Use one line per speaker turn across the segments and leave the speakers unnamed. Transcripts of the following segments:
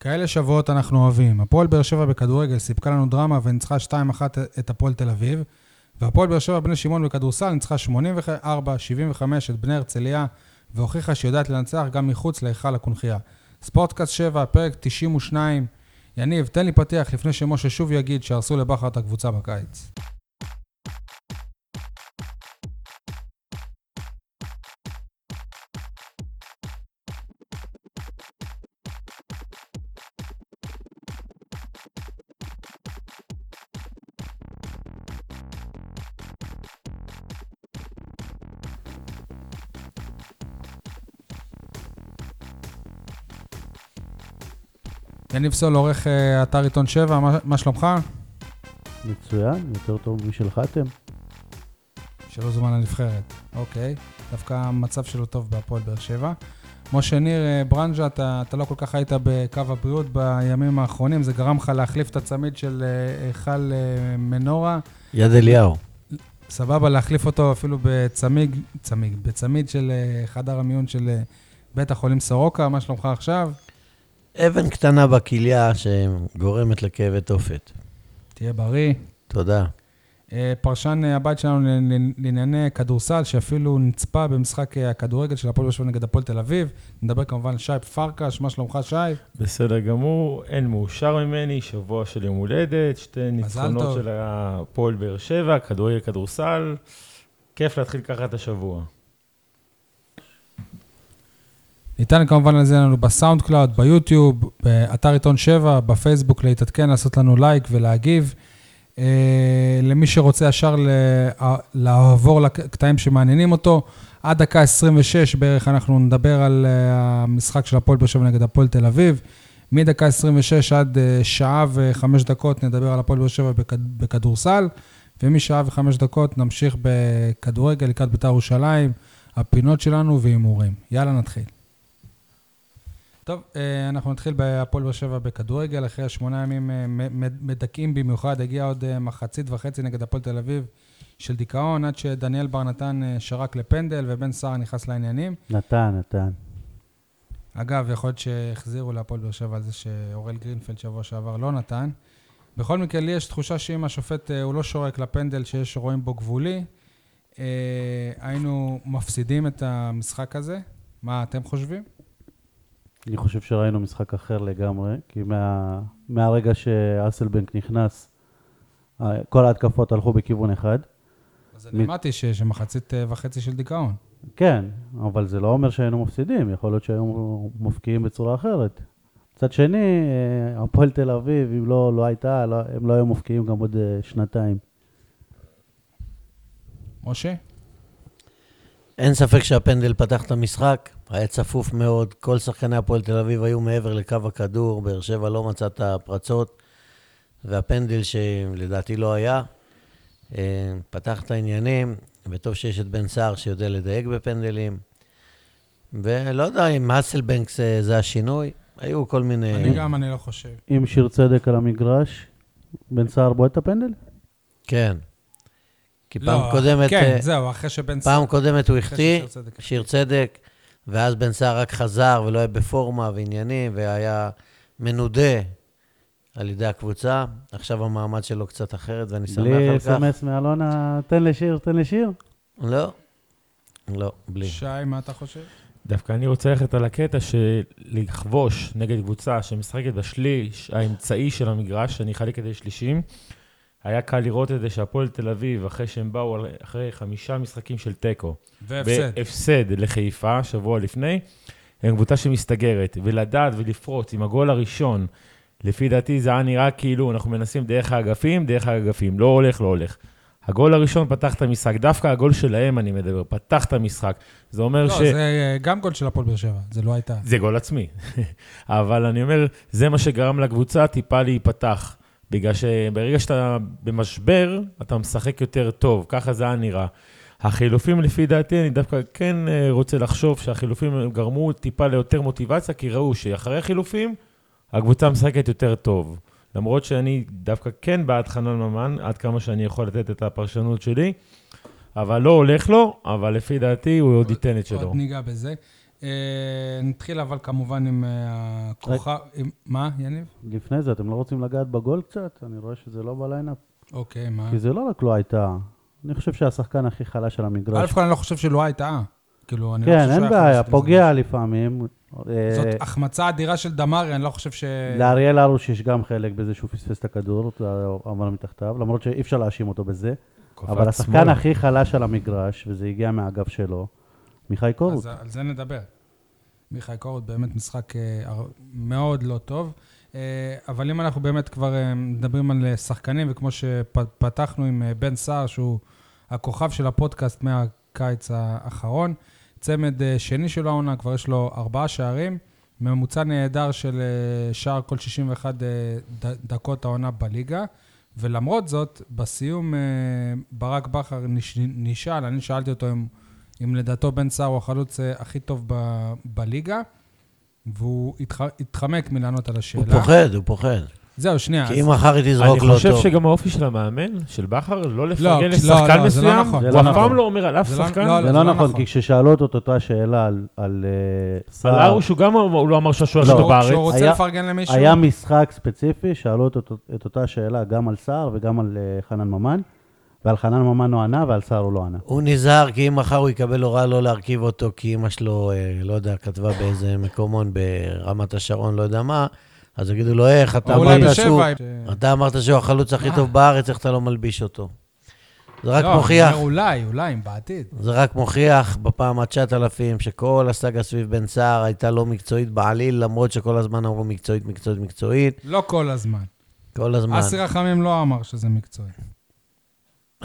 כאלה שבועות אנחנו אוהבים. הפועל באר שבע בכדורגל סיפקה לנו דרמה וניצחה 2-1 את הפועל תל אביב, והפועל באר שבע בני שמעון בכדורסל ניצחה 84-75 את בני הרצליה, והוכיחה שהיא יודעת לנצח גם מחוץ להיכל הקונכייה. ספורטקאסט 7, פרק 92. יניב, תן לי פתיח לפני שמשה שוב יגיד שהרסו לבכר את הקבוצה בקיץ. יניב סול, עורך אה, אתר עיתון 7, מה- מה שלומך?
מצוין, יותר טוב משלך אתם.
שלא זומן לנבחרת. אוקיי, דווקא המצב שלו טוב בהפועל באר שבע. משה ניר, אה, ברנז'ה, אתה, אתה לא כל כך היית בקו הבריאות בימים האחרונים, זה גרם לך להחליף את הצמיד של אה, היכל אה, מנורה,
יד אליהו.
סבבה, להחליף אותו אפילו בצמיג, צמיג, בצמיד של אה, חדר המיון של אה, בית החולים סורוקה, מה שלומך עכשיו?
אבן קטנה בכליה שגורמת לכאבי תופת.
תהיה בריא.
תודה.
אה, פרשן אה, הבית שלנו לעני- לענייני כדורסל, שאפילו נצפה במשחק אה, הכדורגל של הפועל באר שבע נגד הפועל תל אביב. נדבר כמובן על שי פרקש, מה שלומך שי?
בסדר גמור, אין מאושר ממני, שבוע של יום הולדת, שתי
טוב.
ניצחונות של הפועל באר שבע, כדורגל, כדורסל. כיף להתחיל ככה את השבוע.
ניתן כמובן להזין לנו בסאונד קלאוד, ביוטיוב, באתר עיתון 7, בפייסבוק להתעדכן, לעשות לנו לייק ולהגיב. אה, למי שרוצה ישר לה- לעבור לקטעים שמעניינים אותו, עד דקה 26 בערך אנחנו נדבר על אה, המשחק של הפועל באר שבע נגד הפועל תל אביב. מדקה 26 עד אה, שעה וחמש דקות נדבר על הפועל באר שבע בכד- בכדורסל, ומשעה וחמש דקות נמשיך בכדורגל לקראת בית"ר ירושלים, הפינות שלנו והימורים. יאללה, נתחיל. טוב, אה, אנחנו נתחיל בהפועל באר שבע בכדורגל. אחרי השמונה ימים אה, מ- מ- מדכאים במיוחד, הגיעה עוד אה, מחצית וחצי נגד הפועל תל אביב של דיכאון, עד שדניאל בר נתן אה, שרק לפנדל ובן סער נכנס לעניינים.
נתן, נתן.
אגב, יכול להיות שהחזירו להפועל באר שבע על זה שאורל גרינפלד שבוע שעבר לא נתן. בכל מקרה, לי יש תחושה שאם השופט אה, הוא לא שורק לפנדל שיש רואים בו גבולי, אה, היינו מפסידים את המשחק הזה. מה אתם חושבים?
אני חושב שראינו משחק אחר לגמרי, כי מה, מהרגע שאסלבנק נכנס, ה- כל ההתקפות הלכו בכיוון אחד.
אז
מ-
אני אמרתי ש- שמחצית אה, וחצי של דיכאון.
כן, אבל זה לא אומר שהיינו מפסידים, יכול להיות שהיו מפקיעים בצורה אחרת. מצד שני, אה, הפועל תל אביב, אם לא, לא הייתה, לא, הם לא היו מפקיעים גם עוד אה, שנתיים.
משה?
אין ספק שהפנדל פתח את המשחק, היה צפוף מאוד, כל שחקני הפועל תל אביב היו מעבר לקו הכדור, באר שבע לא מצא את הפרצות, והפנדל שלדעתי לא היה, אה, פתח את העניינים, וטוב שיש את בן סער שיודע לדייק בפנדלים, ולא יודע אם האסלבנק זה, זה השינוי, היו כל מיני...
אני גם, אני לא חושב.
עם שיר צדק על המגרש, בן סער בועט את הפנדל?
כן. כי פעם
לא,
קודמת...
כן,
אה,
זהו, אחרי שבן סער...
פעם קודמת הוא
אחרי
החטיא,
ששיר צדק-
שיר צדק, ואז בן סער רק חזר ולא היה בפורמה ועניינים, והיה מנודה על ידי הקבוצה. עכשיו המעמד שלו קצת אחרת, ואני שמח
בלי
על כך.
אס.אם.אס מאלונה, תן לשיר, תן לשיר.
לא, לא, בלי.
שי, מה אתה חושב?
דווקא אני רוצה ללכת על הקטע של לכבוש נגד קבוצה שמשחקת בשליש האמצעי של המגרש, שאני אחלק את זה לשלישים. היה קל לראות את זה שהפועל תל אביב, אחרי שהם באו, על- אחרי חמישה משחקים של תיקו,
והפסד.
בהפסד לחיפה, שבוע לפני, הם קבוצה שמסתגרת, ולדעת ולפרוץ עם הגול הראשון, לפי דעתי זה היה נראה כאילו אנחנו מנסים דרך האגפים, דרך האגפים, לא הולך, לא הולך. הגול הראשון פתח את המשחק, דווקא הגול שלהם אני מדבר, פתח את המשחק. זה אומר
לא,
ש...
זה אה, גם גול של הפועל באר שבע, זה לא הייתה.
זה גול עצמי. אבל אני אומר, זה מה שגרם לקבוצה טיפה להיפתח. בגלל שברגע שאתה במשבר, אתה משחק יותר טוב, ככה זה היה נראה. החילופים, לפי דעתי, אני דווקא כן אה, רוצה לחשוב שהחילופים גרמו טיפה ליותר מוטיבציה, כי ראו שאחרי החילופים, הקבוצה משחקת יותר טוב. למרות שאני דווקא כן בעד חנן ממן, עד כמה שאני יכול לתת את הפרשנות שלי, אבל לא הולך לו, אבל לפי דעתי הוא עוד ייתן את שלו.
עוד ניגע בזה. אה, נתחיל אבל כמובן עם אה, הכוכב... עם- מה, יניב?
לפני זה, אתם לא רוצים לגעת בגול קצת? אני רואה שזה לא בליינאפ.
אוקיי, מה?
כי זה לא רק לא הייתה. אני חושב שהשחקן הכי חלש של
א'
המגרש.
כל אני לא חושב שלואה הייתה. כאילו, אני לא חושב
כן, אין
שהוא היה יכול
בעיה,
לעשות עם זה
פוגע לפעמים. אה,
משהו. זאת החמצה אדירה של דמארי, אני לא חושב ש...
לאריאל הרוש יש גם חלק בזה שהוא פספס את הכדור, עבר מתחתיו, למרות שאי אפשר להאשים אותו בזה.
קופץ
אבל השחקן
שמאלה.
הכי חלש על המגרש, וזה הגיע מהאגף שלו, מיכאי קורות.
אז על זה נדבר. מיכאי קורות באמת משחק אה, הר- מאוד לא טוב. אה, אבל אם אנחנו באמת כבר אה, מדברים על אה, שחקנים, וכמו שפתחנו עם אה, בן סער, שהוא הכוכב של הפודקאסט מהקיץ האחרון, צמד אה, שני של העונה, כבר יש לו ארבעה שערים, ממוצע נהדר של אה, שער כל 61 אה, ד- דקות העונה בליגה. ולמרות זאת, בסיום אה, ברק בכר נש- נשאל, אני שאלתי אותו אם אם לדעתו בן סער הוא החלוץ אה, הכי טוב ב- בליגה, והוא התח... התחמק מלענות על השאלה.
הוא פוחד, הוא פוחד.
זהו, שנייה.
כי
אה, אז-
אם מחר היא
אני
תזרוק לא
חושב
טוב.
שגם האופי של המאמן, של בכר, לא
לא,
לפרגן
לא,
לשחקן
זה לא
מסוים,
נכון.
זה
הוא
לא
אף
נכון.
פעם לא אומר על אף
זה לא-
שחקן.
לא,
זה
זה
לא
לא
נכון,
נכון.
כי כששאלו אותו את אותה שאלה על- על אה,
על
סער,
הרוש, הוא גם הוא לא אמר שהשוער
לא.
שלו בארץ.
כשהוא רוצה
היה-
לפרגן למישהו,
היה משחק ספציפי, שאלו אותו- את אותה שאלה גם על סער וגם על אה, חנן ממן, ועל חנן ממן הוא ענה ועל סער הוא לא ענה.
הוא נזהר, כי אם מחר הוא יקבל הוראה לא להרכיב אותו, כי אמא שלו, אה, לא יודע, כתבה באיזה מקומון ברמת השרון, לא יודע מה, אז יגידו לו, איך, אתה
או אולי
אמרת שהוא...
בשבע. אה,
אתה אמרת שהוא החלוץ הכי
מה?
טוב בארץ, איך אתה לא מלביש אותו? זה רק
לא,
מוכיח,
אני אומר, אולי, אולי, אם בעתיד.
זה רק מוכיח בפעם ה-9,000, שכל הסאגה סביב בן סער הייתה לא מקצועית בעליל, למרות שכל הזמן אמרו מקצועית, מקצועית, מקצועית,
לא כל הזמן.
כל הזמן.
אסי רחמים לא אמר שזה מקצועי.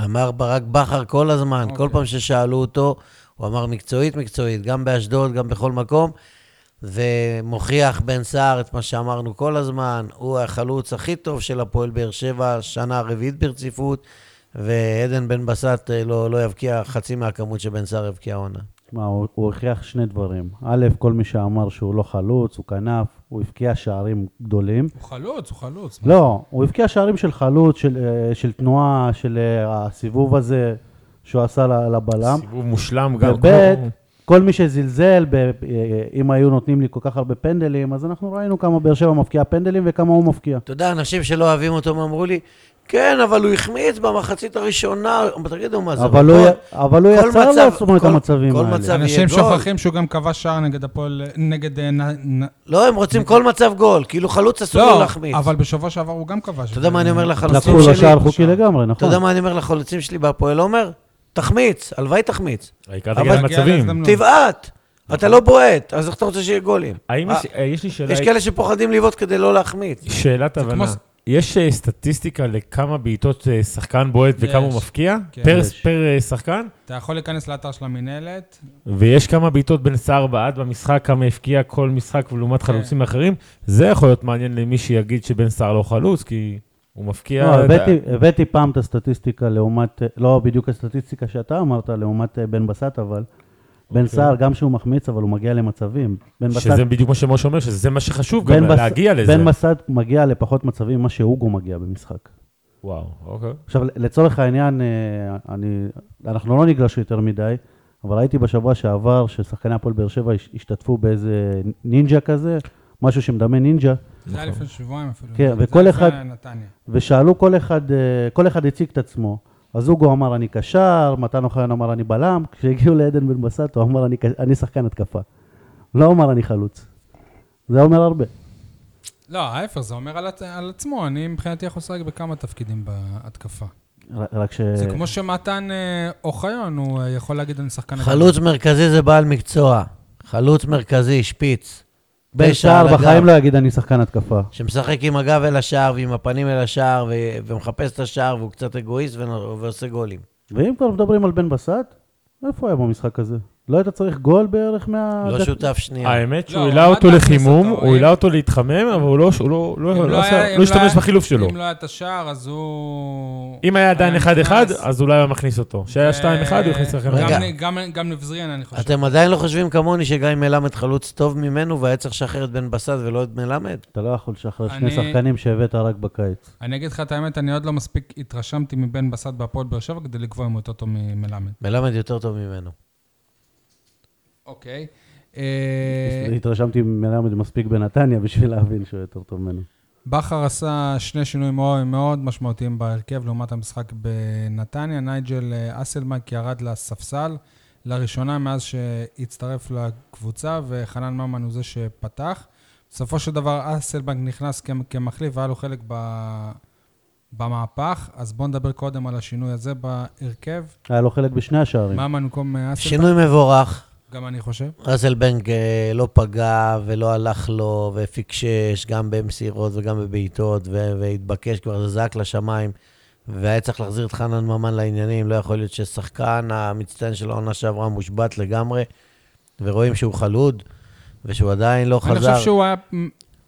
אמר ברק בכר כל הזמן, okay. כל
אוקיי.
פעם ששאלו אותו, הוא אמר מקצועית, מקצועית, גם באשדוד, גם בכל מקום, ומוכיח בן סער את מה שאמרנו כל הזמן, הוא החלוץ הכי טוב של הפועל באר שבע, שנה רביעית ברציפות, ועדן בן בסט אה, לא, לא יבקיע חצי מהכמות שבן סער יבקיע העונה.
תשמע, הוא הוא הוכיח שני דברים. א', כל מי שאמר שהוא לא חלוץ, הוא כנף, הוא הבקיע שערים גדולים.
הוא חלוץ, הוא חלוץ. מה?
לא, הוא הבקיע שערים של חלוץ, של, אה, של תנועה, של אה, הסיבוב הזה שהוא עשה ל- לבלם.
סיבוב מושלם גם.
וב',
כמו-
כל מי שזלזל, ב, אה, אם היו נותנים לי כל כך הרבה פנדלים, אז אנחנו ראינו כמה באר שבע מפקיע פנדלים וכמה הוא מפקיע.
אתה יודע, אנשים שלא אוהבים אותו הם אמרו לי, כן, אבל הוא החמיץ במחצית הראשונה, תגידו מה זה,
לא
אבל הוא,
כל-
י- אבל הוא
כל
יצר
מצב-
לעצמו את
כל-
המצבים
כל
האלה.
מצב- יהיה
אנשים
גול.
שוכחים שהוא גם כבש שער נגד הפועל, נגד... אה, נ- נ-
לא, הם רוצים כל מצב גול, כאילו חלוץ אסור לו
לא,
להחמיץ.
אבל בשבוע שעבר הוא גם כבש.
אתה יודע מה אני אומר לחלוצים
לקחו
שלי?
לו שער חוקי לגמרי,
אתה
נכון.
יודע מה אני אומר לחלוצים שלי בהפועל עומר? תחמיץ, הלוואי תחמיץ.
העיקר
אבל-
תגיע למצבים.
נו.
תבעט,
נכון.
אתה לא בועט, אז איך אתה רוצה שיהיה גולים?
האם
אה,
יש- אה, יש לי שאלה,
יש כאלה שפוחדים לבעוט כדי לא להחמיץ.
שאלת הבנה.
כמו-
יש אה, סטטיסטיקה לכמה בעיטות אה, שחקן בועט וכמה
יש.
הוא מפקיע?
כן.
פר-
יש.
פר אה, שחקן?
אתה יכול להיכנס לאתר של המינהלת,
ויש כמה בעיטות בין סער בעד במשחק, כמה הפקיע כל משחק ולעומת
כן.
חלוצים אחרים. זה יכול להיות מעניין למי שיגיד שבן סער לא חלוץ, כי הוא מפקיע...
לא, הבאתי, הבאתי פעם את הסטטיסטיקה לעומת, לא בדיוק הסטטיסטיקה שאתה אמרת, לעומת אה, בן בסט, אבל בן סער, גם שהוא מחמיץ, אבל הוא מגיע למצבים. בן בסט,
אוקיי. שזה בדיוק מה שמשה אומר, שזה מה שחשוב
בן
גם,
בס-
להגיע לזה.
בן בסט מגיע לפחות מצבים ממה שהוגו מגיע במשחק.
וואו, אוקיי.
עכשיו, לצורך העניין, אה, אני, אנחנו לא נגלש יותר מדי, אבל ראיתי בשבוע שעבר ששחקני הפועל באר שבע הש- השתתפו באיזה נינג'ה כזה, משהו שמדמה נינג'ה,
זה היה
נכון.
לפני שבועיים אפילו.
כן,
זה
וכל
לפני
אחד-
נתניה.
ושאלו כל אחד, אה, כל אחד הציג את עצמו. אז אוגו אמר אני קשר, מתן אוחיון אמר אני בלם, כשהגיעו לעדן בן בסט הוא אמר אני, קש- אני שחקן התקפה. לא אמר אני חלוץ. זה אומר הרבה.
לא, ההפך, זה אומר על, עצ- על עצמו, אני מבחינתי יכול לשחק בכמה תפקידים בהתקפה.
ר- רק ש...
זה כמו שמתן אה, אוחיון, הוא אה, יכול להגיד, אני שחקן... הגנה."
חלוץ מרכזי זה בעל מקצוע. חלוץ מרכזי, שפיץ.
בן
פשע על
שער
הגב.
בחיים לא יגיד אני שחקן התקפה.
שמשחק עם הגב אל השער ועם הפנים אל השער ו- ומחפש את השער והוא קצת אגואיסט ונ- ועושה גולים.
ואם כבר מדברים על בן בסט, איפה היה במשחק הזה? לא היית צריך גול בערך מה...
לא שותף שנייה.
אה,
האמת
לא,
שהוא העלה
הוא
אותו
עמד להכניס
לחימום,
אותו,
הוא
אם-
העלה אותו להתחמם, אבל הוא לא- הוא לא-
אם
לא- לא
היה-
עשה-
אם
לא השתמש
היה-
בחילוף שלו.
אם לא היה את השער, אז הוא...
אם היה עדיין 1-1,
נכנס.
אז אולי הוא היה מכניס אותו. כשהיה 2-1, הוא הכניס לכם.
אה, גם
רגע.
נ- גם- גם נבזריאן, אני חושב.
אתם עדיין לא חושבים כמוני שגם אם מלמד חלוץ טוב ממנו והיה צריך לשחרר את בן בסט ולא את מלמד?
אתה לא יכול לשחרר
אני-
שני שחקנים שהבאת רק בקיץ.
אני אגיד לך את האמת, אני עוד לא מספיק התרשמתי מבן בסט בהפועל באר שבע כדי לקבוע אם הוא יותר טוב ממלמד.
מלמד יותר טוב ממנו.
אוקיי. אה,
התרשמתי מלמד מספיק בנתניה בשביל להבין שהוא יותר טוב ממנו.
בכר עשה שני שינויים מאוד, מאוד משמעותיים בהרכב לעומת המשחק בנתניה. נייג'ל אה, אסלמק ירד לספסל, לראשונה מאז שהצטרף לקבוצה, וחנן ממן הוא זה שפתח. בסופו של דבר אסלבנק נכנס כ- כמחליף והיה לו חלק ב... במהפך, אז בואו נדבר קודם על השינוי הזה בהרכב.
היה לו חלק בשני השערים.
מה במקום אה, אסלבנק?
שינוי מבורך.
גם אני חושב.
אסלבנק אה, לא פגע ולא הלך לו ופיקשש גם במסירות וגם בבעיטות ו- והתבקש כבר, זה זעק לשמיים והיה צריך להחזיר את חנן ממן לעניינים, לא יכול להיות ששחקן המצטיין של העונה שעברה מושבת לגמרי ורואים שהוא חלוד ושהוא עדיין לא
אני
חזר.
חושב שהוא היה...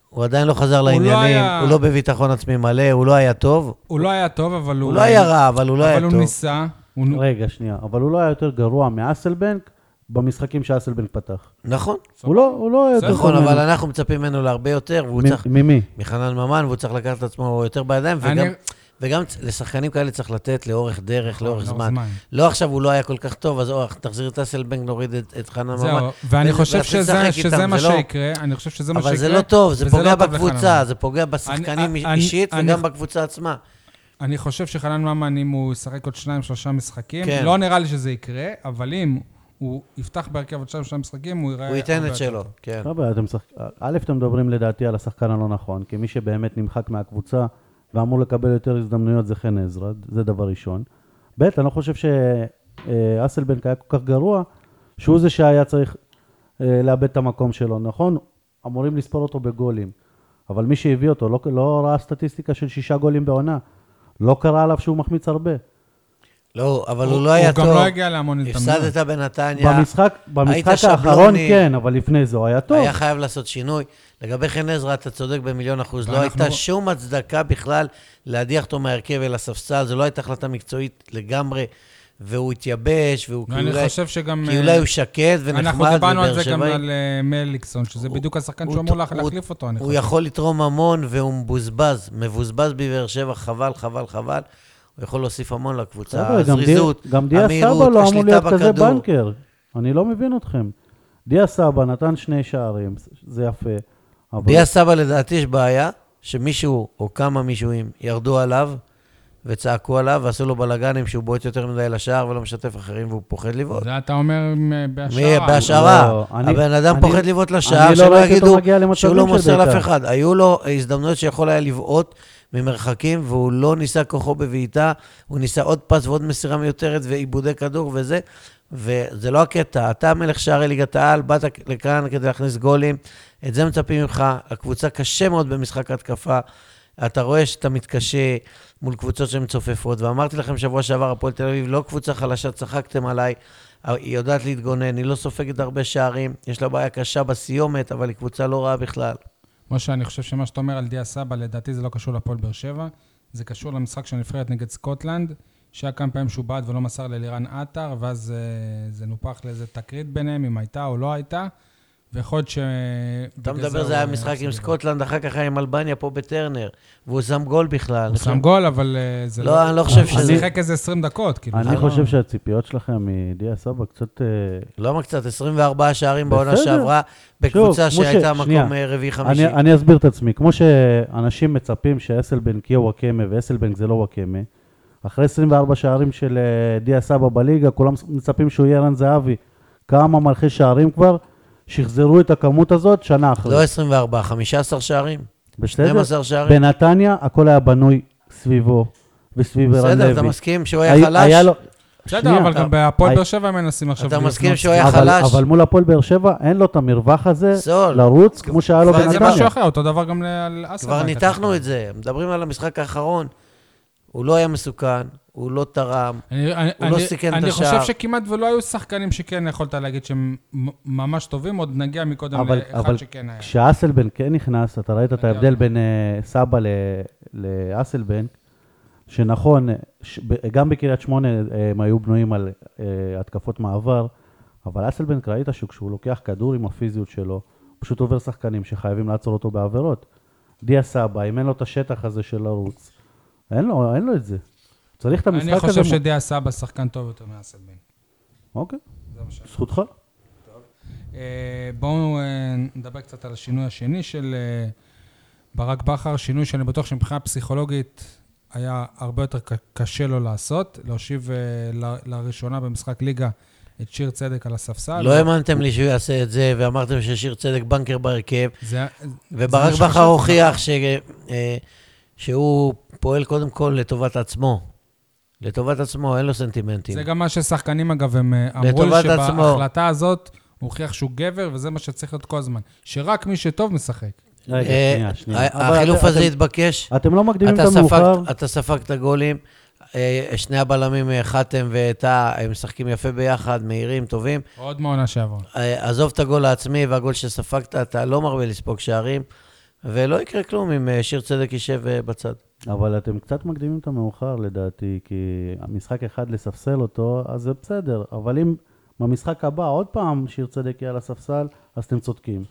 הוא עדיין לא חזר
לא
לעניינים,
היה-
הוא לא בביטחון עצמי מלא, הוא לא היה טוב.
הוא לא היה טוב, אבל הוא...
הוא לא היה רע, אבל הוא לא היה
אבל הוא
טוב.
ניסה. הוא...
רגע, שנייה. אבל הוא לא היה יותר גרוע מאסלבנק במשחקים שאסלבנק פתח.
נכון,
הוא לא, הוא לא היה יותר
נכון,
טוב
אבל
ממנו.
אנחנו מצפים ממנו להרבה יותר, והוא
מ-
צריך...
ממי?
מחנן ממן, והוא צריך לקחת את עצמו יותר בידיים,
אני- נכון,
וגם, וגם צ- לשחקנים כאלה צריך לתת לאורך דרך, לאורך
לאורך
זמן.
זמן.
לא עכשיו, הוא לא היה כל כך טוב, אז אורך, תחזיר את אסלבנק, נוריד את, את חנן ממן.
זהו, ואני
וזה-
חושב
ולהתחיל
שזה,
לשחק
שזה
איתם,
מה
זה לא-
שיקרה, אני חושב שזה מה שיקרה.
אבל זה לא טוב, זה
וזה
פוגע
לא טוב
בקבוצה,
לחנן.
זה פוגע בשחקנים
אני-
אישית
אני-
וגם
אני-
בקבוצה עצמה.
אני חושב שחנן ממן, אם הוא ישחק עוד שניים, שלושה משחקים,
כן.
לא נראה לי שזה יקרה, אבל אם הוא יפתח בהרכב עוד שניים, שלושה משחקים, הוא יראה...
הוא ייתן
הרבה
את
יותר
שלו,
טוב.
כן.
לא בעיה, אתם משחק- א', אתם מדברים לדעתי על השחקן הלא נכון, כי מי שבאמת נמחק מהקבוצה ואמור לקבל יותר הזדמנויות זה חן עזרא, זה דבר ראשון. ב', אני לא חושב שאסלבנק היה כל כך גרוע, שהוא זה שהיה צריך אה, לאבד את המקום שלו, נכון? אמורים לספור אותו בגולים, אבל מי שהביא אותו לא, לא ראה סטטיסטיקה של שישה גולים בעונה, לא קרה עליו שהוא מחמיץ הרבה.
לא, אבל הוא לא היה טוב.
הוא גם לא הגיע להמון הזדמנויות.
הפסדת בנתניה.
במשחק,
היית
במשחק האחרון
שבלוני.
כן, אבל לפני זה הוא היה טוב.
היה חייב לעשות שינוי. לגבי חן עזרא, אתה צודק במיליון אחוז. לא
ואנחנו-
הייתה שום הצדקה בכלל להדיח אותו מהרכב אל הספסל, זו לא הייתה החלטה מקצועית לגמרי, והוא התייבש, והוא כי
אני
אולי-
חושב שגם...
כי
אה,
אולי הוא שקט ונחמד,
אנחנו דיברנו על
ובאר
זה גם
שבעי.
על אה, מליקסון, שזה בדיוק השחקן
הוא-
שהוא אמור
הוא-
לה- להחליף אותו, אני
הוא
חושב.
יכול לתרום המון והוא מבוזבז, מבוזבז בבאר שבע, חבל, חבל, חבל. הוא יכול להוסיף המון לקבוצה,
חבר'ה, גם דיה-
הזריזות,
גם דיה סבא
המהירות,
לא אמור
השליטה
להיות כזה
בכדור.
בנקר. אני לא מבין אתכם. דיה סבא נתן שני שערים, זה יפה. אבל-
דיה סבא לדעתי יש בעיה, שמישהו או כמה מישהוים ירדו עליו וצעקו עליו ועשו לו בלאגנים שהוא בועט יותר מדי לשער ולא משתף אחרים והוא פוחד לבעוט.
זה אתה אומר אה,
מי-
בהשערה.
בהשערה.
לא, אני-
הבן אדם
אני-
פוחד לבעוט לשער,
אני לא
שלא
ראיתי אותו
יגידו
מגיע למצבים
שהוא לא
של
מוסר
בעיטה.
לאף אחד. היו לו הזדמנויות שיכול היה לבעוט ממרחקים, והוא לא ניסה כוחו בבעיטה, הוא ניסה עוד פס ועוד מסירה מיותרת ועיבודי כדור וזה. וזה לא הקטע, אתה מלך שערי ליגת העל, באת לכאן כדי להכניס גולים, את זה מצפים ממך. הקבוצה קשה מאוד במשחק התקפה. אתה רואה שאתה מתקשה מול קבוצות שהן צופפות, ואמרתי לכם שבוע שעבר, הפועל תל אביב לא קבוצה חלשה, צחקתם עליי, היא יודעת להתגונן, היא לא סופגת הרבה שערים, יש לה בעיה קשה בסיומת, אבל היא קבוצה לא רעה בכלל.
משה, אני חושב שמה שאתה אומר על דיה סבא, לדעתי זה לא קשור להפועל באר שבע, זה קשור למשחק של הנבחרת נגד סקוטלנד, שהיה כמה פעמים שהוא בעט ולא מסר ללירן עטר, ואז אה, זה נופח לאיזה תקרית ביניהם, אם הייתה או לא הייתה, ויכול להיות ש...
אתה
בגלל
מדבר,
הוא,
זה היה
אה,
משחק עם
עשה
סקוטלנד, אחר כך היה עם אלבניה פה בטרנר, והוא שם גול בכלל.
גול. הוא שם גול, אבל אה, זה
לא,
לא...
אני נכון? לא חושב
הוא
שזה-
שיחק איזה 20 דקות, כאילו.
אני
זה
נכון.
חושב
לא-
שהציפיות שלכם מדיה סבא קצת... אה,
למה לא קצת? 24 שערים בעונה
בסדר.
שעברה,
שוב,
בקבוצה
משה,
שהייתה
שנייה.
מקום אה, רביעי-חמישי.
אני, אני אסביר את עצמי. כמו שאנשים מצפים שאסלבנק יהיה וואקמה, ואסלבנק זה לא וואקמה, אחרי 24 שערים של אה, דיה סבא בליגה, כולם מצפים שהוא יהיה ערן זהבי. כמה מלכי שערים כבר שחזרו את הכמות הזאת שנה אחרי.
לא 24, 15 שערים.
בסדר?
12 שערים.
בנתניה הכל היה בנוי סביבו וסביב ערן לוי.
בסדר, אתה מסכים שהוא היה חלש?
היה לו-
בסדר,
שנייה,
אבל גם בהפועל
הי-
באר שבע הם מנסים עכשיו...
אתה
לבנות-
מסכים שהוא היה
אבל-
חלש?
אבל מול הפועל באר שבע אין לו את המרווח הזה
סול.
לרוץ כמו שהיה לו
כבר
אבל זה
בנתניה.
משהו אחר, אותו דבר גם על אסבא.
כבר ניתחנו את זה, מדברים על המשחק האחרון. הוא לא היה מסוכן, הוא לא תרם.
אני, אני,
הוא לא
אני-
סיכן את
אני
השער.
חושב שכמעט ולא היו שחקנים שכן יכולת להגיד שהם מ- ממש טובים, עוד נגיע מקודם
אבל-
לאחד
אבל
שכן היה.
כשאסלבן כן נכנס, אתה ראית את
אני יודע.
ההבדל בין אה, סבא ל- לאסלבן, שנכון, ש- ב- גם בקריית שמונה אה, הם היו בנויים על אה, התקפות מעבר, אבל אסלבן ראית שכשהוא לוקח כדור עם הפיזיות שלו, הוא פשוט עובר שחקנים שחייבים לעצור אותו בעבירות. דיה סבא, אם אין לו את השטח הזה של לרוץ, אין לו, אין לו את זה. צריך את המשחק הזה.
אני חושב
מול-
שדיה סבא שחקן טוב יותר מאסלבין.
אוקיי,
זה מה שאני-
זכותך.
אה, בואו אה, נדבר קצת על השינוי השני של אה, ברק בכר, שינוי שאני בטוח שמבחינה פסיכולוגית היה הרבה יותר ק- קשה לו לעשות, להושיב אה, ל- לראשונה במשחק ליגה את שיר צדק על הספסל.
לא האמנתם לי שהוא יעשה את זה, ואמרתם ששיר צדק בנקר בהרכב,
זה-
וברק
זה מה
בכר
שחשבתי.
הוכיח ש- אה, שהוא פועל קודם כל לטובת עצמו. לטובת עצמו, אין לו סנטימנטים.
זה גם מה ששחקנים, אגב, הם אה, אמרו לי
לטובת עצמו.
שבהחלטה הזאת הוא הוכיח שהוא גבר, וזה מה שצריך להיות כל הזמן. שרק מי שטוב משחק.
רגע,
אה,
שנייה, שנייה.
ה-
אבל
החילוף
אתם-
הזה
אתם-
התבקש.
אתם לא מקדימים את
אתה
המאוחר.
ספגת- אתה ספגת גולים, אה, שני הבלמים, אה, חתם וטאה, הם משחקים יפה ביחד, מהירים, טובים.
עוד מהעונה שעברה.
אה, עזוב את הגול העצמי והגול שספגת, אתה לא מרבה לספוג שערים, ולא יקרה כלום אם אה, שיר צדק יישב אה, בצד.
אבל אתם קצת מקדימים את המאוחר לדעתי, כי המשחק אחד לספסל אותו, אז זה בסדר. אבל אם במשחק הבא עוד פעם שיר צדק יהיה על הספסל, אז אתם צודקים.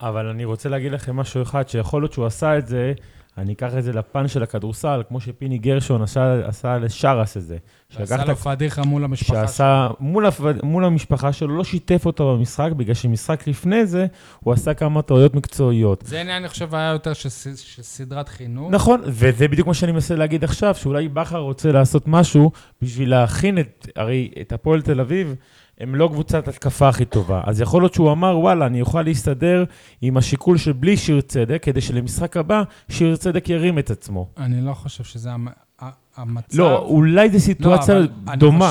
אבל אני רוצה להגיד לכם משהו אחד, שיכול להיות שהוא עשה את זה, אני אקח את זה לפן של הכדורסל, כמו שפיני גרשון עשה, עשה לשרס את זה. שלקח
שעשה
את
לו פדיחה מול המשפחה. שלו.
שעשה מול, הפ- מול המשפחה שלו, לא שיתף אותו במשחק, בגלל שמשחק לפני זה, הוא עשה כמה טעויות מקצועיות.
זה עניין, אני חושב, היה יותר של ס- של סדרת חינוך.
נכון, וזה בדיוק מה שאני מנסה להגיד עכשיו, שאולי בכר רוצה לעשות משהו בשביל להכין את, הרי את הפועל תל אביב, הם לא קבוצת התקפה הכי טובה. אז יכול להיות שהוא אמר, וואלה, אני אוכל להסתדר עם השיקול של בלי שיר צדק, כדי שלמשחק הבא, שיר צדק ירים את עצמו.
אני לא חושב שזה המ- ה- המצב.
לא, אולי זו
לא,
סיטואציה
אבל
דומה.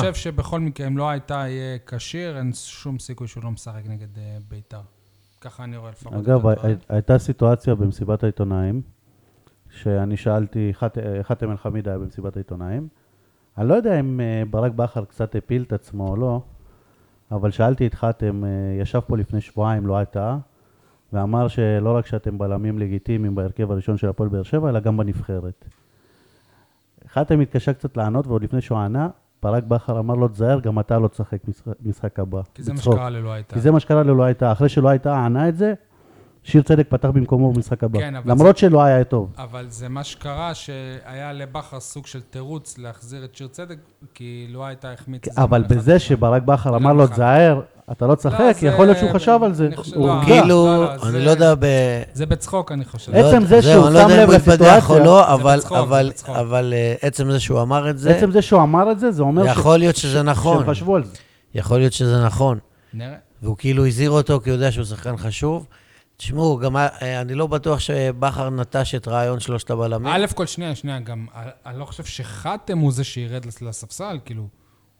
אני חושב שבכל מקרה, אם לא הייתה אה, כשיר, אין שום סיכוי שהוא לא משחק נגד אה, בית"ר. ככה אני רואה לפחות. את
אגב, אה,
הדברים.
הי- הייתה סיטואציה במסיבת העיתונאים, שאני שאלתי, חת- אה, חאתם אל-חמיד היה במסיבת העיתונאים. אני לא יודע אם אה, ברק בכר קצת הפיל את עצמו או לא, אבל שאלתי את חאתם, אה, ישב פה לפני שבועיים, לא הייתה, ואמר שלא רק שאתם בלמים לגיטימיים בהרכב הראשון של הפועל באר שבע, אלא גם בנבחרת. חאתם התקשה קצת לענות, ועוד לפני שהוא ענה, ברק בכר אמר לו, תזהר, גם אתה לא תשחק משחק- משחק הבא.
כי זה מה
בצחוק.
שקרה ללא הייתה.
כי זה מה שקרה ללא הייתה. אחרי שלא הייתה ענה את זה, שיר צדק פתח במקומו במשחק הבא.
כן, אבל
למרות שלא היה טוב.
אבל זה מה שקרה, שהיה לבכר סוג של תירוץ להחזיר את שיר צדק, כי לא הייתה החמיץ. זמן
אבל
אחד
בזה
אחד.
שבברק בכר אמר
אחד
לו,
אחד.
תזהר, אתה לא
לא,
תשחק,
זה-
יכול להיות שהוא חשב על זה.
אני חושב-
הוא
לא,
עובדה.
כאילו,
לא, לא, זה-
אני לא יודע ב...
זה בצחוק, אני חושב.
עצם
לא יודע-
זה
זהו,
שהוא
אני לא
שם
יודע אם
לב
הוא התפדח או
לסיטואציה.
לא,
זה
אבל-
בצחוק, זה
אבל-
בצחוק.
אבל אה, עצם זה שהוא אמר את זה,
עצם זה שהוא אמר את זה, זה אומר ש-
יכול להיות שזה נכון.
שהם חשבו על זה.
יכול להיות שזה נכון.
נראה.
והוא כאילו הזהיר אותו כי הוא יודע שהוא שחקן חשוב. תשמעו, גם אה, אני לא בטוח שבכר נטש את רעיון שלושת הבלמים.
א' כל שנייה, שנייה, גם, אה, אני לא חושב שחתם הוא זה שירד לס- לספסל, כאילו,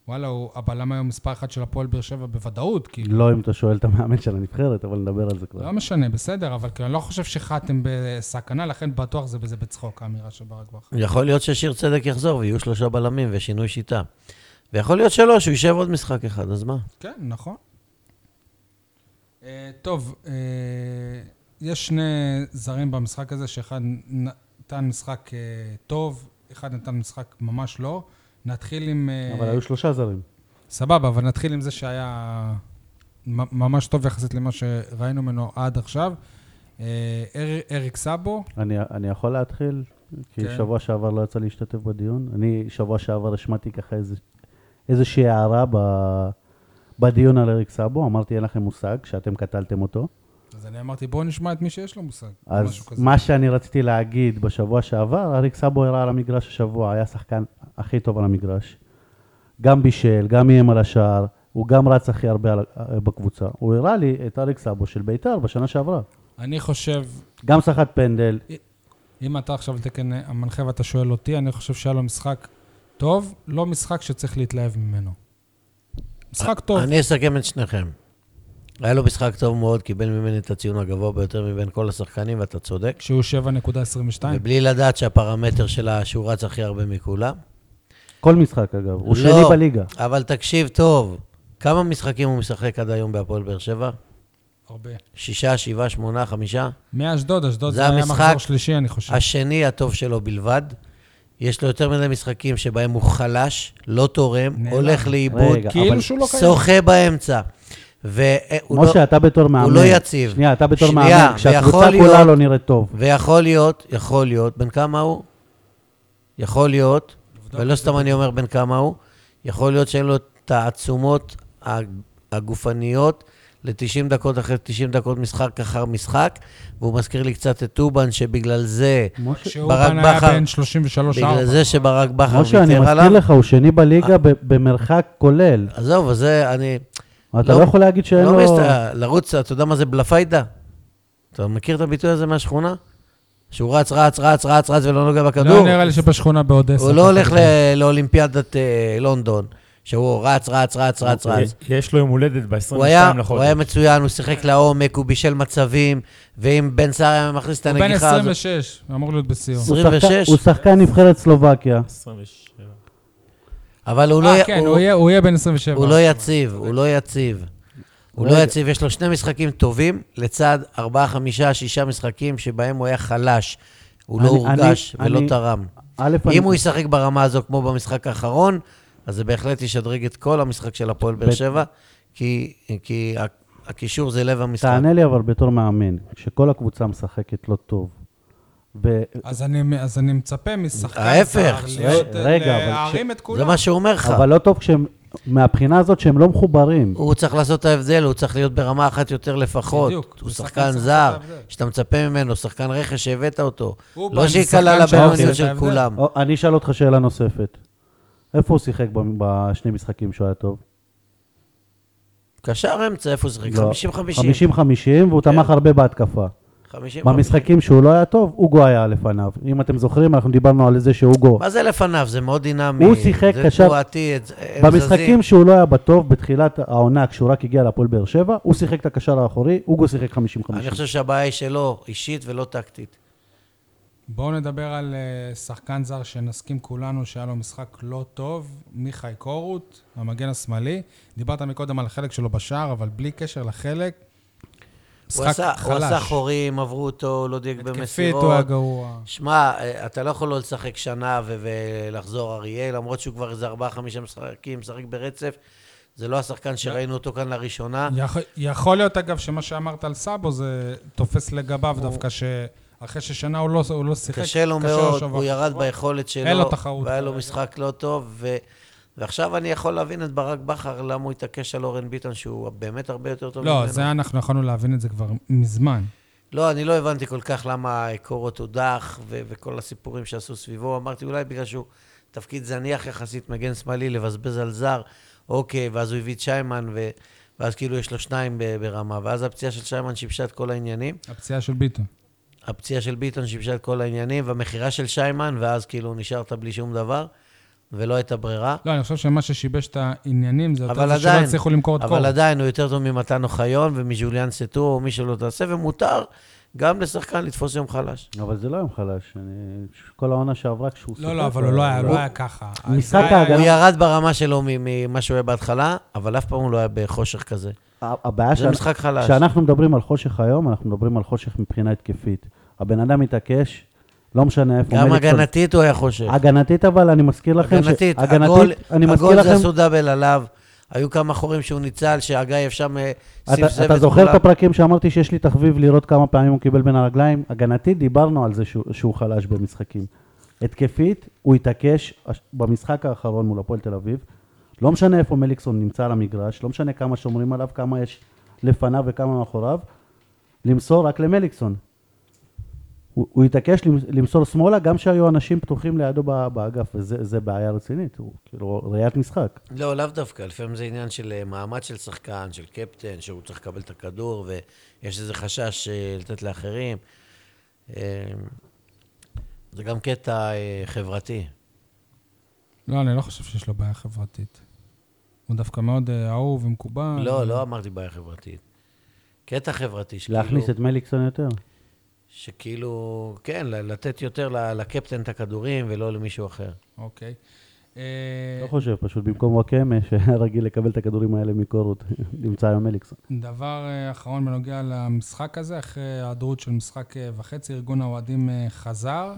וואלה, הוא הבלם היום מספר אחת של הפועל באר שבע בוודאות, כאילו.
לא אם אתה שואל את המאמן של הנבחרת, אבל נדבר על זה כבר.
לא משנה, בסדר, אבל כאילו, אני לא חושב שחתם בסכנה, לכן בטוח זה בזה בצחוק, האמירה של ברק בכר.
יכול להיות ששיר צדק יחזור ויהיו שלושה בלמים ושינוי שיטה. ויכול להיות שלא, שהוא יישב עוד משחק אחד, אז מה?
כן, נכון. אה, טוב, אה, יש שני זרים במשחק הזה, שאחד נתן משחק אה, טוב, אחד נתן משחק ממש לא. נתחיל עם... אה,
אבל היו שלושה זרים.
סבבה, אבל נתחיל עם זה שהיה מ- ממש טוב יחסית למה שראינו ממנו עד עכשיו. אה, אר- אריק סאבו,
אני, אני יכול להתחיל? כי
כן.
כן. שבוע שעבר לא יצא להשתתף בדיון. אני שבוע שעבר השמעתי ככה איזה, איזושהי הערה ב, בדיון על אריק סאבו, אמרתי אין לכם מושג, שאתם קטלתם אותו.
אז אני אמרתי, בואו נשמע את מי שיש לו מושג.
אז
משהו כזה.
מה שאני רציתי להגיד בשבוע שעבר, אריק סאבו הראה על המגרש השבוע, היה השחקן הכי טוב על המגרש. גם בישל, גם איים על השער, הוא גם רץ הכי הרבה על, ה- בקבוצה. הוא הראה לי את אריק סאבו של בית"ר בשנה שעברה.
אני חושב,
גם סחט פנדל,
אם אתה עכשיו על תקן אה, המנחה ואתה שואל אותי, אני חושב שהיה לו משחק טוב, לא משחק שצריך להתלהב ממנו. משחק טוב.
אני אסכם את שניכם. היה לו משחק טוב מאוד, קיבל ממני את הציון הגבוה ביותר מבין כל השחקנים, ואתה צודק.
כשהוא 7.22,
ובלי לדעת שהפרמטר שלה, שהוא רץ הכי הרבה מכולם.
כל משחק אגב, הוא
לא,
שני בליגה.
אבל תקשיב טוב, כמה משחקים הוא משחק עד היום בהפועל באר שבע?
הרבה.
שישה, שבעה, שמונה, חמישה?
מאשדוד, אשדוד
זה
זה היה
המשחק-
מחזור שלישי, אני חושב.
השני הטוב שלו בלבד. יש לו יותר מדי משחקים שבהם הוא חלש, לא תורם,
נעלם.
הולך לאיבוד,
רגע, אבל-
כאילו שהוא לא קיים.
שוחה באמצע. והוא
משה, אתה בתור מאמן.
לא יציב.
שנייה, אתה בתור
שנייה,
מאמן. כשהקבוצה
ויכול
כולה
להיות-
לא נראית טוב.
ויכול להיות, יכול להיות, בן כמה הוא? יכול להיות, ולא סתם אני אומר בן כמה הוא, יכול להיות שאין לו את העצומות הגופניות ל-90 דקות אחרי 90 דקות, משחק אחר משחק, והוא מזכיר לי קצת את טובן, שבגלל זה,
משה,
כשהוא
ברק
כאן היה
בכר,
בן 33
בגלל זה שברק בכר
משה, אני
ויתר
מזכיר
עליו, אה.
לך, הוא שני בליגה ב- במרחק כולל.
עזוב, אז זה, אני...
אתה לא יכול להגיד שאין
לא
לו...
מסתכל, לרוץ, אתה יודע מה זה בלפיידה? אתה מכיר את הביטוי הזה מהשכונה? שהוא רץ, רץ, רץ, רץ, רץ ולא נוגע בכדור?
לא נראה לי שבשכונה באודסה.
הוא לא
ככה
הולך
זה.
ל- לאולימפיאדת אה, לונדון, שהוא רץ, רץ, רץ, רץ,
אוקיי.
רץ.
יש לו יום הולדת ב-22
הוא היה, הוא
לחודש.
היה מצוין, הוא שיחק לעומק, הוא בישל מצבים, ואם בן סער היה מכניס את
הוא בן
הנגיחה הזאת...
26, אמור להיות בסיום.
הוא שחקן-
26.
הוא שחקן נבחרת סלובקיה.
27.
אבל הוא לא,
אה,
י-
כן,
הוא-
הוא יהיה- הוא יהיה בן 27.
הוא לא יציב, הוא לא יציב. הוא לא
רגע.
יציב, יש לו שני משחקים טובים, לצד ארבעה, חמישה, שישה משחקים שבהם הוא היה חלש. הוא לא
אני-
הורגש
אני-
ולא
אני-
תרם.
א', אני-
אם הוא ישחק ברמה הזו כמו במשחק האחרון, אז זה בהחלט ישדרג את כל המשחק של הפועל באר
בטח.
שבע, כי כי ה- הקישור זה לב המשחק.
תענה לי אבל בתור מאמן, כשכל הקבוצה משחקת לא טוב, ו-
אז אני- אז אני מצפה משחקן
ההפך.
זר להיות- אה,
רגע, אבל
להרים את
זה
כולם.
מה שהוא אומר לך.
אבל לא טוב כשהם, מהבחינה הזאת שהם לא מחוברים.
הוא צריך לעשות את ההבדל, הוא צריך להיות ברמה אחת יותר לפחות.
בדיוק,
הוא
הוא שחקן
שחקן
צריך
זר,
לעשות את ההבדל.
שאתה מצפה ממנו, שחקן רכש שהבאת אותו.
הוא בא
לא
עם
שיקל
שחקן
על
שעושה
הבינוניות
את
של
ההבדל.
כולם.
או, אני אשאל אותך שאלה נוספת. איפה הוא שיחק ב- בשני משחקים שהוא היה טוב?
קשר אמצע, איפה הוא שיחק? 50-50.
לא. 50-50, והוא
כן.
תמך הרבה בהתקפה.
50-50.
במשחקים שהוא לא היה טוב, אוגו היה לפניו. אם אתם זוכרים, אנחנו דיברנו על זה שאוגו...
מה זה לפניו? זה מאוד דינמי.
הוא שיחק
זה
קשר-
תנועתי, את- הם זזים.
במשחקים שהוא לא היה בטוב, בתחילת העונה, כשהוא רק הגיע להפועל באר שבע, הוא שיחק את הקשר האחורי, אוגו שיחק 50-50.
אני חושב שהבעיה היא שלו, אישית ולא טקטית.
בואו נדבר על אה, שחקן זר שנסכים כולנו שהיה לו משחק לא טוב, מיכאי קורות, המגן השמאלי. דיברת מקודם על החלק שלו בשער, אבל בלי קשר לחלק,
הוא
משחק
עשה,
חלש.
הוא עשה חורים, עברו אותו, הוא לא דייק
התקפית הוא היה
במסירות.
גרוע.
שמע, אה, אתה לא יכול לא לשחק שנה ו- ולחזור אריה, למרות שהוא כבר איזה ארבעה, חמישה משחקים, משחק ברצף. זה לא השחקן שראינו אותו כאן לראשונה.
יכול- יכול להיות, אגב, שמה שאמרת על סאבו זה תופס לגביו דווקא, שאחרי ששנה הוא לא- הוא לא שיחק.
קשה לו
לו
מאוד,
שוב.
הוא ירד ביכולת שלו.
אין לו תחרות.
והיה לו משחק לא טוב, ו... ועכשיו אני יכול להבין את ברק בכר, למה הוא התעקש על אורן ביטון, שהוא באמת הרבה יותר טוב
לא, זה אנחנו יכולנו להבין את זה כבר מזמן.
לא, אני לא הבנתי כל כך למה קורות הודח ו- וכל הסיפורים שעשו סביבו. אמרתי, אולי בגלל שהוא תפקיד זניח יחסית, מגן שמאלי, לבזבז על זר. אוקיי, ואז הוא הביא את שיימן, ו- ואז כאילו יש לו שניים ב- ברמה. ואז הפציעה של שיימן שיבשה את כל העניינים.
הפציעה של ביטון.
הפציעה של ביטון שיבשה את כל העניינים, והמכירה של שיימן, ואז כאילו נשארת בלי שום דבר, ולא הייתה ברירה.
לא, אני חושב שמה ששיבש את העניינים זה יותר
אבל
זה שלא
עדיין,
הצליחו למכור את קורות.
אבל עדיין הוא יותר טוב ממתן אוחיון ומז'וליאן סטור, או מי שלא תעשה, ומותר גם לשחקן לתפוס יום חלש.
אבל זה לא יום חלש, אני... כל העונה שעברה כשהוא
לא, לא, אבל הוא לא היה- לא היה ככה.
משחק
זה היה-
ההגנה-
הוא ירד ברמה שלו מ- ממה שהוא היה בהתחלה, אבל אף פעם הוא לא היה בחושך כזה.
ה- הבעיה
זה משחק חלש.
כשאנחנו מדברים על חושך היום, אנחנו מדברים על חושך מבחינה התקפית. הבן אדם מתעקש, לא משנה איפה.
גם
מליקסון-
הגנתית הוא היה חושך.
הגנתית, אבל אני מזכיר לכם... ש-
הגנתית. הגול-
הגנתית, אני מזכיר
הגול זה
לכם...
עשו דאבל עליו. היו כמה חורים שהוא ניצל, שהגיא שם אה, סבסב
אתה,
את
אתה זוכר את
כולם.
הפרקים שאמרתי שיש לי תחביב לראות כמה פעמים הוא קיבל בין הרגליים? הגנתית, דיברנו על זה שהוא, שהוא חלש במשחקים. התקפית, הוא התעקש הש- במשחק האחרון מול הפועל תל אביב. לא משנה איפה מליקסון נמצא על המגרש, לא משנה כמה שומרים עליו, כמה יש לפניו וכמה מאחוריו, למסור רק למליקסון. הוא, הוא התעקש למ- למסור שמאלה גם שהיו אנשים פתוחים לידו ב- באגף, וזה זה בעיה רצינית, הוא כאילו ראיית משחק.
לא, לאו דווקא. לפעמים זה עניין של אה, מעמד של שחקן, של קפטן, שהוא צריך לקבל את הכדור, ויש איזה חשש אה, לתת לאחרים. אה, זה גם קטע אה, חברתי.
לא, אני לא חושב שיש לו בעיה חברתית. הוא דווקא מאוד אה, אהוב ומקובל.
לא, לא אמרתי בעיה חברתית. קטע חברתי, שכאילו...
להכניס את מליקסון יותר.
שכאילו, כן, ל- לתת יותר ל- לקפטן את הכדורים ולא למישהו אחר.
אוקיי. אה,
לא חושב, פשוט במקום וואקמה, שהיה רגיל לקבל את הכדורים האלה מקורות, נמצא היום מליקסון.
דבר אה, אחרון בנוגע למשחק הזה, אחרי היעדרות של משחק אה, וחצי, ארגון האוהדים אה, חזר,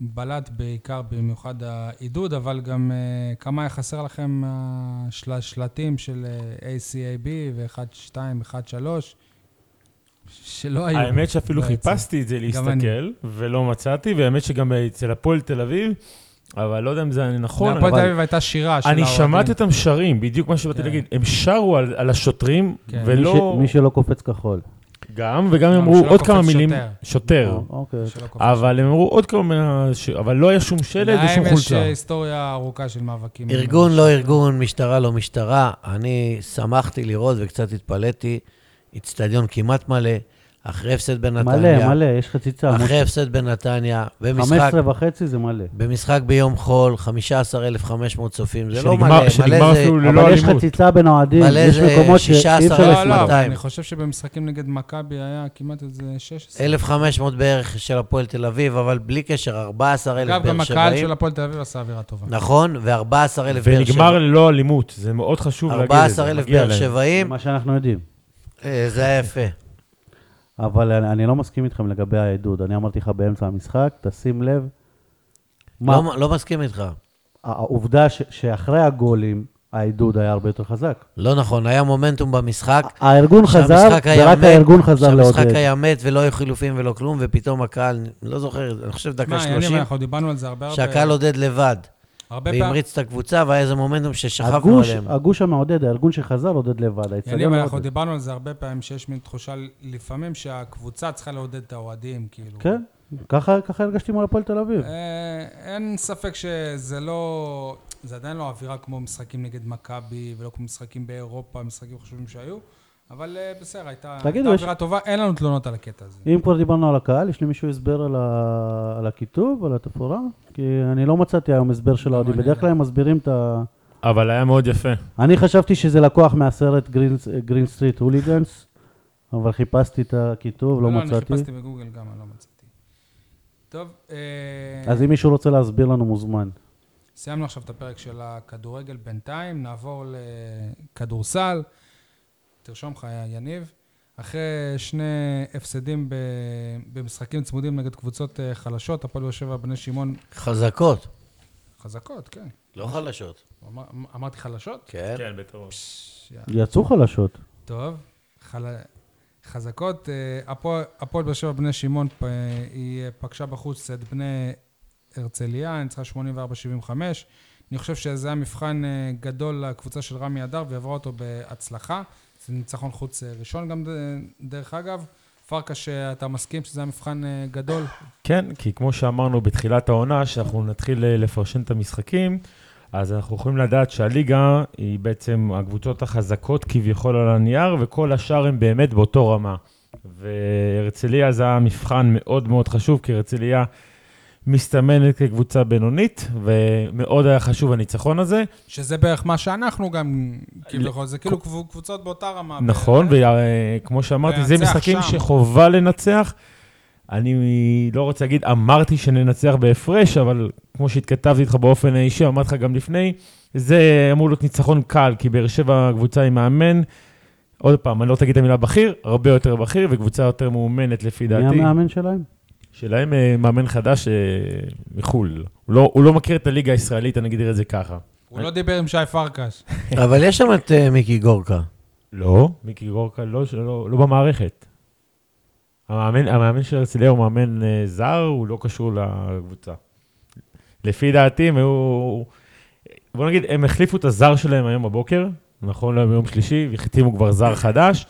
בלט בעיקר במיוחד העידוד, אבל גם אה, כמה היה חסר לכם השלטים של אה, ACAB ו-1-2, 1-3, שלא היו.
האמת שאפילו
בעצם.
חיפשתי את זה
גם אני.
להסתכל, ולא מצאתי, והאמת שגם אצל הפועל תל אביב, אבל לא יודע אם זה נכון.
להפועל
אבל-
תל אביב הייתה שירה של
אני
האוהדים.
שמעתי אותם שרים, בדיוק מה שבאתי
כן.
להגיד. הם שרו על על השוטרים,
כן.
מי
ולא...
ש- מי שלא קופץ כחול.
גם, וגם הם
לא,
אמרו
שלא
עוד
קופץ
כמה מילים...
שוטר.
כן.
שוטר.
אוקיי.
שלא קופץ.
אבל הם אמרו עוד כמה... מה- ש- אבל לא היה שום שלד ושום
להם יש
חולצה.
אה, היסטוריה ארוכה של מאבקים.
ארגון לא ארגון, משטרה לא משטרה. אני שמחתי לראות וקצת התפלאתי. אצטדיון כמעט מלא, אחרי הפסד בנתניה.
מלא, מלא, יש חציצה.
אחרי הפסד בנתניה, במשחק,
15 וחצי זה מלא.
במשחק ביום חול, 15,500 צופים, זה לא
שנגמר-
מלא, מלא
שנגמר
זה...
אפילו ללא
אבל יש
אלימות.
חציצה בין האוהדים,
מלא
יש
זה
מקומות שאי
16
אפשר
לא, לא,
לסמוך.
אבל
200.
אני חושב שבמשחקים נגד מכבי היה כמעט איזה 16.
1,500 בערך של הפועל תל אביב, אבל בלי קשר, 14,000
אגב, גם
באר
הקהל
שבעים.
של הפועל תל אביב עשה אווירה טובה.
נכון, ו-14,000 באר
ונגמר
שבעים.
ללא אלימות, זה מאוד חשוב להגיד את זה.
14,000
מגיע
באר
להם.
שבעים,
מה שאנחנו יודעים.
אה, זה היה יפה.
אבל אני, אני לא מסכים איתכם לגבי העדוד. אני אמרתי לך באמצע המשחק, תשים לב. מה,
לא- לא מסכים איתך.
העובדה ש, שאחרי הגולים, העדוד היה הרבה יותר חזק.
לא נכון, היה מומנטום במשחק.
הארגון חזר,
שהמשחק היה
ורק
מת,
הארגון חזר לעודד.
שהמשחק היה מת ולא היו חילופים ולא כלום, ופתאום הקהל, לא זוכר, אני חושב דקה
מה, יניב,
30,
אנחנו דיברנו על זה הרבה הרבה...
שהקהל עודד לבד,
הרבה פעמים.
והמריץ את הקבוצה, והיה איזה מומנטום ששכבנו
הגוש,
עליהם.
הגוש המעודד, הארגון שחזר עודד לבד. האצטדיון
יניב,
לא
אנחנו
עודד.
דיברנו על זה הרבה פעמים, שיש מין תחושה לפעמים שהקבוצה צריכה לעודד את האוהדים, כאילו.
כן, ככה ככה הרגשתי מול הפועל תל אביב.
אה, אין ספק שזה לא... זה עדיין לא אווירה כמו משחקים נגד מכבי, ולא כמו משחקים באירופה, משחקים חשובים שהיו, אבל אה, בסדר, הייתה
תגידו,
הייתה
יש-
אווירה טובה, אין לנו תלונות על הקטע הזה.
אם כבר דיברנו על הקהל, יש למישהו הסבר על, ה... על הכיתוב, על התפאורה? כי אני לא מצאתי היום הסבר של האוהדים.
אני לא.
בדרך כלל
גם.
הם מסבירים את ה...
אבל היה מאוד יפה.
אני חשבתי שזה לקוח מהסרט גרין סטריט הוליגנס, אבל חיפשתי את הכיתוב, לא
אני
מצאתי.
חיפשתי בגוגל גם, אני לא מצאתי. טוב, אה,
אז אם מישהו רוצה להסביר לנו, מוזמן.
סיימנו עכשיו את הפרק של הכדורגל בינתיים, נעבור לכדורסל. תרשום לך, יניב. אחרי שני הפסדים ב- במשחקים צמודים נגד קבוצות אה, חלשות, הפועל באר שבע בני שמעון
חזקות,
חזקות, כן.
לא חלשות.
אמר, אמ- אמרתי חלשות?
כן.
כן, בטרור.
יצאו חלשות.
טוב. חל... חזקות. אה, הפועל- הפועל באר שבע בני שמעון, פ- היא אה, פגשה בחוץ את בני הרצליה, ניצחה 84-75. אני חושב שזה היה מבחן אה, גדול לקבוצה של רמי אדר, ועברה אותו בהצלחה. זה ניצחון חוץ אה, ראשון גם, אה, דרך אגב. פרקש, אה, אתה מסכים שזה היה מבחן אה, גדול?
כן, כי כמו שאמרנו בתחילת העונה, שאנחנו נתחיל אה, לפרשן את המשחקים, אז אנחנו יכולים לדעת שהליגה היא בעצם הקבוצות החזקות כביכול על הנייר, וכל השאר הם באמת באותו רמה. והרצליה זה היה מבחן מאוד מאוד חשוב, כי הרצליה מסתמנת כקבוצה בינונית, ומאוד היה חשוב הניצחון הזה.
שזה בערך מה שאנחנו גם, כביכול, זה כאילו קבוצ- קבוצות באותה רמה.
נכון, וכמו שאמרתי, זה
לנצח
משחקים
שם.
שחובה לנצח. אני לא רוצה להגיד, אמרתי שננצח בהפרש, אבל כמו שהתכתבתי איתך באופן האישי, אמרתי לך גם לפני, זה אמור להיות ניצחון קל, כי באר שבע קבוצה עם מאמן, עוד פעם, אני לא תגיד את המילה בכיר, הרבה יותר בכיר, וקבוצה יותר מאומנת לפי
מי
דעתי.
המאמן שלהם?
שלהם אה, מאמן חדש אה, מחו"ל. הוא לא- הוא לא מכיר את הליגה הישראלית, אני אגיד את זה ככה.
הוא לא דיבר עם שי פרקש.
אבל יש שם את אה, מיקי גורקה.
לא, מיקי גורקה לא, לא, לא במערכת. המאמן, המאמן של הרצליה הוא מאמן אה, זר, הוא לא קשור לקבוצה. לפי דעתי, הם היו... בוא נגיד, הם החליפו את הזר שלהם היום בבוקר, נכון להם יום שלישי, והחתימו כבר זר חדש.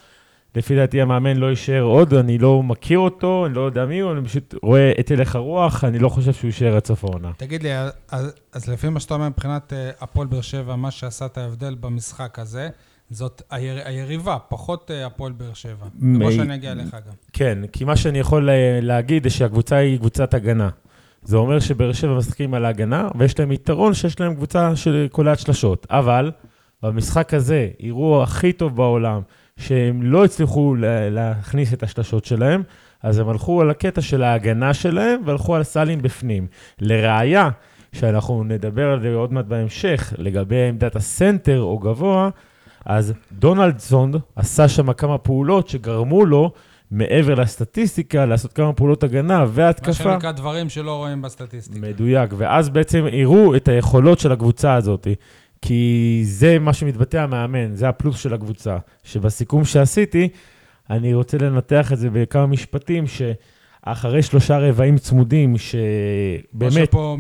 לפי דעתי המאמן לא יישאר עוד, אני לא מכיר אותו, אני לא יודע מי הוא, אני פשוט רואה את הלך הרוח, אני לא חושב שהוא יישאר עד סוף העונה.
תגיד לי, אז, אז לפי מה שאתה אומר מבחינת אה, הפועל באר שבע, מה שעשה את ההבדל במשחק הזה, זאת היר, היריבה, פחות אה, הפועל באר שבע.
מ-
כמו שאני אגיע אליך גם.
כן, כי מה שאני יכול אה, להגיד זה שהקבוצה היא קבוצת הגנה. זה אומר שבאר שבע משחקים על ההגנה, ויש להם יתרון שיש להם קבוצה של קולעת שלשות. אבל במשחק הזה, אירוע הכי טוב בעולם, שהם לא הצליחו לה- להכניס את השלשות שלהם, אז הם הלכו על הקטע של ההגנה שלהם, והלכו על סלים בפנים. לראיה, שאנחנו נדבר על זה עוד מעט בהמשך, לגבי עמדת הסנטר או גבוה, אז דונלדסון עשה שם כמה פעולות שגרמו לו, מעבר לסטטיסטיקה, לעשות כמה פעולות הגנה
מה
והתקפה.
שנקרא דברים שלא רואים בסטטיסטיקה.
מדויק, ואז בעצם הראו את היכולות של הקבוצה הזאת, כי זה מה שמתבטא המאמן, זה הפלוס של הקבוצה. שבסיכום שעשיתי, אני רוצה לנתח את זה בכמה משפטים, אחרי שלושה רבעים צמודים, שבאמת...
משה פה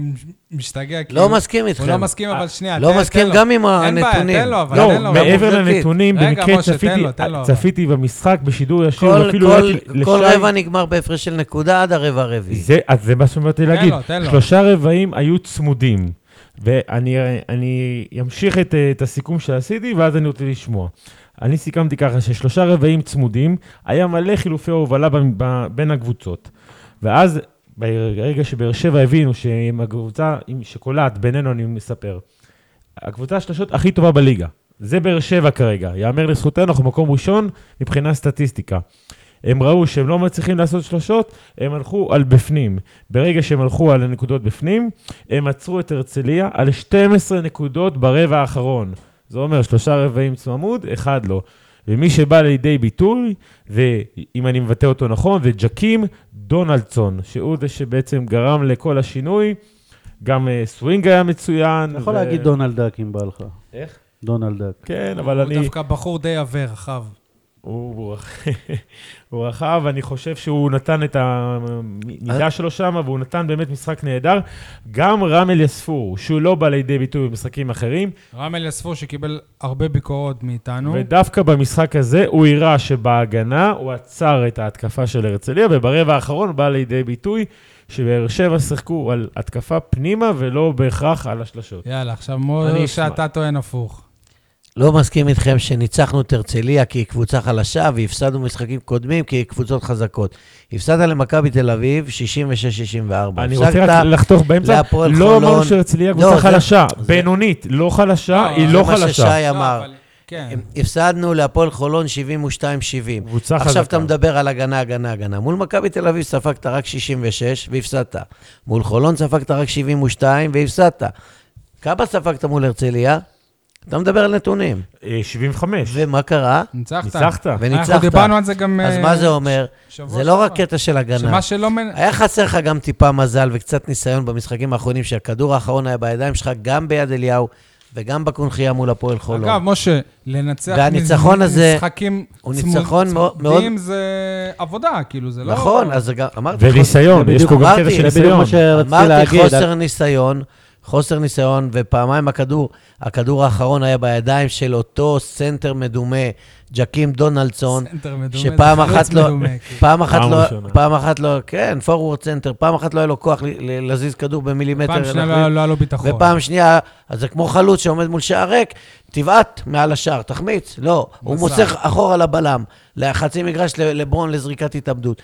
משתגע, כי
לא מסכים
הוא לא
איתכם.
מסכים, אבל שנייה,
לא
תן-
מסכים
תן לו.
גם עם
אין בעיה,
הנתונים.
תן לו, אבל
לא,
תן לו.
מעבר
עובדתית.
לנתונים,
רגע,
במקרה
משה, תן
צפיתי-
לו, תן לו, אבל.
צפיתי במשחק בשידור ישיר,
כל,
ואפילו
כל,
לא- לשי-
כל רבע נגמר בהפרש של נקודה עד הרבע הרביעי.
זה, אז זה מה שבאתי להגיד.
לו, תן לו.
שלושה רבעים היו צמודים. ואני אני אמשיך את, אה, את הסיכום שעשיתי, ואז אני רוצה לשמוע. אני סיכמתי ככה, ששלושה רבעים צמודים, היה מלא חילופי הובלה ב, ב, בין הקבוצות. ואז, ברגע שבאר שבע הבינו שעם הקבוצה עם- שקולעת, בינינו אני מספר, הקבוצה השלשות הכי טובה בליגה. זה באר שבע כרגע. יאמר לזכותנו, אנחנו מקום ראשון מבחינה סטטיסטיקה. הם ראו שהם לא מצליחים לעשות שלושות, הם הלכו על בפנים. ברגע שהם הלכו על הנקודות בפנים, הם עצרו את הרצליה על 12 נקודות ברבע האחרון. זה אומר שלושה רבעים צמוד, אחד לא. ומי שבא לידי ביטוי, ואם אני מבטא אותו נכון, זה ג'קים דונלדסון, שהוא זה שבעצם גרם לכל השינוי. גם אה, סווינג היה מצוין.
אתה יכול
ו-
להגיד דונלד דאק אם בא לך.
איך?
דונלד דאק.
כן, אבל
הוא
אני...
דווקא בחור די עבה, רחב.
הוא, הוא, רח- הוא רחב, אני חושב שהוא נתן את
אה?
המידה שלו שם, והוא נתן באמת משחק נהדר. גם רם אליספור, שהוא לא בא לידי ביטוי במשחקים אחרים,
רם אליספור שקיבל הרבה ביקורות מאיתנו.
ודווקא במשחק הזה הוא הראה שבהגנה הוא עצר את ההתקפה של הרצליה, וברבע האחרון בא לידי ביטוי שבאר שבע שיחקו על התקפה פנימה ולא בהכרח על השלשות.
יאללה, עכשיו
אני
מור
אשמע.
שאתה טוען הפוך.
לא מסכים איתכם שניצחנו את הרצליה כי היא קבוצה חלשה, והפסדנו משחקים קודמים כי היא קבוצות חזקות. הפסדת למכבי תל אביב 66-64.
אני רוצה
הפסדת-
רק לחתוך באמצע,
אה, להפועל
לא אמרנו
חולון.
שהרצליה
לא,
קבוצה
זה-
חלשה,
זה-
בינונית, לא
לא,
חלשה, היא
זה
לא
זה מה
חלשה.
ששי
לא,
אמר.
אבל- כן.
הם- הפסדנו להפועל חולון 72-70.
קבוצה חזקה.
עכשיו אתה מדבר על הגנה, הגנה, הגנה. מול מכבי תל אביב ספגת רק 66 והפסדת. מול חולון ספגת רק 72 והפסדת. כמה ספגת מול הרצליה? אתה מדבר על נתונים.
אה, 75.
ומה קרה?
ניצחת.
ניצחת.
וניצחת.
אנחנו דיברנו על זה גם...
אז
אה,
מה זה אומר?
שבוע
זה לא רק
שעבר.
קטע של הגנה.
שמה שלא... מנ-
היה חסר לך גם טיפה מזל וקצת ניסיון במשחקים האחרונים, שהכדור האחרון היה בידיים שלך, גם ביד אליהו וגם בקונחייה מול הפועל חולון.
אגב, משה, לנצח
והניצחון
מ-
הזה
משחקים
הוא
צמוד-
ניצחון מאוד-
צמודים זה עבודה, כאילו, זה לא...
נכון, אז זה גם- אמרתי לך.
וניסיון,
זה
יש פה
בדיוק
גם קטע
אמרתי,
של
זה
ניסיון.
בדיוק מה שרציתי
אמרתי
להגיד.
חוסר ניסיון, חוסר ניסיון, ופעמיים הכדור, הכדור האחרון היה בידיים של אותו סנטר מדומה, ג'קים דונלדסון,
סנטר מדומה,
שפעם
זה חלוץ
אחת לא,
מדומה, כאילו.
פעם אחת
פעם
לא,
ראשונה.
פעם אחת לא, כן, פורוורד סנטר, פעם אחת לא היה לו כוח ל- ל- להזיז כדור במילימטר.
פעם שנייה
להחליט.
לא היה- לא היה לו ביטחון.
ופעם שנייה, אז זה כמו חלוץ שעומד מול שער ריק, תבעט מעל השער, תחמיץ. לא, הוא
מסע.
מוסר אחורה לבלם, לחצי מגרש ל- לברון לזריקת התאבדות.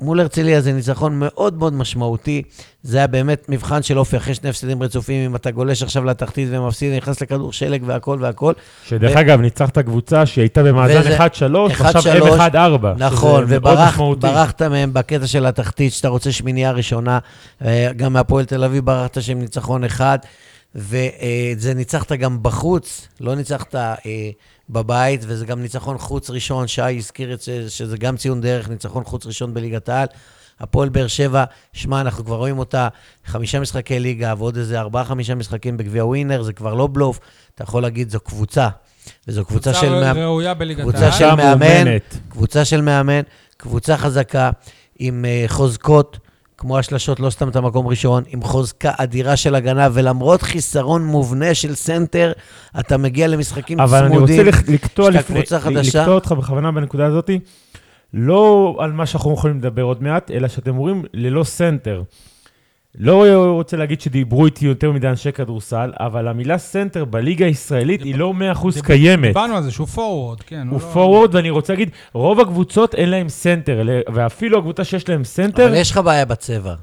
ומול הרצליה זה ניצחון מאוד מאוד משמעותי. זה היה באמת מבחן של אופי, אחרי שני הפסדים רצופים, אם אתה גולש עכשיו לתחתית ומפסיד, נכנס לכדור שלג והכל והכל.
שדרך
ו-
אגב, ניצחת קבוצה שהייתה במאזן
וזה-
1-3, עכשיו
1-3,
הם 1-4.
נכון,
שזה מאוד משמעותי.
וברחת מהם בקטע של התחתית, שאתה רוצה שמינייה ראשונה, אה, גם מהפועל תל אביב ברחת שהם ניצחון אחד, וזה ניצחת גם בחוץ, לא ניצחת אה, בבית, וזה גם ניצחון חוץ ראשון, שי הזכיר את זה, שזה גם ציון דרך, ניצחון חוץ ראשון בליגת העל. הפועל באר שבע, שמע, אנחנו כבר רואים אותה חמישה משחקי ליגה ועוד איזה ארבעה-חמישה משחקים בגביע ווינר, זה כבר לא בלוף, אתה יכול להגיד, זו קבוצה. וזו קבוצה של...
קבוצה
מאמ-
ראויה בליגת
קבוצה
העל.
של
קבוצה
מאמן,
מאומנת.
קבוצה של מאמן, קבוצה חזקה, עם אה, חוזקות, כמו השלשות, לא סתם את המקום ראשון, עם חוזקה אדירה של הגנה, ולמרות חיסרון מובנה של סנטר, אתה מגיע למשחקים
אבל אני רוצה
צמודים.
לק- לקטוע
שאתה
לפני-
קבוצה חדשה.
לקטוע אותך בכוונה בנקודה הזאת, לא על מה שאנחנו יכולים לדבר עוד מעט, אלא שאתם אומרים ללא סנטר. לא רוצה להגיד שדיברו איתי יותר מדי אנשי כדורסל, אבל המילה סנטר בליגה הישראלית היא לא 100% קיימת.
דיברנו על זה שהוא פורוורד, כן.
הוא
לא-
פורוורד, ואני רוצה להגיד, רוב הקבוצות אין להם סנטר, ל- ואפילו הקבוצה שיש להם סנטר,
אבל יש לך בעיה בצבע,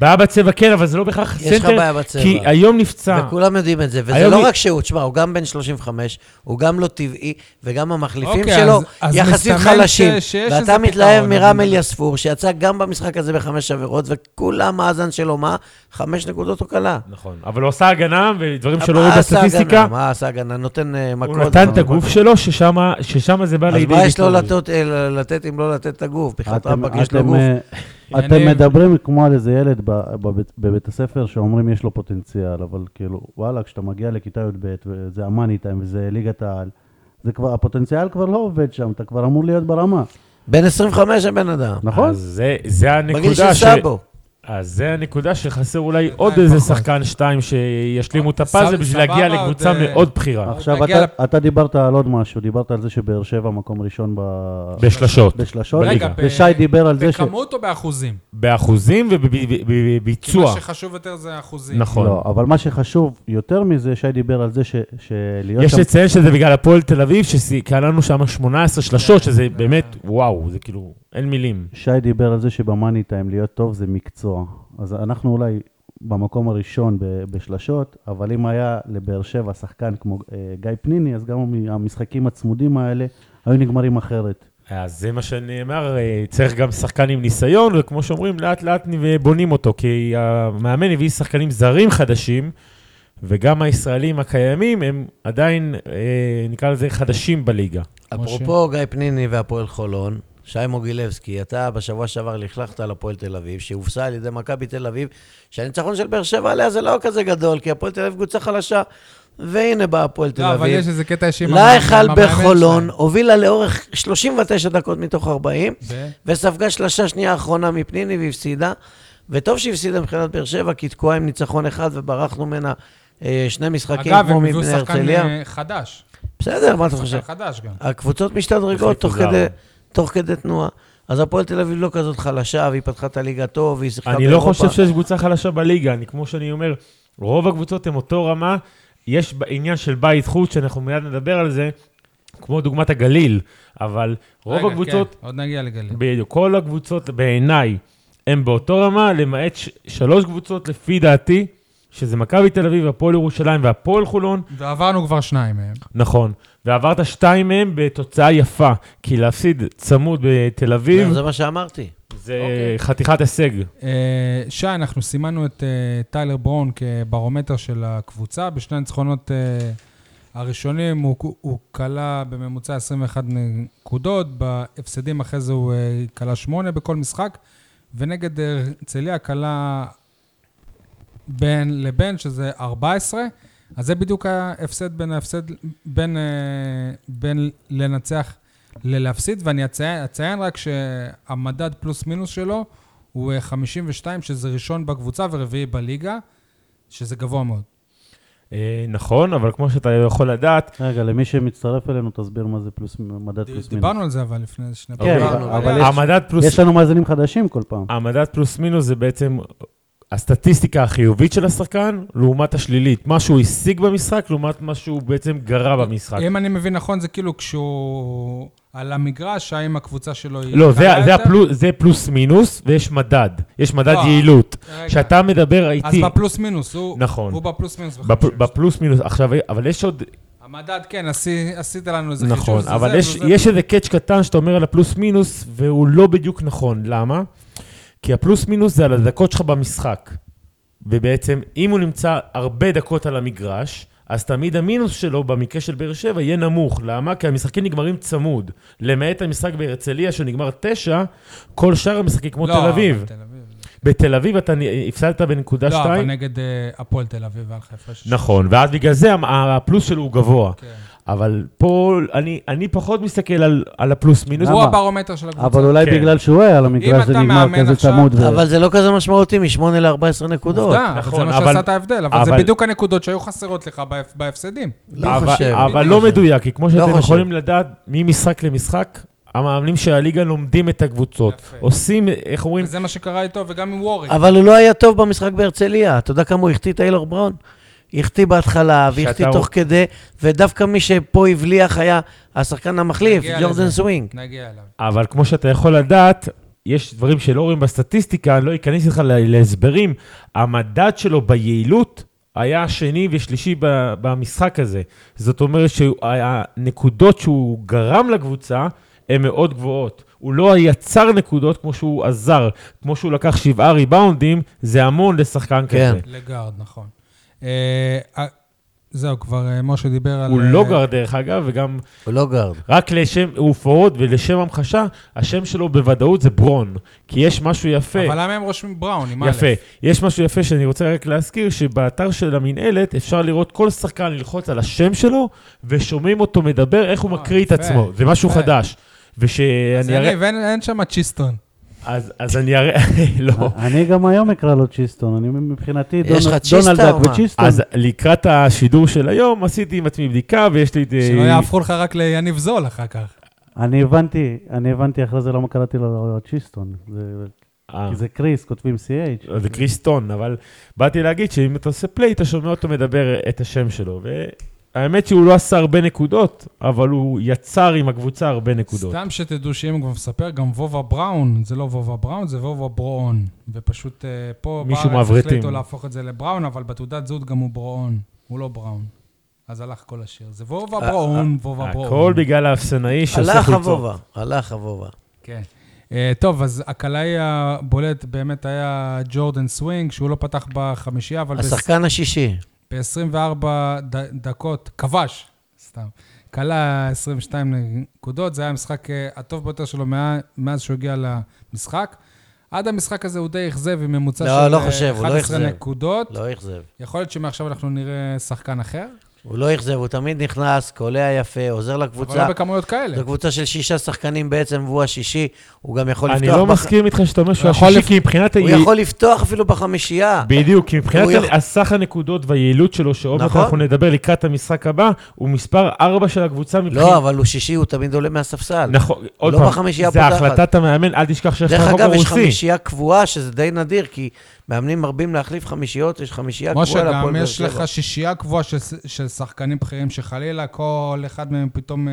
בעיה בצבע כן, אבל זה לא בהכרח
יש לך
סנטר,
בעיה בצבע.
כי היום נפצע.
וכולם יודעים את זה, וזה
היום
לא
היא-
רק שהוא, תשמע, הוא גם בן 35, הוא גם לא טבעי, וגם המחליפים
אוקיי,
שלו
אז- אז
יחסית
מסתמן
חלשים.
ש- שיש איזה
ואתה
פתרון,
מתלהב
אבל-
מרם אליספור, שיצא גם במשחק הזה בחמש עבירות, וכולם האזן שלו, מה? חמש נקודות הוא כלה.
נכון, אבל הוא עשה הגנה, ודברים
מה
שלא רואים
עשה
בסטטיסטיקה,
הגנה? מה עשה הגנה? נותן אה, מכות.
הוא נתן את
אבל-
הגוף שלו, ששם- ששם זה בא
אז
לידי ביטוי.
מה יש לו לתת, אה, לתת אם לא לתת את הגוף? בחת
אתם-
רבאק יש לו
אתם,
גוף.
אה, אתם
אני-
מדברים כמו על איזה ילד ב- בבית- בבית הספר שאומרים יש לו פוטנציאל, אבל כאילו, וואלה, כשאתה מגיע לכיתה י"ב, וזה המאני טיים, וזה ליגת העל, זה כבר, הפוטנציאל כבר לא עובד שם, אתה כבר אמור להיות ברמה.
בן 25 הבן אדם.
נכון?
אז זה, זה הנקודה
בגיל של סבו.
אז זה הנקודה שחסר אולי עוד
עדיין
איזה
פחות.
שחקן שתיים שישלימו את הפאזל
סבבה,
בשביל להגיע
עוד,
לקבוצה
אה,
מאוד בכירה.
עכשיו,
נגיע
אתה- אתה דיברת על עוד משהו, דיברת על זה שבאר שבע מקום ראשון ב-
בשלשות,
בשלשות,
רגע,
ושי דיבר על זה ש...
בכמות או באחוזים?
באחוזים
כי מה
ובביצוע.
שחשוב יותר זה האחוזים.
נכון.
לא, אבל מה שחשוב יותר מזה, שי דיבר על זה ש- שלהיות
יש
לא שם...
לציין שזה בגלל הפועל תל אביב, שקלענו שם 18 שלשות, שזה באמת, וואו, זה כאילו, אין מילים.
שי דיבר על זה שבמאני טיים להיות טוב זה מקצוע. אז אנחנו אולי במקום הראשון ב- בשלשות, אבל אם היה לבאר שבע שחקן כמו אה, גיא פניני, אז גם המ- המשחקים הצמודים האלה היו נגמרים אחרת.
אה, אז זה מה שנאמר, אה, צריך גם שחקן עם ניסיון, וכמו שאומרים, לאט לאט נב- בונים אותו, כי המאמן הביא שחקנים זרים חדשים, וגם הישראלים הקיימים הם עדיין, אה, נקרא לזה, חדשים בליגה. כמו ש-
אפרופו גיא פניני והפועל חולון, שי מוגילבסקי, אתה בשבוע שעבר לכלכת על הפועל תל אביב, שהופסה על ידי מכבי תל אביב, שהניצחון של באר שבע עליה זה לא כזה גדול, כי הפועל תל אביב קבוצה חלשה. והנה באה הפועל תל
לא, אבל יש
אביב.
איזה קטע אישי. עם המאמן-
להיכל
עם המאמן
בחולון,
שלהם.
הובילה לאורך 39 דקות מתוך 40,
ו-
וספגה שלשה שנייה אחרונה מפניני והפסידה. וטוב שהפסידה מבחינת באר שבע, כי תקועה עם ניצחון אחד וברחנו ממנה אה, שני משחקים
אגב,
כמו
הם הביאו
מבני
שחקן
הרצליה.
אה, חדש.
בסדר, מה אתה חושב?
שחקן חדש גם.
הקבוצות משתדרגות תוך
החליפו
כדי,
זר.
תוך כדי תנועה. אז הפועל תל אביב לא כזאת חלשה, והיא פתחה את הליגה טוב, והיא שיחקה
אני לא
באירופה.
חושב שיש קבוצה חלשה בליגה, אני כמו שאני אומר, רוב הקבוצות הן אותו רמה, יש ב- עניין של בית חוץ, שאנחנו מיד נדבר על זה, כמו דוגמת הגליל, אבל רוב
רגע,
הקבוצות,
כן, עוד נגיע לגליל.
בדיוק, כל הקבוצות בעיניי, הן באותו רמה, למעט ש- שלוש קבוצות לפי דעתי, שזה מכבי תל אביב, הפועל ירושלים והפועל חולון,
ועברנו כבר שניים מהם.
נכון, ועברת שתיים מהם בתוצאה יפה, כי להפסיד צמוד בתל אביב,
לא, זה מה שאמרתי.
זה
כן, אוקיי.
חתיכת הישג.
אה, שי, אנחנו סימנו את אה, טיילר בראון כברומטר של הקבוצה. בשני הניצחונות אה, הראשונים הוא- הוא כלה בממוצע 21 נקודות, בהפסדים אחרי זה הוא אה, כלה 8 בכל משחק, ונגד אה, הרצליה כלה בין לבין, שזה 14. אז זה בדיוק ההפסד בין ההפסד, בין, אה, בין לנצח ללהפסיד, ואני אציין, אציין רק שהמדד פלוס מינוס שלו הוא אה, 52, שזה ראשון בקבוצה ורביעי בליגה, שזה גבוה מאוד.
אה, נכון, אבל כמו שאתה יכול לדעת,
רגע, למי שמצטרף אלינו, תסביר מה זה פלוס, מדד פלוס מינוס.
דיברנו על זה אבל לפני שני
כן,
אבל- אבל יש-
המדד פלוס,
יש לנו מאזינים חדשים כל פעם.
המדד פלוס מינוס זה בעצם הסטטיסטיקה החיובית של השחקן לעומת השלילית. מה שהוא השיג במשחק לעומת מה שהוא בעצם גרע במשחק.
אם אני מבין נכון, זה כאילו כשהוא על המגרש, האם הקבוצה שלו היא...
לא, זה,
קלה
זה,
יותר?
הפלוס, זה פלוס מינוס ויש מדד. יש מדד
לא,
יעילות.
רגע.
כשאתה מדבר
אז
איתי,
בפלוס מינוס, הוא,
נכון.
הוא בפלוס מינוס.
בפ,
ב-
בפלוס מינוס, עכשיו, אבל יש עוד,
המדד, כן, עשי, עשית לנו איזה חישוב.
נכון,
זה
אבל
זה
יש,
וזה.
יש איזה קאץ' קטן שאתה אומר על הפלוס מינוס, והוא לא בדיוק נכון. למה? כי הפלוס מינוס זה על הדקות שלך במשחק. ובעצם, אם הוא נמצא הרבה דקות על המגרש, אז תמיד המינוס שלו, במקרה של באר שבע, יהיה נמוך. למה? כי המשחקים נגמרים צמוד. למעט המשחק בהרצליה, שנגמר תשע, כל שאר המשחקים כמו
לא,
תל
אבל
אביב.
תל אביב.
בתל אביב אתה נ- הפסדת בנקודה
לא, אבל
שתיים.
נגד אה, הפועל תל אביב, היה לך הפרש.
נכון, ואז בגלל זה המ- הפלוס שלו הוא גבוה.
כן.
אבל פה אני, אני פחות מסתכל על, על הפלוס מינוס.
הוא
למה?
הברומטר של הקבוצה.
אבל אולי
כן.
בגלל שהוא היה על המגרש,
אתה
זה נגמר
מאמן
כזה
עכשיו-
צמוד. ו-
אבל זה לא כזה משמעותי, מ-8 ל-14 נקודות.
עובדה, אבל זה
נכון,
מה
אבל-
שעשה את ההבדל, אבל זה
אבל-
בדיוק הנקודות שהיו חסרות לך בהפ- בהפסדים.
לא
אבל,
חושב.
אבל לא
חושב.
מדויק, כי כמו שאתם
חושב.
יכולים לדעת, ממשחק למשחק, המאמנים של הליגה לומדים את הקבוצות.
יפה.
עושים, איך אומרים,
וזה מה שקרה איתו, וגם עם ווריק.
אבל הוא לא היה טוב במשחק בהרצליה. אתה יודע כמה הוא החטיא טיילור בראון? החטיא בהתחלה, והחטיא
שאתה-
תוך כדי, ודווקא מי שפה הבליח היה השחקן המחליף,
נגיע
ג'ורדן
לזה.
סווינג.
נגיע אליו.
אבל כמו שאתה יכול לדעת, יש דברים שלא רואים בסטטיסטיקה, אני לא אכנס איתך לה- להסברים. המדד שלו ביעילות היה שני ושלישי ב- במשחק הזה. זאת אומרת שהנקודות שהוא גרם לקבוצה הן מאוד גבוהות. הוא לא יצר נקודות כמו שהוא עזר, כמו שהוא לקח שבעה ריבאונדים, זה המון לשחקן
כן.
כזה.
לגארד, נכון. אה, אה, זהו, כבר אה, משה דיבר על...
הוא
אה,
לא גר דרך אגב, וגם
הוא לא גארד.
רק לשם, הוא פורוד ולשם המחשה, השם שלו בוודאות זה ברון. כי יש משהו יפה.
אבל למה הם רושמים בראון, עם א'?
יפה. יש משהו יפה שאני רוצה רק להזכיר, שבאתר של המינהלת אפשר לראות כל שחקן ללחוץ על השם שלו, ושומעים אותו מדבר, איך הוא
אה,
מקריא את
יפה,
עצמו. זה משהו
יפה. אז
חדש. ושאני אראה...
יניב, אין אין שם צ'יסטון.
אז, אז אני אראה... לא.
אני גם היום אקרא לו צ'יסטון, אני מבחינתי
יש לך
דונל-
צ'יסטה או
דונלדק
מה?
וצ'יסטון.
אז לקראת השידור של היום עשיתי עם עצמי בדיקה ויש לי את... אה,
שלא יהפכו לך רק ליניב זול אחר כך.
אני הבנתי, אני הבנתי אחרי זה למה קראתי לו צ'יסטון. זה-
אה,
כי זה קריס, כותבים CH.
זה קריסטון, אבל באתי להגיד שאם אתה עושה פליי, אתה שומע אותו מדבר את השם שלו. והאמת שהוא לא עשה הרבה נקודות, אבל הוא יצר עם הקבוצה הרבה נקודות.
סתם שתדעו שאם הוא כבר מספר, גם וובה בראון, זה לא וובה בראון, זה וובה ברון. ופשוט אה, פה
מישהו
בארץ
מעברתים.
החליטו להפוך את זה לבראון, אבל בתעודת זהות גם הוא ברון, הוא לא בראון. אז הלך כל השיר. זה וובה
אה,
ברון, וובה ברון.
הכל בגלל האפסנאי שעושה
הלך
חולצות.
חבובה, הלך חבובה.
כן. אה, טוב, אז הקלעי הבולט באמת היה ג'ורדן סווינג, שהוא לא פתח בחמישייה, אבל
השחקן השישי.
ב-24 דקות כבש, סתם. כלה 22 נקודות, זה היה המשחק אה, הטוב ביותר שלו מאה- מאז שהוא הגיע למשחק. עד המשחק הזה הוא די אכזב עם ממוצע
לא,
של
לא
אה,
חושב, הוא לא
11
אכזב.
נקודות.
לא אכזב.
יכול להיות שמעכשיו אנחנו נראה שחקן אחר,
הוא לא אכזב, הוא תמיד נכנס, קולע יפה, עוזר
אבל לא
לקבוצה.
בכמויות כאלה.
זו קבוצה של שישה שחקנים בעצם, והוא השישי. הוא גם יכול
אני
לפתוח...
לא
בח-
מסכים איתך שאתה אומר שהוא
הוא יכול
השישי,
לפ-
כי מבחינת...
הוא
היעיל-
יכול לפתוח אפילו בחמישייה.
בדיוק, כי מבחינת
הוא יכול-
הסך הנקודות והיעילות שלו, שעוד מעט
נכון.
אנחנו נדבר לקראת המשחק הבא, הוא מספר 4 של הקבוצה מבחינת...
לא, אבל הוא שישי, הוא תמיד עולה מהספסל.
נכון, עוד
לא
פעם,
בחמישייה
זה
הפותחת.
החלטת המאמן, אל תשכח שיש לך
דרך
חוק
אגב, יש
רוסי.
חמישייה קבועה, שזה די נדיר, כי מאמנים מרבים להחליף חמישיות, יש חמישייה קבועה
משה,
להפועל
גם
באר
יש
שבע.
לך שישייה קבועה של, של שחקנים בכירים, שחלילה כל אחד מהם פתאום אה,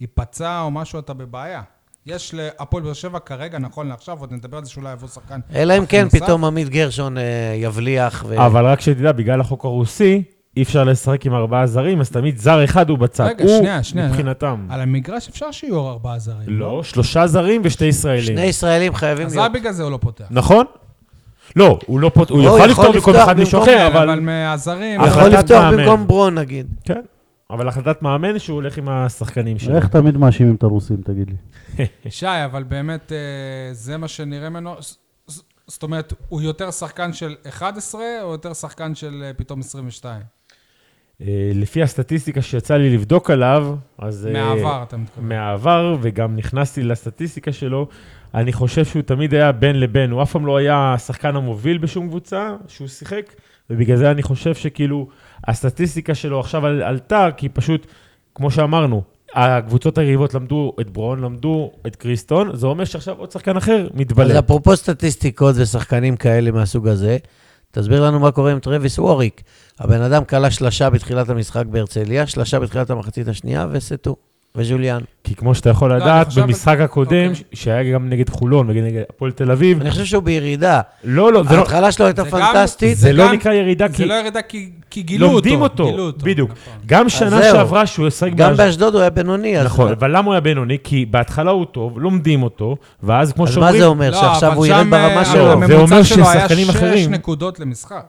ייפצע או משהו, אתה בבעיה. יש להפועל באר שבע כרגע, נכון לעכשיו, עוד נדבר על זה שאולי יבוא שחקן.
אלא אם
אחר
כן,
נוסף.
פתאום עמית גרשון אה, יבליח. ו-
אבל רק שתדע, בגלל החוק הרוסי, אי אפשר לשחק עם ארבעה זרים, אז תמיד זר אחד הוא בצד.
רגע,
הוא
שנייה, שנייה.
מבחינתם.
על המגרש אפשר שיהיו ארבעה זרים.
לא, שלושה זרים ושתי ישראלים.
שני ישראלים חייבים
אז
להיות.
רק בגלל זה הוא לא פותח.
נכון? לא, הוא לא פות... הוא
לא,
יכול
הוא יכול
לפתור במקום
לפתוח
אחד מישהו
במקום,
אחר,
כן, אבל
אבל...
מהזרים...
הוא
אבל-
יכול
החלטת
לפתוח
מאמן.
במקום ברון, נגיד.
כן. אבל החלטת מאמן שהוא הולך עם השחקנים שלו.
איך תמיד מאשימים את הרוסים, תגיד לי?
שי, אבל באמת, אה, זה מה שנראה ממנו. ז- ז- זאת אומרת, הוא יותר שחקן של 11, או יותר שחקן של אה, פתאום 22?
אה, לפי הסטטיסטיקה שיצא לי לבדוק עליו, אז... אה,
מהעבר, אתה מתכוון.
מהעבר, וגם נכנסתי לסטטיסטיקה שלו. אני חושב שהוא תמיד היה בין לבין, הוא אף פעם לא היה השחקן המוביל בשום קבוצה שהוא שיחק, ובגלל זה אני חושב שכאילו הסטטיסטיקה שלו עכשיו על, עלתה, כי פשוט, כמו שאמרנו, הקבוצות היריבות למדו את ברון, למדו את קריסטון, זה אומר שעכשיו עוד שחקן אחר מתבלט.
אז אפרופו סטטיסטיקות ושחקנים כאלה מהסוג הזה, תסביר לנו מה קורה עם טרוויס ווריק. הבן אדם כלה שלשה בתחילת המשחק בהרצליה, שלשה בתחילת המחצית השנייה, וסטו, וז'וליאן.
כי כמו שאתה יכול
לא, אני
לדעת,
חושב-
במשחק הקודם,
אוקיי.
שהיה גם נגד חולון ונגד הפועל תל אביב,
אני חושב שהוא בירידה.
לא, לא, זה לא...
ההתחלה שלו הייתה
זה גם-
פנטסטית.
זה
זה
לא
גם-
נקרא ירידה,
זה
כי
לא ירידה כי, כי גילו אותו.
לומדים אותו,
גילו
בדיוק.
נכון.
גם שנה
זהו.
שעברה שהוא ישחק
גם
באשדוד-
באשדוד הוא היה בינוני, אז...
נכון, אבל למה הוא היה בינוני? כי בהתחלה הוא טוב, לומדים אותו, ואז כמו
אז מה
שאומרים,
זה אומר?
לא,
שעכשיו
אבל
הוא ירד
שם,
ברמה
אה,
לא,
שלו?
זה
הממוצע
אומר
שלו היה
ששחקנים
שש
אחרים-
נקודות למשחק.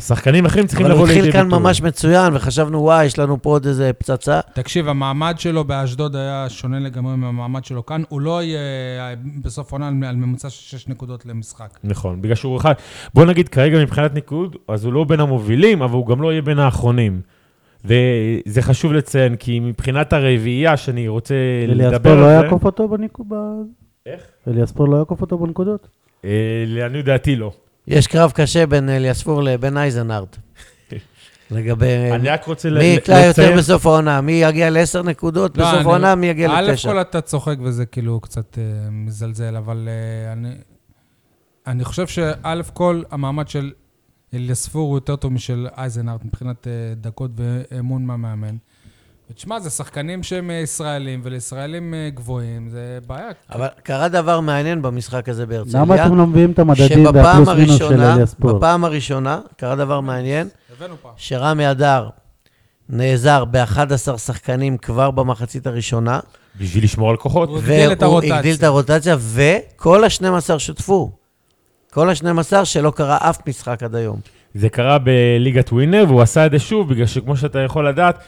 שחקנים אחרים צריכים
אבל
לבוא
הוא
לידי
התחיל
ביטוי.
כאן ממש מצוין, וחשבנו, וואי, יש לנו פה עוד איזה פצצה.
תקשיב, המעמד שלו באשדוד היה שונה לגמרי מהמעמד שלו כאן. הוא לא יהיה אה, בסוף עונה על על ממוצע של שש נקודות למשחק.
נכון, בגלל שהוא אחד... בוא נגיד כרגע מבחינת ניקוד, אז הוא לא בין המובילים, אבל הוא גם לא יהיה בין האחרונים. וזה חשוב לציין, כי מבחינת הרביעייה שאני רוצה
אליאספור
לדבר
לא
על זה,
יעקוף אותו בניקוד? ב-
איך?
אליאספור לא יעקוף אותו בנקודות?
אה, לעניות דעתי לא.
יש קרב קשה בין אליאספור לבין אייזנארט. לגבי...
אני רק רוצה ל-
אמ, מי
ל-
יקלע יותר
לציין...
בסוף העונה? מי יגיע לעשר נקודות
לא,
בסוף
אני-
העונה? מי יגיע לתשע?
א' כל אתה צוחק וזה כאילו קצת אה, מזלזל, אבל אה, אני, אני חושב שא' כל המעמד של אליספור הוא יותר טוב משל אייזנארט מבחינת אה, דקות ואמון מהמאמן. ותשמע, זה שחקנים שהם אה, ישראלים, ולישראלים אה, גבוהים, זה בעיה.
אבל קרה דבר מעניין במשחק הזה בהרצליה.
למה אתם לא מביאים את המדדים
שבפעם
והפלוס מינוס של
הראשונה,
אליאספור?
בפעם הראשונה, קרה דבר מעניין,
הבאנו פעם.
שרמי אדר נעזר ב-11 שחקנים כבר במחצית הראשונה,
בשביל לשמור על כוחות.
הוא הגדיל את הרוטציה.
הגדיל את הרוטציה, וכל ה-12 שותפו. כל ה-12 שלא קרה אף משחק עד היום.
זה קרה בליגת ווינר, והוא עשה את זה שוב, בגלל שכמו שאתה יכול לדעת,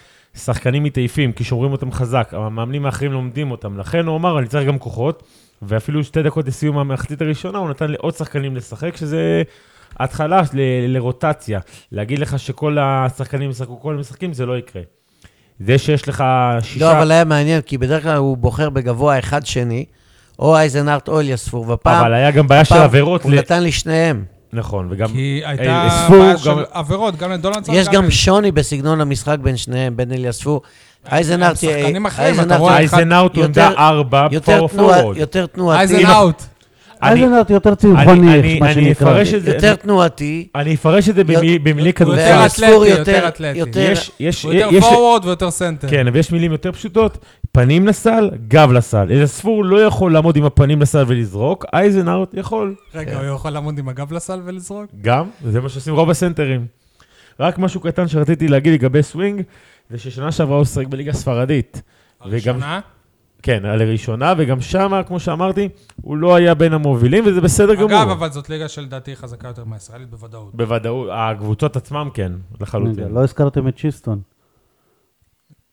שחקנים מתעייפים, כי שומרים אותם חזק, המאמנים האחרים לומדים אותם. לכן הוא אמר, אני צריך גם כוחות, ואפילו שתי דקות לסיום המחצית הראשונה, הוא נתן לעוד שחקנים לשחק, שזה התחלה ל- לרוטציה. להגיד לך שכל השחקנים ישחקו, כל המשחקים, זה לא יקרה. זה שיש לך שישה...
לא, אבל היה מעניין, כי בדרך כלל הוא בוחר בגבוה אחד שני, או אייזנארט או אליאס פור, והפעם...
אבל היה גם בעיה של
הפעם
עבירות.
הוא
ל-
נתן לשניהם.
נכון, וגם...
כי הייתה
אה, ספוג,
בעיה של
גם-
עבירות, גם לדונלדסון.
יש גם שוני בסגנון המשחק בין שניהם, בין אליאס פור. אייזנארט...
הם שחקנים
אה,
אחרים, אתה
אייזנארט-
רואה,
אייזנאוט הוא
יותר-
עמדה ארבע,
יותר
פור
תנועה-
פורוד.
יותר תנועתי,
אייזן אאוט.
אני-
אייזנארט יותר
אני-
צמחוני,
אני-
מה
אני
שנקרא.
אפרש את זה-
יותר תנועתי,
אני אפרש את זה במי-
יותר-
במילים
הוא יותר
כדורסל.
אתלטי,
הספור
יותר
יותר-
אתלטי.
יותר-
יש, יש,
הוא יותר
יש,
פורוורד ויותר סנטר.
כן, אבל יש מילים יותר פשוטות, פנים לסל, גב לסל. אלספור לא יכול לעמוד עם הפנים לסל ולזרוק, אייזנאוט יכול.
רגע, הוא יכול לעמוד עם הגב לסל ולזרוק?
גם, וזה מה שעושים רוב הסנטרים. רק משהו קטן שרציתי להגיד לגבי סווינג, זה ששנה שעברה הוא שיחק בליגה הספרדית. וגם,
הראשונה?
כן, לראשונה, וגם שמה, כמו שאמרתי, הוא לא היה בין המובילים, וזה בסדר גמור.
אגב, אבל זאת ליגה שלדעתי חזקה יותר מהישראלית בוודאות.
בוודאות, הקבוצות עצמם כן, לחלוטין.
רגע, לא הזכרתם את שיסטון.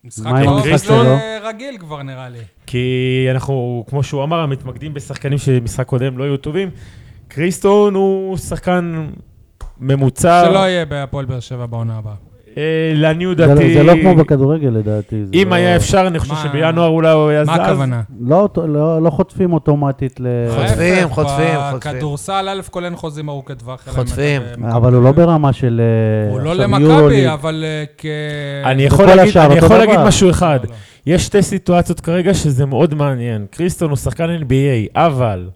משחק
מה עם
לא
המשחק
לא
שלו?
רגיל כבר נראה לי.
כי אנחנו, כמו שהוא אמר, מתמקדים בשחקנים שבמשחק קודם לא היו טובים. קריסטון הוא שחקן ממוצע,
שלא יהיה בהפועל באר שבע בעונה הבאה.
אה, לעניות
זה לא-
דעתי.
זה לא כמו בכדורגל לדעתי. זה
אם
לא-
היה אפשר, אני חושב
מה-
שבינואר אולי הוא היה זז.
מה הכוונה?
לא אוט- לא- לא חוטפים אוטומטית ל...
אה,
חוטפים,
ההפך,
חוטפים, חוטפים.
בכדורסל, א' כל אין חוזים ארוכי טווח. אלא אם אתה
חוטפים.
אה,
במכבי.
אבל הוא לא ברמה של... אה,
הוא לא
עכשיו יורוליג.
למכבי, אבל אה, כ...
אני
וכל
יכול להגיד-
השאר
אני
אותו
יכול
דבר.
להגיד משהו אחד.
לא, לא.
יש שתי סיטואציות כרגע שזה מאוד מעניין. קריסטון הוא שחקן NBA, אבל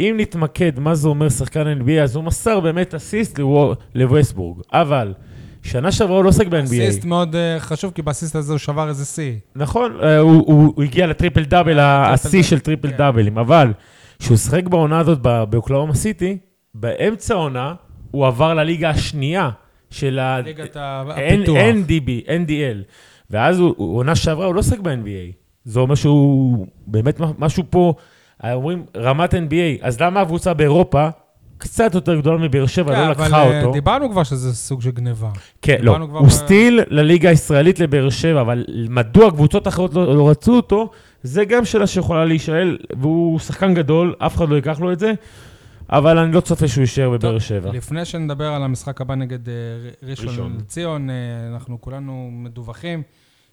אם נתמקד מה זה אומר שחקן NBA, אז הוא מסר באמת אסיסט לוו- לווסטבורג. אבל שנה שעברה הוא לא עוסק
אסיסט
ב-NBA.
מאוד אה, חשוב, כי באסיסט הזה הוא שבר איזה שיא.
נכון, אה, הוא- הוא הוא הגיע לטריפל דאבל, השיא
דאבל,
של טריפל
כן.
דאבלים, אבל כשהוא שיחק בעונה הזאת ב- באוקלאומה סיטי, באמצע העונה הוא עבר לליגה השנייה של ה...
ליגת ה-
אין-
הפיתוח.
אין DB, NDL. ואז הוא, הוא- עונה שעברה, הוא לא שחק ב-NBA. זה אומר שהוא באמת מ- משהו פה, אומרים, רמת NBA. אז למה הקבוצה באירופה קצת יותר גדולה מבאר שבע,
כן,
לא
אבל,
לקחה
אה,
אותו?
דיברנו כבר שזה סוג של גניבה.
כן, לא.
דיברנו כבר
הוא
ב-
סטיל לליגה הישראלית לבאר שבע, אבל מדוע קבוצות אחרות לא, לא רצו אותו, זה גם שאלה שיכולה להישאל, והוא שחקן גדול, אף אחד לא ייקח לו את זה, אבל אני לא צופה שהוא יישאר
טוב,
בבאר שבע.
לפני שנדבר על המשחק הבא נגד אה, ר- ראשון
ראשון.
לציון, אה, אנחנו כולנו מדווחים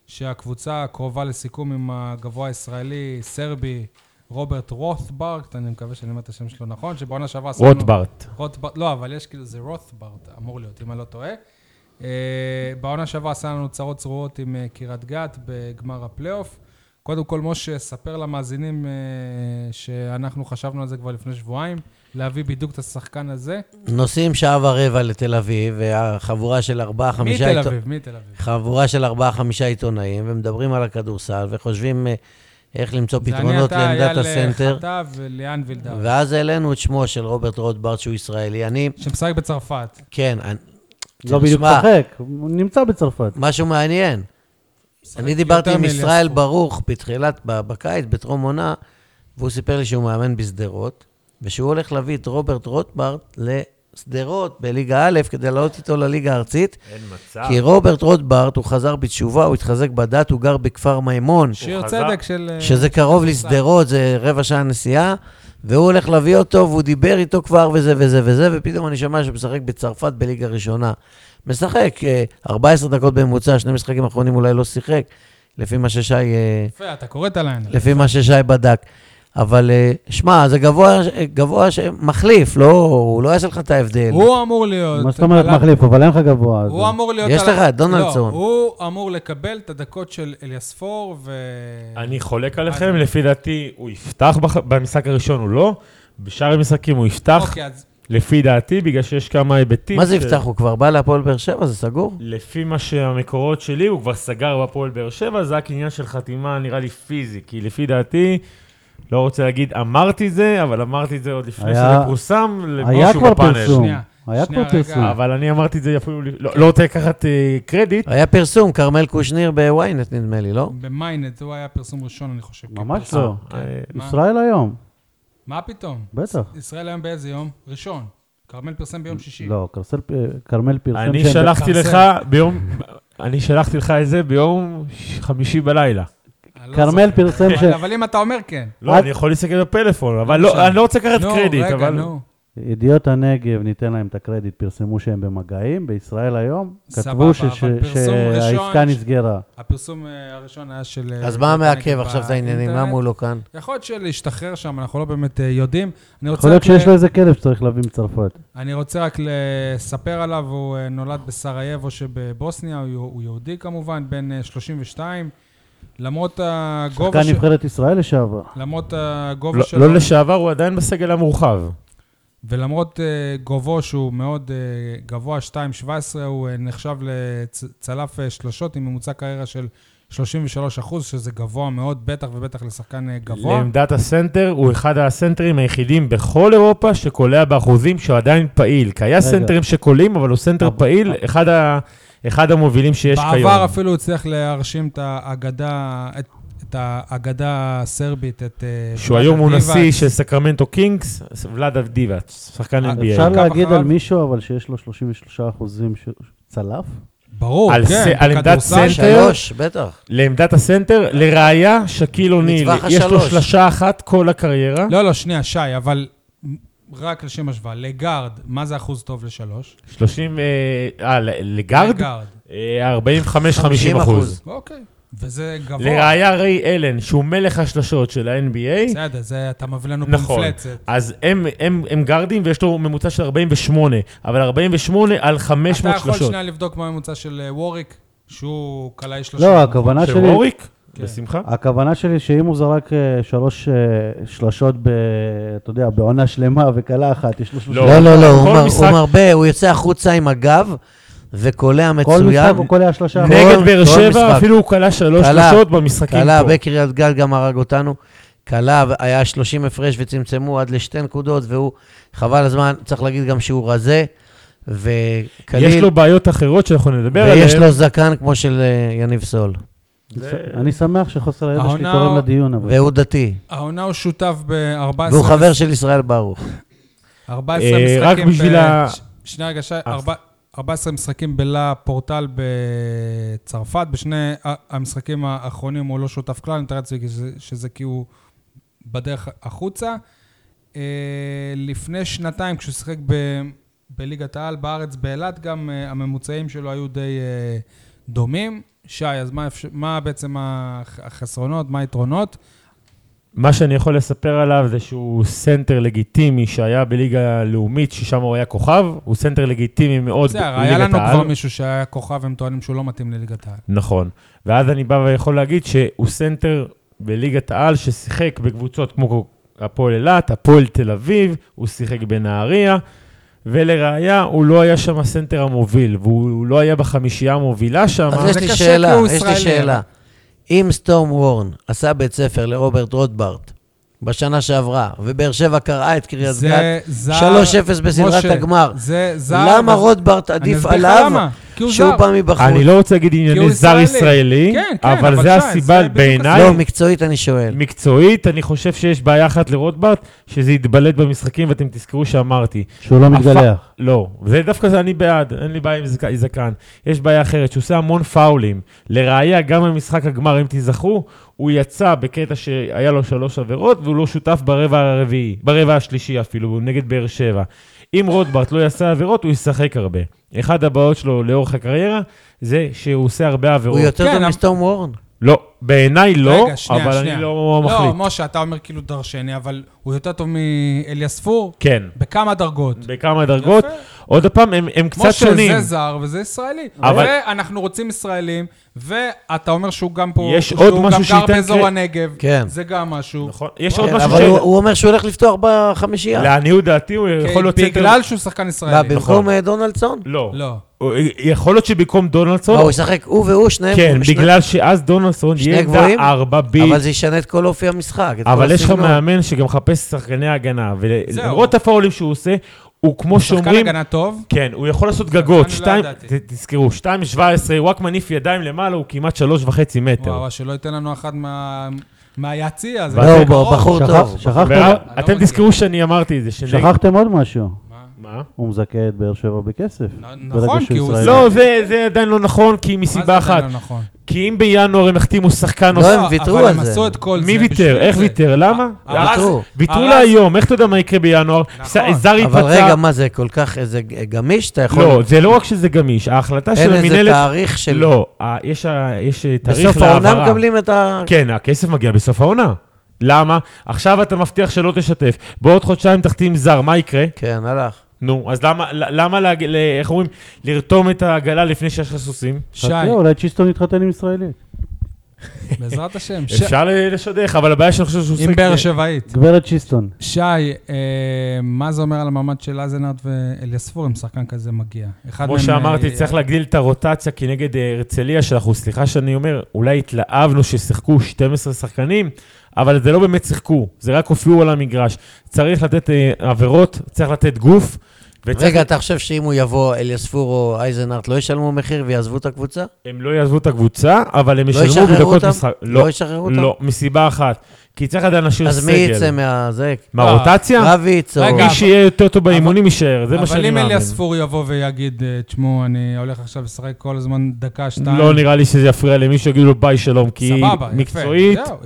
שהקבוצה קרובה לסיכום עם הגבוה הישראלי, סרבי, רוברט רוטברט, אני מקווה שאני אומר את השם שלו נכון, שבעונה שעברה... עשינו-
רוטברט.
רוטברט, לא, אבל יש כאילו, זה רוטברט אמור להיות, אם אני לא טועה. אה, בעונה שעברה עשה לנו צרות צרועות עם אה, קריית גת בגמר הפלייאוף. קודם כל, משה, ספר למאזינים אה, שאנחנו חשבנו על זה כבר לפני שבועיים, להביא בדיוק את השחקן הזה.
נוסעים שעה ורבע לתל אביב, והחבורה של ארבעה, חמישה...
מתל
עיתו-
אביב, מתל אביב.
חבורה של ארבעה, חמישה עיתונאים, ומדברים על הכדורסל, וחושבים אה, איך למצוא
זה אני,
פתרונות
אתה,
לעמדת הסנטר.
אייל אה, חטא וליאן וילדאו,
ואז העלינו את שמו של רוברט רוטברט, שהוא ישראלי. אני,
שמשחק בצרפת.
כן, אני-
לא בדיוק
תשמע,
משחק, הוא נמצא בצרפת.
משהו מעניין. אני
משחק
דיברתי
יותר
עם
מאליאס
ישראל
פור.
ברוך בתחילת, ב- בקיץ, בטרום עונה, והוא סיפר לי שהוא מאמן בשדרות, ושהוא הולך להביא את רוברט רוטברט לשדרות בליגה א', כדי לעלות איתו לליגה הארצית,
אין מצב.
כי רוברט רוטברט, הוא חזר בתשובה, הוא התחזק בדת, הוא גר בכפר מימון,
שיר
חזק.
צדק של... אה,
שזה קרוב לשדרות, זה רבע שעה נסיעה, והוא הולך להביא אותו, והוא דיבר איתו כבר וזה וזה וזה, ופתאום אני שומע שהוא משחק בצרפת בליגה ראשונה. משחק אה, 14 דקות בממוצע, שני משחקים האחרונים אולי לא שיחק, לפי מה ששי, אה,
יפה, אתה קורא את הליין.
לפי מה ששי בדק. אבל אה, שמע, זה גבוה, גבוה שמחליף, לא, הוא לא יעשה לך את ההבדל.
הוא אמור להיות...
מה זאת אומרת
בלם
מחליף, אבל אין לך גבוה. אז-
הוא אמור להיות...
יש
על ה-
לך את דונלדסון.
לא, הוא אמור לקבל את הדקות של אליספור ו...
אני חולק עליכם, לפי דעתי הוא יפתח בח- במשחק הראשון, הוא לא. בשאר המשחקים הוא יפתח,
אוקיי, אז
לפי דעתי, בגלל שיש כמה היבטים.
מה זה
ש-
יפתח? הוא כבר בא להפועל באר שבע, זה סגור?
לפי מה שהמקורות שלי, הוא כבר סגר בפועל באר שבע, זה רק עניין של חתימה, נראה לי פיזי, כי לפי דעתי, לא רוצה להגיד אמרתי זה, אבל אמרתי את זה עוד לפני
היה-
שזה פורסם,
היה
למישהו
כבר
בפאנל.
פרסום.
שנייה,
היה
שנייה,
כבר
רגע.
פרסום.
אבל אני אמרתי את זה אפילו, ל- לא לא רוצה לקחת אה, קרדיט.
היה פרסום, כרמל קושניר בוויינט נדמה לי, לא?
במיינט, הוא היה פרסום ראשון, אני חושב.
ממש
כפרסום.
לא.
אה,
מה?
ישראל היום,
מה פתאום?
בטח.
ישראל היום באיזה יום? ראשון. כרמל פרסם ביום שישי.
לא, קרסל- כרמל פרסם...
אני
שהם-
שלחתי
בפרסם.
לך ביום, אני שלחתי לך את זה ביום ש- חמישי בלילה.
אני לא
כרמל
זוכר.
פרסם ש...
אבל- אבל אם אתה אומר כן.
לא,
רק-
אני יכול להסתכל בפלאפון, אבל לא,
משנה.
אני לא רוצה לקחת
נו,
קרדיט,
רגע,
אבל...
נו.
ידיעות הנגב, ניתן להם את הקרדיט, פרסמו שהם במגעים. בישראל היום
סבבה,
כתבו ש-
אבל
ש-
פרסום
שהעסקה
ראשון ש-
נסגרה.
הפרסום אה, הראשון היה של... אה,
אז מה
ידיעות הנגב
מעכב עכשיו את העניינים?
באינטרנט.
למה הוא לא כאן?
יכול להיות שלהשתחרר שם, אנחנו לא באמת אה, יודעים. אני רוצה
יכול להיות
רק ל-
שיש לו איזה כלב שצריך להביא מצרפת.
אני רוצה רק לספר עליו, הוא אה, נולד בסרייבו שבבוסניה, הוא, יהו- הוא יהודי כמובן, בן אה, 32. למרות הגובה,
שחקן
ש...
נבחרת ישראל לשעבר.
למרות הגובה
לא-
שלו,
לא לשעבר, הוא עדיין בסגל המורחב.
ולמרות אה, גובהו שהוא מאוד אה, גבוה, 2.17, הוא אה, נחשב לצלף שלשות עם ממוצע קריירה של 33 אחוז, שזה גבוה מאוד, בטח ובטח לשחקן אה, גבוה.
לעמדת הסנטר, הוא אחד הסנטרים היחידים בכל אירופה שקולע באחוזים שהוא עדיין פעיל. כי היה
רגע.
סנטרים שקולעים, אבל הוא סנטר
אבל-
פעיל, אחד ה- אחד המובילים שיש כיום.
בעבר אפילו הצליח להרשים את האגדה, את, את האגדה הסרבית, את... אה,
שהוא היום הוא
ולאדה
נשיא
דיבאץ.
של סקרמנטו קינגס, ולאד דיבאץ, שחקן
אה,
NBA.
אפשר
קו
להגיד
אחריו.
על מישהו אבל שיש לו 33 אחוזים של צלף?
ברור,
על
כן,
ס- על עמדת
בכדורסל.
סנטר.
שלוש, בטח.
לעמדת הסנטר, לראיה, שקיל אוניל,
מטווח
יש לו
השלוש.
שלשה אחת כל הקריירה.
לא, לא, שנייה, שי, אבל רק לשם השוואה, לגארד, מה זה אחוז טוב לשלוש?
30, אה, אה, ל- לגארד?
לגארד.
אה, 45-50
50%.
אחוז.
אוקיי. וזה גבוה.
לראיה, ריי אלן, שהוא מלך השלשות של ה-NBA,
בסדר, זה אתה מביא לנו
נכון.
פמפלצת.
אז הם, הם, הם גארדים ויש לו ממוצע של 48, אבל 48 על 500
אתה יכול
שלשות.
שנייה לבדוק מה הממוצע של אה, ווריק, שהוא קלעי שלושה.
לא, הכוונה
של
שלי...
רוריק?
כן.
בשמחה.
הכוונה שלי שאם הוא זרק אה, שלוש אה, שלשות, ב- אתה יודע, בעונה שלמה וכלה אחת, יש לו שלושה.
לא,
לא, לא, לא,
כל
הוא מר-
משחק-
הוא מרבה, הוא יוצא החוצה עם הגב וקולע
כל משחק
לא, מצוין.
הוא קולע שלושה.
כל-
נגד באר
כל
שבע
משחק.
אפילו הוא כלה שלוש
כלה.
שלשות במשחקים
קלה
פה.
בקריית גל גם הרג אותנו. קלה, היה 30 הפרש וצמצמו עד לשתי נקודות, והוא, חבל הזמן, צריך להגיד גם שהוא רזה, וקליל,
יש לו בעיות אחרות שאנחנו נדבר
ויש
עליהן.
לו זקן כמו של אה, יניב סול,
אני שמח שחוסר הידע שלי
העונה-
תורם לדיון, אבל...
והוא דתי,
העונה הוא שותף ב-14
והוא חבר של ישראל ברוך.
14
אה,
משחקים...
רק בשביל
ב-
ה-
ש- שנייה רגע, שי, ארבע- 14 משחקים בלה פורטל בצרפת, בשני ה- המשחקים האחרונים הוא לא שותף כלל, אני מתאר לעצמי שזה- שזה כי הוא בדרך החוצה. אה, לפני שנתיים, כשהוא שיחק ב- בליגת העל בארץ, באילת, גם אה, הממוצעים שלו היו די אה, דומים. שי, אז מה אפשר- מה בעצם הח- החסרונות, מה היתרונות?
מה שאני יכול לספר עליו זה שהוא סנטר לגיטימי שהיה בליגה הלאומית, ששם הוא היה כוכב, הוא סנטר לגיטימי מאוד
בסדר, היה
בליגת
לנו
העל.
כבר מישהו שהיה כוכב, הם טוענים שהוא לא מתאים לליגת העל.
נכון. ואז אני בא ויכול להגיד שהוא סנטר בליגת העל ששיחק בקבוצות כמו הפועל אילת, הפועל תל אביב, הוא שיחק בנהריה, ולראיה, הוא לא היה שם הסנטר המוביל, והוא לא היה בחמישייה המובילה שם.
אז יש
זה
לי
קשה
שאלה,
כי הוא
יש לי
ישראלי,
שאלה. אם סטורם וורן עשה בית ספר לרוברט רוטברט בשנה שעברה, ובאר שבע קראה את קריית גת, 3-0 בסדרת
משה,
הגמר,
זה זר.
למה
וזה-
רוטברט
אני
עדיף
אסביר לך
עליו,
למה, כי הוא
שהוא
זר.
בא מבחוץ?
אני לא רוצה להגיד ענייני
הוא
זר
ישראלי.
ישראלי,
כן, כן,
אבל
אבל
זה
שי, זה
הסיבה
בדיוק
בעיניי.
לא, מקצועית אני שואל.
מקצועית, אני חושב שיש בעיה אחת לרוטברט, שזה יתבלט במשחקים, ואתם תזכרו שאמרתי.
שהוא לא מתגלח.
הפ- לא, זה דווקא זה אני בעד, אין לי בעיה עם זק- זקן. יש בעיה אחרת, שהוא עושה המון פאולים. לראיה, גם במשחק הגמר, אם תיזכרו, הוא יצא בקטע שהיה לו שלוש עבירות, והוא לא שותף ברבע הרביעי, ברבע השלישי אפילו, הוא נגד באר שבע. אם רוטברט לא יעשה עבירות, הוא ישחק הרבה. אחד הבעיות שלו לאורך הקריירה, זה שהוא עושה הרבה
הוא
עבירות.
כן,
יותר טוב
אבל-
מסטורם וורן?
לא, בעיניי לא,
רגע, שנייה,
אבל
שנייה.
אני לא מחליט.
לא, משה, אתה אומר כאילו דרשני, אבל הוא יותר טוב מאליספור?
כן,
בכמה דרגות?
בכמה דרגות. עוד פעם, הם, הם קצת
משה,
שונים.
זה זר וזה ישראלי.
אבל-
ואנחנו רוצים ישראלים, ואתה אומר שהוא גם פה,
יש
שהוא
עוד
גם
משהו
גר
שייתן
באזור
קרא-
הנגב.
כן.
זה גם משהו.
נכון, יש עוד
כן,
משהו
אבל הוא-
ש...
הוא אומר שהוא הולך לפתוח בחמישייה.
לעניות דעתי הוא יכול להיות סנטר...
כן, בגלל שהוא שחקן
מה,
ישראלי.
במקום אה, דונלדסון?
לא.
לא.
הוא- יכול להיות שבמקום
מה,
דונלדסון...
לא, הוא ישחק הוא והוא, שניהם?
לא. כן,
שני-
בגלל שאז דונלדסון
שני
יהיה
גבוהים?
עמדה ארבע בי.
אבל זה לא ישנה את כל אופי המשחק. את כל
אבל יש לך
הסגנון.
מאמן שגם מחפש שחקני הגנה, ולמרות
זהו.
הפאולים שהוא עושה, הוא כמו
שחקן
שאומרים...
הגנה טוב.
כן, הוא יכול לעשות גגות,
אני לא
שתיים,
ידעתי.
ת- תזכרו, 2.17, וואק מניף ידיים למעלה, הוא כמעט שלוש וחצי מטר.
וואו, שלא ייתן לנו אחד מה... מהיציע. זה
לא,
יותר
הוא
קרוב.
בחור
שכח-
טוב.
שכחתם-
ואז-
לא
אתם
מגיע.
תזכרו שאני אמרתי את זה, שנגד
שכחתם עוד משהו.
מה?
מה?
הוא מזכה את באר שבע בכסף.
נ-
ברגע
נכון,
שהוא
כי הוא-
ישראלי.
לא, זה, זה עדיין לא נכון, כי מסיבה
מה זה
אחת.
עדיין לא נכון?
כי אם בינואר הם החתימו שחקן
לא,
נוסף...
הם ויתרו
אבל
על
הם
זה.
עשו את כל זה.
מי
בשביל
ויתר? איך
זה. אה,
ויתר? למה?
הרס-
ויתרו. ויתרו
הרס-
לה היום, איך אתה יודע מה יקרה בינואר?
אה, נכון.
ס- זר
אבל רגע,
ייפצע.
מה זה, כל כך איזה ג- גמיש? אתה יכול...
לא, זה לא רק שזה גמיש, ההחלטה של
אין איזה
המינהלת...
תאריך של...
לא, ה- יש ה- יש אה, תאריך להעברה.
בסוף העונה מקבלים את ה...
כן, הכסף מגיע בסוף העונה. למה? עכשיו אתה מבטיח שלא תשתף. בעוד חודשיים תחתים זר, מה יקרה?
כן, הלך.
נו, אז למה, למה להג... ל- איך אומרים? לרתום את העגלה לפני שיש לך סוסים?
שי,
חכה, אולי צ'יסטון יתחתן עם ישראלית.
בעזרת השם. ש-
אפשר ל- לשדך, אבל הבעיה שאני חושב שהוא
עם באר שבעית.
גברת צ'יסטון.
שי, אה, מה זה אומר על המעמד של אייזנארט ואליספור אם שחקן כזה מגיע? אחד
כמו
מהם,
שאמרתי,
אה,
צריך להגדיל את הרוטציה, כי נגד אה, הרצליה, שאנחנו, סליחה שאני אומר, אולי התלהבנו ששיחקו 12 שחקנים, אבל זה לא באמת שיחקו, זה רק הופיעו על המגרש. צריך לתת אה, עבירות, צריך לתת גוף, וצריך...
רגע, אתה חושב שאם הוא יבוא, אליספור או אייזנארט לא ישלמו מחיר ויעזבו את הקבוצה?
הם לא יעזבו את הקבוצה, אבל הם
לא
ישלמו
ישחררו
בדקות
אותם?
משחק.
לא ישחררו אותם?
לא, מסיבה אחת. כי צריך עדיין להשאיר סגל.
אז מי יצא אה, מהזה?
מהרוטציה?
רביץ או...
רגע,
מי שיהיה יותר טוב באימונים יישאר, זה מה
אבל
שאני
אם
מאמין.
אליספור יבוא ויגיד, אה, תשמעו, אני הולך עכשיו לשחק כל הזמן דקה, שתיים.
לא נראה לי שזה יפריע למישהו, יגידו לו ביי שלום, כי
סבבה, יפה.
מקצועית,
זהו.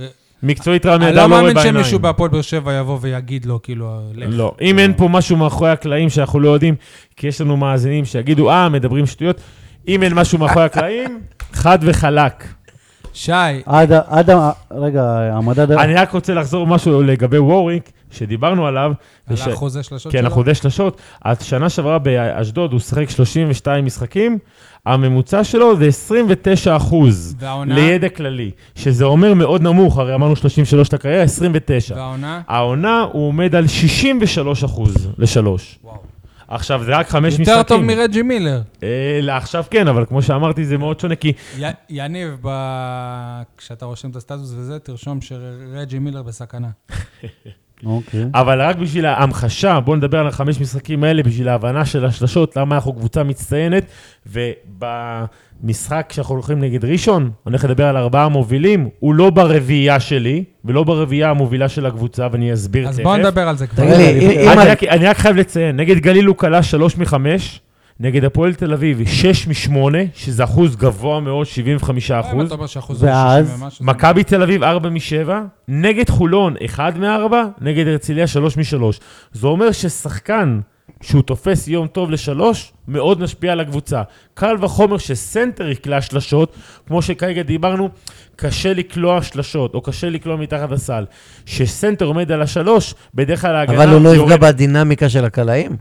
מקצועית רן
אני
נהדר
לא
לא רואה
מאמין
בעיניים.
שמישהו בהפועל באר שבע יבוא ויגיד לו, כאילו, לך.
לא, אם אין פה משהו מאחורי הקלעים שאנחנו לא יודעים, כי יש לנו מאזינים שיגידו, אה, מדברים שטויות, אם אין משהו מאחורי הקלעים, חד וחלק.
שי,
עד, ה- עד, ה- רגע, המדד...
לא.
אני רק רוצה לחזור משהו לגבי ווריק, שדיברנו עליו.
על
וש-
החוזה של השוט
כן,
שלו?
אחוזי שלשות. אז שנה שעברה באשדוד הוא שיחק 32 משחקים, הממוצע שלו זה 29 אחוז.
והעונה?
לידע כללי, שזה אומר מאוד נמוך, הרי אמרנו 33 לקריירה, 29.
והעונה?
העונה הוא עומד על 63 אחוז לשלוש.
וואו.
עכשיו זה רק חמש משחקים.
יותר טוב מרג'י מילר.
אה, לא, עכשיו כן, אבל כמו שאמרתי זה מאוד שונה, כי
י- יניב, ב- כשאתה רושם את הסטטוס וזה, תרשום שרג'י מילר בסכנה.
אוקיי.
אבל רק בשביל ההמחשה, בואו נדבר על החמש משחקים האלה, בשביל ההבנה של השלשות, למה אנחנו קבוצה מצטיינת, ובמשחק שאנחנו הולכים נגד ראשון, אני הולך לדבר על ארבעה מובילים, הוא לא ברביעייה שלי, ולא ברביעייה המובילה של הקבוצה, ואני אסביר
אז
תכף.
בואו נדבר על זה כבר.
תגיד לי,
אני-
אם- אם
אני
אני...
רק, אני רק חייב לציין, נגד גליל הוא כלה 3 מ-5, נגד הפועל תל אביב 6 מ-8, שזה אחוז גבוה מאוד, 75
לא, אם
אחוז.
אה, אתה אומר שהאחוז הוא
ואז?
60 ומשהו, זה-
מכבי תל אביב 4 מ-7, נגד חולון 1 מ-4, נגד הרצליה 3 מ-3. זה אומר ששחקן שהוא תופס יום טוב לשלוש, מאוד משפיע על הקבוצה. קל וחומר שסנטר יקלע שלשות, כמו שכרגע דיברנו, קשה לקלוע שלשות, או קשה לקלוע מתחת לסל. שסנטר עומד על השלוש, בדרך כלל ההגנה...
אבל הוא לא יפגע
יורדת.
בדינמיקה של הקלעים?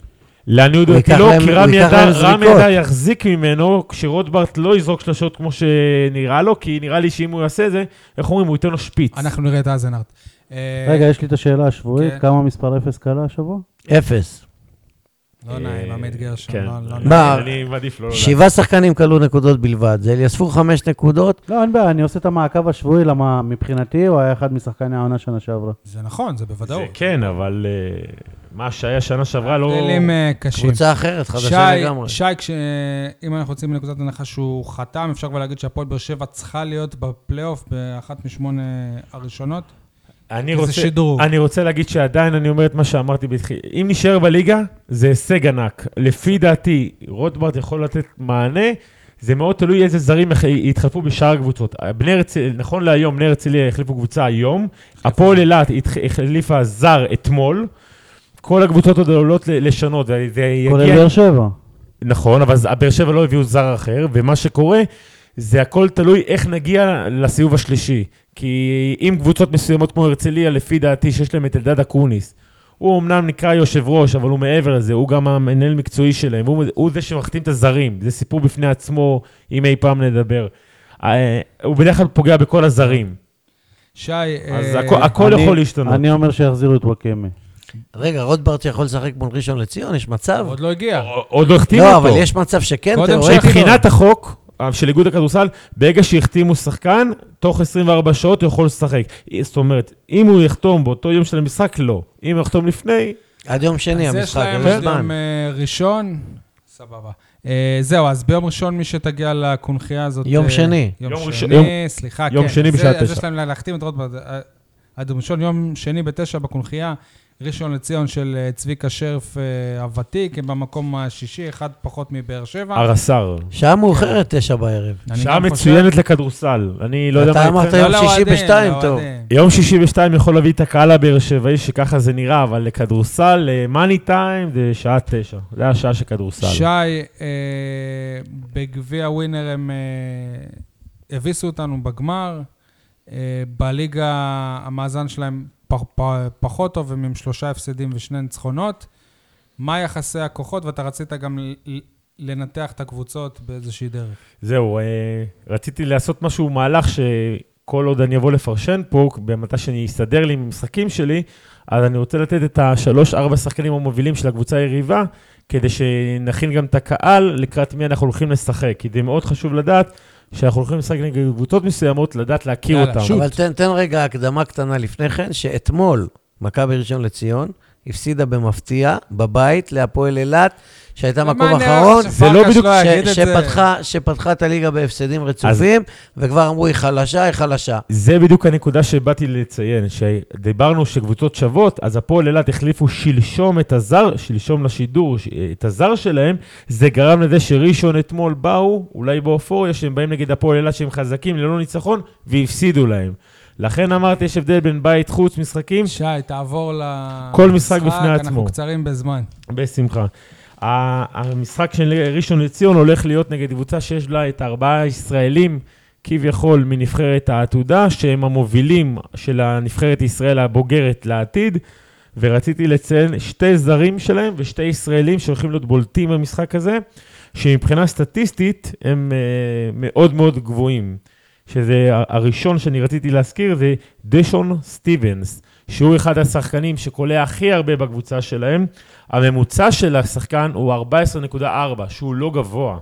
לעניות
הוא
דעתי
ייקח
לא,
להם-
כי
הוא
רם
ייקח
ידע,
להם
רם
זריקות.
ידע יחזיק ממנו כשרוטברט לא יזרוק שלשות כמו שנראה לו, כי נראה לי שאם הוא יעשה זה, איך אומרים, הוא ייתן לו שפיץ.
נכון. אנחנו נראה את אייזנארט. אה,
רגע, יש לי את השאלה השבועית,
כן.
כמה מספר אפס קלה השבוע?
אפס.
לא נעים, עמית גרשון,
כן.
לא- לא נעים.
מה?
אני מעדיף לא לדעת.
שבעה שחקנים כלו נקודות בלבד, זה אליספור חמש נקודות,
לא, אין בעיה, אני עושה את המעקב השבועי, למה מבחינתי הוא היה אחד משחקני העונה שנה שעברה.
זה נכון, זה
זה
בוודאות.
כן, אבל אה, מה שהיה שנה שעברה לא...
הבדלים אה, קשים.
קבוצה אחרת, חדשה
שי,
לגמרי.
שי, כש- אה, אם אנחנו יוצאים מנקודת הנחה שהוא חתם, אפשר כבר להגיד שהפועל באר שבע צריכה להיות בפלייאוף באחת משמונה הראשונות?
אני
כי זה
רוצה,
שדרוג.
אני רוצה להגיד שעדיין אני אומר את מה שאמרתי בתחילה. אם נשאר בליגה, זה הישג ענק. לפי דעתי, רוטברט יכול לתת מענה. זה מאוד תלוי איזה זרים יח- יתחלפו בשאר הקבוצות. בני הרצליה, נכון להיום, בני הרצליה החליפו קבוצה היום. הפועל אילת התח- החליפה זר אתמול. כל הקבוצות עוד עלולות ל- לשנות. זה זה
כולל
יגיע
באר שבע.
נכון, אבל הבאר שבע לא הביאו זר אחר, ומה שקורה, זה הכל תלוי איך נגיע לסיבוב השלישי. כי אם קבוצות מסוימות כמו הרצליה, לפי דעתי, שיש להם את אלדד אקוניס, הוא אמנם נקרא יושב ראש, אבל הוא מעבר לזה, הוא גם המנהל מקצועי שלהם, הוא, הוא זה שמחתים את הזרים, זה סיפור בפני עצמו, אם אי פעם נדבר. אה, הוא בדרך כלל פוגע בכל הזרים,
שי,
אז
אה,
הכ, הכל
אני-
יכול להשתנות.
אני אומר שיחזירו את וואקמה.
רגע, רוטברט שיכול לשחק מול ראשון לציון, יש מצב?
עוד לא הגיע.
עוד לא החתימו
לא,
אותו.
אבל יש מצב שכן,
קודם
תיאורטית.
שהייתי
מבחינת החוק אה, של איגוד הכדורסל, ברגע שהחתימו שחקן, תוך 24 שעות הוא יכול לשחק. זאת אומרת, אם הוא יחתום באותו יום של המשחק, לא. אם הוא יחתום לפני,
עד יום שני
אז
כן, המשחק,
יש
אין
להם
לו
עוד
זמן.
יום אה, ראשון, סבבה. אה, זהו, אז ביום ראשון מי שתגיע לקונכייה הזאת...
יום
אה,
שני.
יום
יום ראשון-
שני, סליחה, כן.
יום שני
אז זה-
בשעה
אז
תשע.
יש להם להחתים את רוטברט. אה, עד יום ראשון, יום שני בתשע בקונכייה, ראשון לציון של אה, צביקה שרף אה, הוותיק, הם במקום השישי, אחד פחות מבאר שבע.
הרס"ר.
שעה מאוחרת, תשע בערב.
אני
שעה
גם חושב-
מצוינת לכדורסל. אני לא יודע
אתה
מה...
אמרת
איתכם.
לא
יום שישי
לאוהדים,
בשתיים,
לאוהדים.
טוב.
יום 62 יכול להביא את הקהל הבאר שבעי, שככה זה נראה, אבל לכדורסל, מאני טיים, זה שעה תשע. זה השעה של כדורסל.
שי, אה, בגביע ווינר הם אה, הביסו אותנו בגמר. אה, בליגה המאזן שלהם פ, פ, פחות טוב, הם עם שלושה הפסדים ושני ניצחונות. מה יחסי הכוחות? ואתה רצית גם ל- לנתח את הקבוצות באיזושהי דרך.
זהו, אה, רציתי לעשות משהו, מהלך שכל עוד אני אבוא לפרשן פה, במתי שאני אסתדר לי עם המשחקים שלי, אז אני רוצה לתת את השלוש-ארבע שחקנים המובילים של הקבוצה היריבה, כדי שנכין גם את הקהל לקראת מי אנחנו הולכים לשחק. כי זה מאוד חשוב לדעת שאנחנו הולכים לשחק נגד קבוצות מסוימות, לדעת להכיר
יאללה,
אותם.
שוט.
אבל-
אבל תן, תן רגע הקדמה קטנה לפני כן, שאתמול מכבי ראשון לציון הפסידה במפתיע בבית להפועל אילת, שהייתה
ומה
מקום
אני
אחרון,
עכשיו
זה לא
פרקש
בדיוק
לא יגיד את
ש,
זה?
שפתחה, שפתחה את הליגה בהפסדים רצופים, וכבר אמרו, היא חלשה, היא חלשה.
זה בדיוק הנקודה שבאתי לציין, שדיברנו שקבוצות שוות, אז הפועל אילת החליפו שלשום את הזר, שלשום לשידור, ש- את הזר שלהם, זה גרם לזה שראשון אתמול באו, אולי באופוריה, שהם באים נגד הפועל אילת שהם חזקים ללא ניצחון, והפסידו להם. לכן אמרתי, יש הבדל בין בית חוץ משחקים,
שי, תעבור למשחק.
כל משחק בפני
אנחנו
עצמו.
קצרים בזמן.
בשמחה. ה- המשחק של ראשון לציון הולך להיות נגד קבוצה שיש לה את ארבעה ישראלים, כביכול מנבחרת העתודה, שהם המובילים של הנבחרת ישראל הבוגרת לעתיד, ורציתי לציין שתי זרים שלהם ושתי ישראלים שהולכים להיות בולטים במשחק הזה, שמבחינה סטטיסטית הם אה, מאוד מאוד גבוהים. שזה ה- הראשון שאני רציתי להזכיר, זה דשון סטיבנס, שהוא אחד השחקנים שקולע הכי הרבה בקבוצה שלהם. הממוצע של השחקן הוא 14.4, שהוא לא גבוה,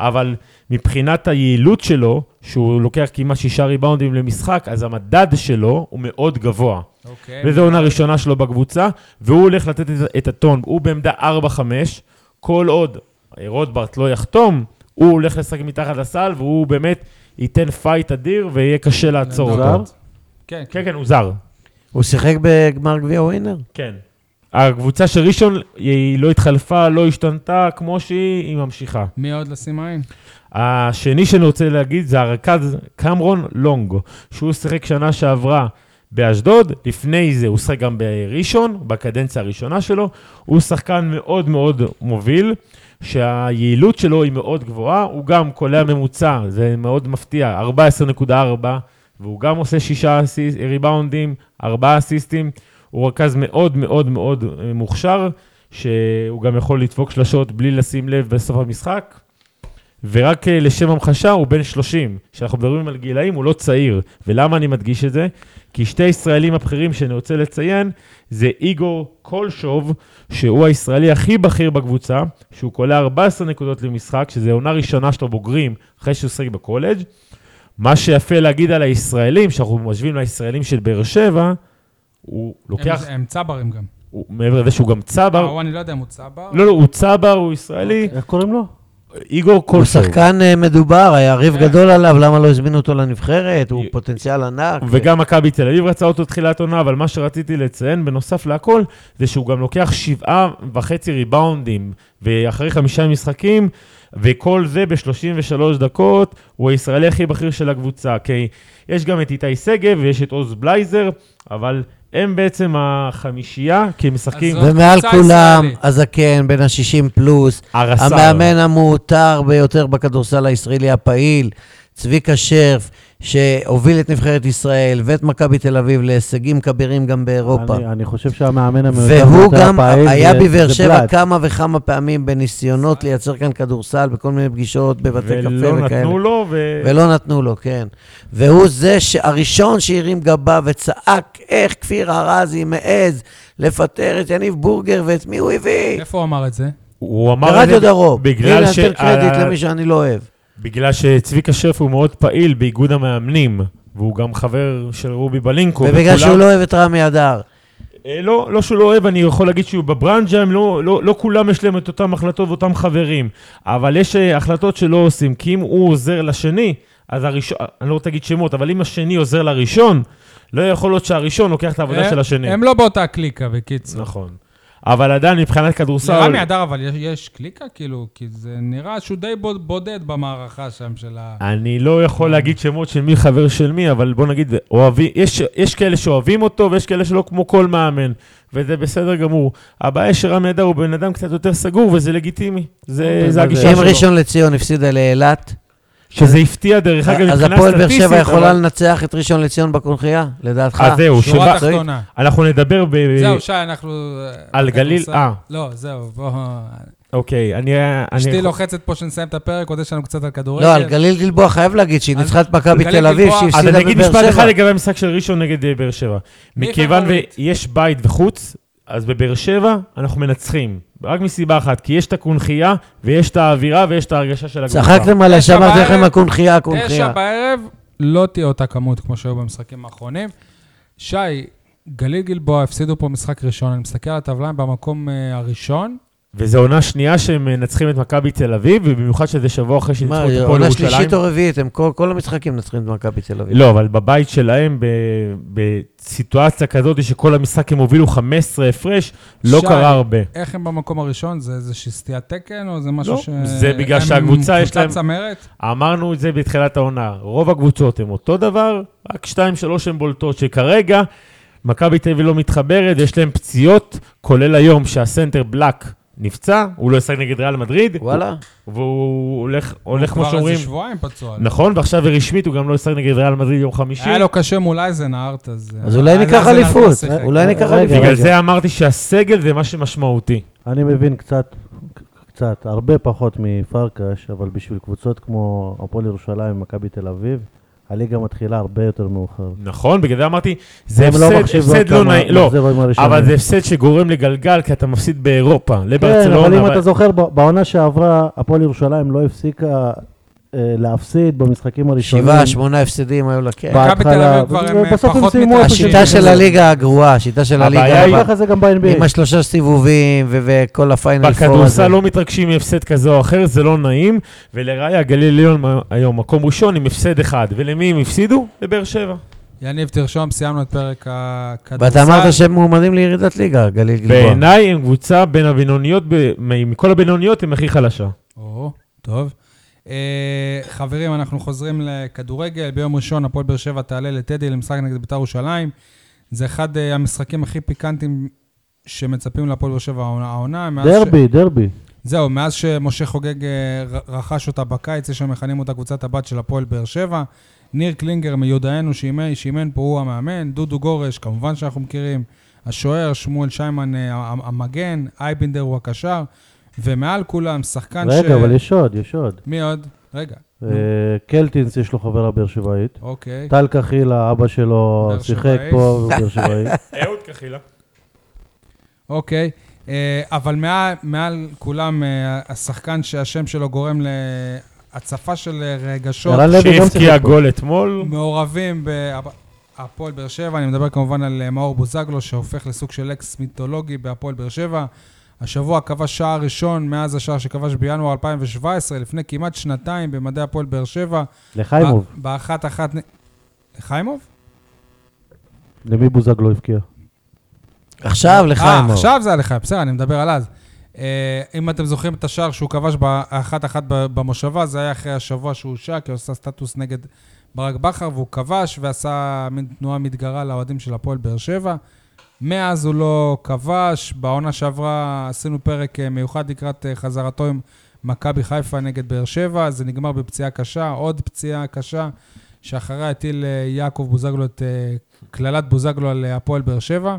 אבל מבחינת היעילות שלו, שהוא לוקח כמעט שישה ריבאונדים למשחק, אז המדד שלו הוא מאוד גבוה.
אוקיי.
וזו עונה ראשונה שלו בקבוצה, והוא הולך לתת את- את הטון, הוא בעמדה 4-5, כל עוד רוטברט לא יחתום, הוא הולך לשחק מתחת לסל, והוא באמת ייתן פייט אדיר, ויהיה קשה לעצור
זר?
אותו.
כן,
כן, כן, הוא זר,
הוא שיחק בגמר גביע ווינר?
כן. הקבוצה של ראשון, היא לא התחלפה, לא השתנתה, כמו שהיא, היא ממשיכה.
מי עוד לשים עין?
השני שאני רוצה להגיד זה הרכז קמרון לונג, שהוא שיחק שנה שעברה באשדוד, לפני זה הוא שיחק גם בראשון, בקדנציה הראשונה שלו, הוא שחקן מאוד מאוד מוביל, שהיעילות שלו היא מאוד גבוהה, הוא גם קולע ממוצע, זה מאוד מפתיע, 14.4, והוא גם עושה שישה אסיס- ריבאונדים, ארבעה אסיסטים, הוא רכז מאוד מאוד מאוד אה, מוכשר, שהוא גם יכול לדפוק שלשות בלי לשים לב בסוף המשחק. ורק אה, לשם המחשה, הוא בן 30. כשאנחנו מדברים על גילאים, הוא לא צעיר. ולמה אני מדגיש את זה? כי שתי הישראלים הבכירים שאני רוצה לציין, זה איגור קולשוב, שהוא הישראלי הכי בכיר בקבוצה, שהוא קולע 14 נקודות למשחק, שזה עונה ראשונה שלו בוגרים, אחרי שהוא שיחק בקולג'. מה שיפה להגיד על הישראלים, שאנחנו משווים לישראלים של באר שבע, הוא לוקח,
הם, הם צברים גם.
הוא, מעבר לזה שהוא גם צבר,
אה, אני לא יודע אם הוא צבר.
לא, לא, הוא צבר, הוא ישראלי,
איך קוראים לו?
אוקיי.
איגור
הוא
קולשוב.
שחקן אה, מדובר, היה ריב
כן.
גדול עליו, למה לא הזמינו אותו לנבחרת? הוא
י-
פוטנציאל ענק.
וגם מכבי תל אביב רצה אותו תחילת עונה, אבל מה שרציתי לציין, בנוסף להכל, זה שהוא גם לוקח שבעה וחצי ריבאונדים, ואחרי חמישה משחקים, וכל זה ב-33 דקות, הוא הישראלי הכי בכיר של הקבוצה. כי יש גם את איתי שגב ויש את עוז בלייזר, אבל הם בעצם החמישייה, כי הם משחקים
אז
ומעל
קבוצה
כולם,
ישראלית.
הזקן, בן ה-60 פלוס,
הרס"ר.
המאמן המעוטר ביותר בכדורסל הישראלי הפעיל, צביקה שרף, שהוביל את נבחרת ישראל ואת מכבי תל אביב להישגים כבירים גם באירופה.
אני, אני חושב שהמאמן המיותר
והוא
ביותר
גם
הפעיל
היה
זה-
בבאר
זה
שבע
בלאט.
כמה וכמה פעמים בניסיונות לייצר כאן כדורסל בכל מיני פגישות בבתי קפה
ולא
וכאלה.
נתנו לו, ו...
ולא נתנו לו, כן. והוא זה שהראשון שהרים גבה וצעק איך כפיר ארזי מעז לפטר את יניב בורגר ואת מי הוא הביא.
איפה הוא אמר את זה?
הוא אמר את
ברדיו
זה
דרום.
בגלל
הנה,
ש- אה,
נותן קרדיט למי שאני לא אוהב.
בגלל שצביקה שרף הוא מאוד פעיל באיגוד המאמנים, והוא גם חבר של רובי בלינקו.
ובגלל
וכולם-
שהוא לא אוהב את רמי אדר.
אה, לא, לא שהוא לא אוהב, אני יכול להגיד שהוא בברנז'ה, הם לא, לא, לא כולם יש להם את אותם החלטות ואותם חברים. אבל יש אה, החלטות שלא עושים, כי אם הוא עוזר לשני, אז הראשון, אני לא רוצה להגיד שמות, אבל אם השני עוזר לראשון, לא יכול להיות שהראשון לוקח את העבודה
הם-
של השני.
הם לא באותה קליקה, בקיצור.
נכון. אבל עדיין מבחינת כדורסל,
לרמי אדר, אבל יש- יש קליקה, כאילו, כי זה נראה שהוא די בוד- בודד במערכה שם של ה...
אני לא יכול להגיד שמות של מי חבר של מי, אבל בוא נגיד, אוהבים, יש, יש כאלה שאוהבים אותו ויש כאלה שלא כמו כל מאמן, וזה בסדר גמור. הבעיה שרמי אדר הוא בן אדם קצת יותר סגור, וזה לגיטימי. זה,
אוקיי,
זה
מה זה?
הגישה
אם
שלו.
ראשון לציון הפסידה לאילת,
שזה הפתיע, דרך אגב, מבחינה
אז
סטטיסטית.
הפועל באר שבע יכולה
אבל-
לנצח את ראשון לציון בקונחייה, לדעתך?
אז אה, זהו,
שורה
שבא-
תחתונה.
אנחנו נדבר ב...
זהו, שי, אנחנו...
על גליל-
כדורסל.
אה.
לא, זהו, בוא...
אוקיי, אני... אני-
אשתי לוחצת פה שנסיים את הפרק, עוד יש לנו קצת על כדורגל.
לא, על גליל גלבוע חייב להגיד שהיא
על-
ניצחה את מכבי
גליל
תל אביב,
גלבוע-
שהיא
אז
הפסידה
אני אגיד אה, משפט
בבאר
אחד
שבע.
לגבי המשחק של ראשון נגד אה, באר שבע.
מי
מכיוון
פייבוריט?
ויש בית וחוץ, אז בבאר שבע אנחנו מנצחים. רק מסיבה אחת, כי יש את הקונכייה, ויש את האווירה, ויש את ההרגשה של הקבוצה.
צחקתם עליה,
תשע
שאמרתי לכם
בערב-
הקונכייה,
תשע
הקונכייה.
בערב, לא תהיה אותה כמות כמו שהיו במשחקים האחרונים. שי, גליל גלבוע הפסידו פה משחק ראשון, אני מסתכל על הטבלה הם במקום אה, הראשון.
וזו עונה שנייה שהם מנצחים את מכבי תל אביב, ובמיוחד שזה שבוע
מה,
אחרי שניצחו את הפועל
עונה
ירושלים.
שלישית או רביעית, הם כל כל המשחקים מנצחים את מכבי תל אביב.
לא, אבל בבית שלהם, ב- בסיטואציה כזאת שכל המשחק הם הובילו 15 הפרש, לא
שי,
קרה הרבה.
איך הם במקום הראשון? זה איזושהי סטיית תקן או זה משהו
לא,
ש...
זה בגלל
הם
שהקבוצה יש להם-
קבוצה צמרת?
אמרנו את זה בתחילת העונה, רוב הקבוצות הן אותו דבר, רק 2-3 הן בולטות, שכרגע מכבי תל אביב לא מתחברת, יש להן פציעות, כולל היום שהסנטר בלק נפצע, הוא לא ישחק נגד ריאל מדריד,
וואלה.
והוא הולך, הולך כמו
כבר
שאומרים,
איזה שבועיים פצוע.
נכון, ועכשיו רשמית הוא גם לא ישחק נגד ריאל מדריד יום חמישי,
היה לו קשה מול אייזנארט, אז...
נכון. אז אולי ניקח
אייזנהארט לא
אליפות,
שיחק.
אה,
אולי ניקח
רגע,
אליפות.
אה, בגלל זה אמרתי שהסגל זה מה שמשמעותי.
אני מבין קצת, קצת, הרבה פחות מפרקש, אבל בשביל קבוצות כמו הפועל ירושלים ומכבי תל אביב, הליגה מתחילה הרבה יותר מאוחר.
נכון, בגלל זה אמרתי, זה
הם
הפסד,
מחשיבות
הפסד לא
כמה
נעים, לא,
מחזורים הראשונים.
אבל זה הפסד שגורם לגלגל, כי אתה מפסיד באירופה,
כן,
לברצלונה.
אבל אם
אבל-
אתה זוכר, ב- בעונה שעברה, הפועל ירושלים לא הפסיקה אה, להפסיד במשחקים הראשונים.
שבעה, שמונה הפסדים היו לה, כן.
מכבי
בהתחלה,
תל אביב כבר הם אה,
ובסוף הם
פחות
סיימו איפה
מתרשים.
השיטה של הליגה הגרועה, השיטה של
הבעיה
הליגה
היא-
הבאה.
ככה זה גם ב-NBA.
עם השלושה סיבובים ו- וכל הפיינל פור הזה.
בכדורסל לא מתרגשים מהפסד כזה או אחר, זה לא נעים. ולראיה, גליל עליון מ- היום מקום ראשון עם הפסד אחד. ולמי הם הפסידו? לבאר שבע.
יניב, תרשום, סיימנו את פרק הכדורסל.
ואתה אמרת שהם מועמדים לירידת ליגה, גליל גלבוע.
בעיניי הם קבוצה בין הבינוניות, ב- מ- מכל הבינוניות הם הכי חלשה.
או, טוב. אה, חברים, אנחנו חוזרים לכדורגל. ביום ראשון הפועל באר שבע תעלה לטדי למשחק נגד בית"ר ירושלים. זה אחד אה, המשחקים הכי פיקנטיים שמצפים להפועל באר שבע העונה- העונה. מאז ש-
דרבי, דרבי.
זהו, מאז שמשה חוגג אה, ר- רכש אותה בקיץ, יש שם מכנים אותה קבוצת הבת של הפועל באר שבע. ניר קלינגר מיודענו שאימן, שאימן פה הוא המאמן, דודו גורש, כמובן שאנחנו מכירים, השוער, שמואל שיימן אה, המ- המגן, אייבינדר הוא הקשר, ומעל כולם, שחקן ש...
רגע, אבל יש עוד, יש עוד.
מי עוד? רגע,
אה, קלטינס יש לו חברה באר שבעית.
אוקיי.
טל קחילה, אבא שלו,
באר
שיחק
שבעי.
פה, הוא באר שבעי.
אהוד קחילה.
אוקיי. אה, אבל מעל, מעל כולם, אה, השחקן שהשם שלו גורם להצפה של אה, רגשות
ערן לוי גם
שהבקיע
שיחק פה.
גול אתמול.
מעורבים בהפועל באר שבע. אני מדבר כמובן על אה, מאור בוזגלו, שהופך לסוג של אקס מיתולוגי בהפועל באר שבע. השבוע כבש שער ראשון מאז השער שכבש בינואר 2017, לפני כמעט שנתיים במדעי הפועל באר שבע.
לחיימוב,
ב- באחת אחת... נ- חיימוב?
למי בוזגלו לא הבקיע?
אוקיי. עכשיו
אה,
לחיימוב.
עכשיו זה היה לחיים, בסדר, אני מדבר על אז. אה, אם אתם זוכרים את השער שהוא כבש באחת-אחת ב- במושבה, זה היה אחרי השבוע שהוא הושע, כי הוא עשה סטטוס נגד ברק בכר, והוא כבש ועשה מין תנועה מתגרה לאוהדים של הפועל באר שבע. מאז הוא לא כבש, בעונה שעברה עשינו פרק אה, מיוחד לקראת אה, חזרתו עם מכבי חיפה נגד באר שבע, זה נגמר בפציעה קשה, עוד פציעה קשה, שאחריה הטיל אה, יעקב בוזגלו את אה, קללת בוזגלו על אה, הפועל באר שבע.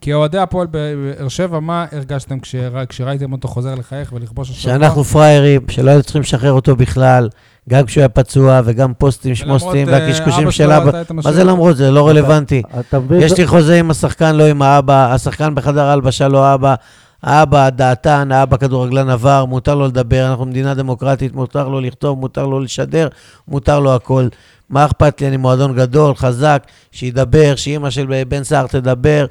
כאוהדי הפועל באר שבע, מה הרגשתם כשרא- כשראיתם אותו חוזר לחייך ולכבוש השבוע?
שאנחנו פראיירים, שלא היינו צריכים לשחרר אותו בכלל, גם כשהוא היה פצוע וגם פוסטים
ולמרות,
שמוסטים
אה,
והקשקושים
אבא
של
שלו
אבא.
עשה את
מה זה
המשאב.
למרות? זה לא רלוונטי.
אתה מבין?
יש
זה-
לי חוזה עם השחקן, לא עם האבא, השחקן בחדר ההלבשה, לא האבא. האבא דעתן, האבא כדורגלן עבר, מותר לו לדבר, אנחנו מדינה דמוקרטית, מותר לו לכתוב, מותר לו לשדר, מותר לו הכל. מה אכפת לי, אני מועדון גדול, חזק, שידבר, שאימא של בן סער תדבר.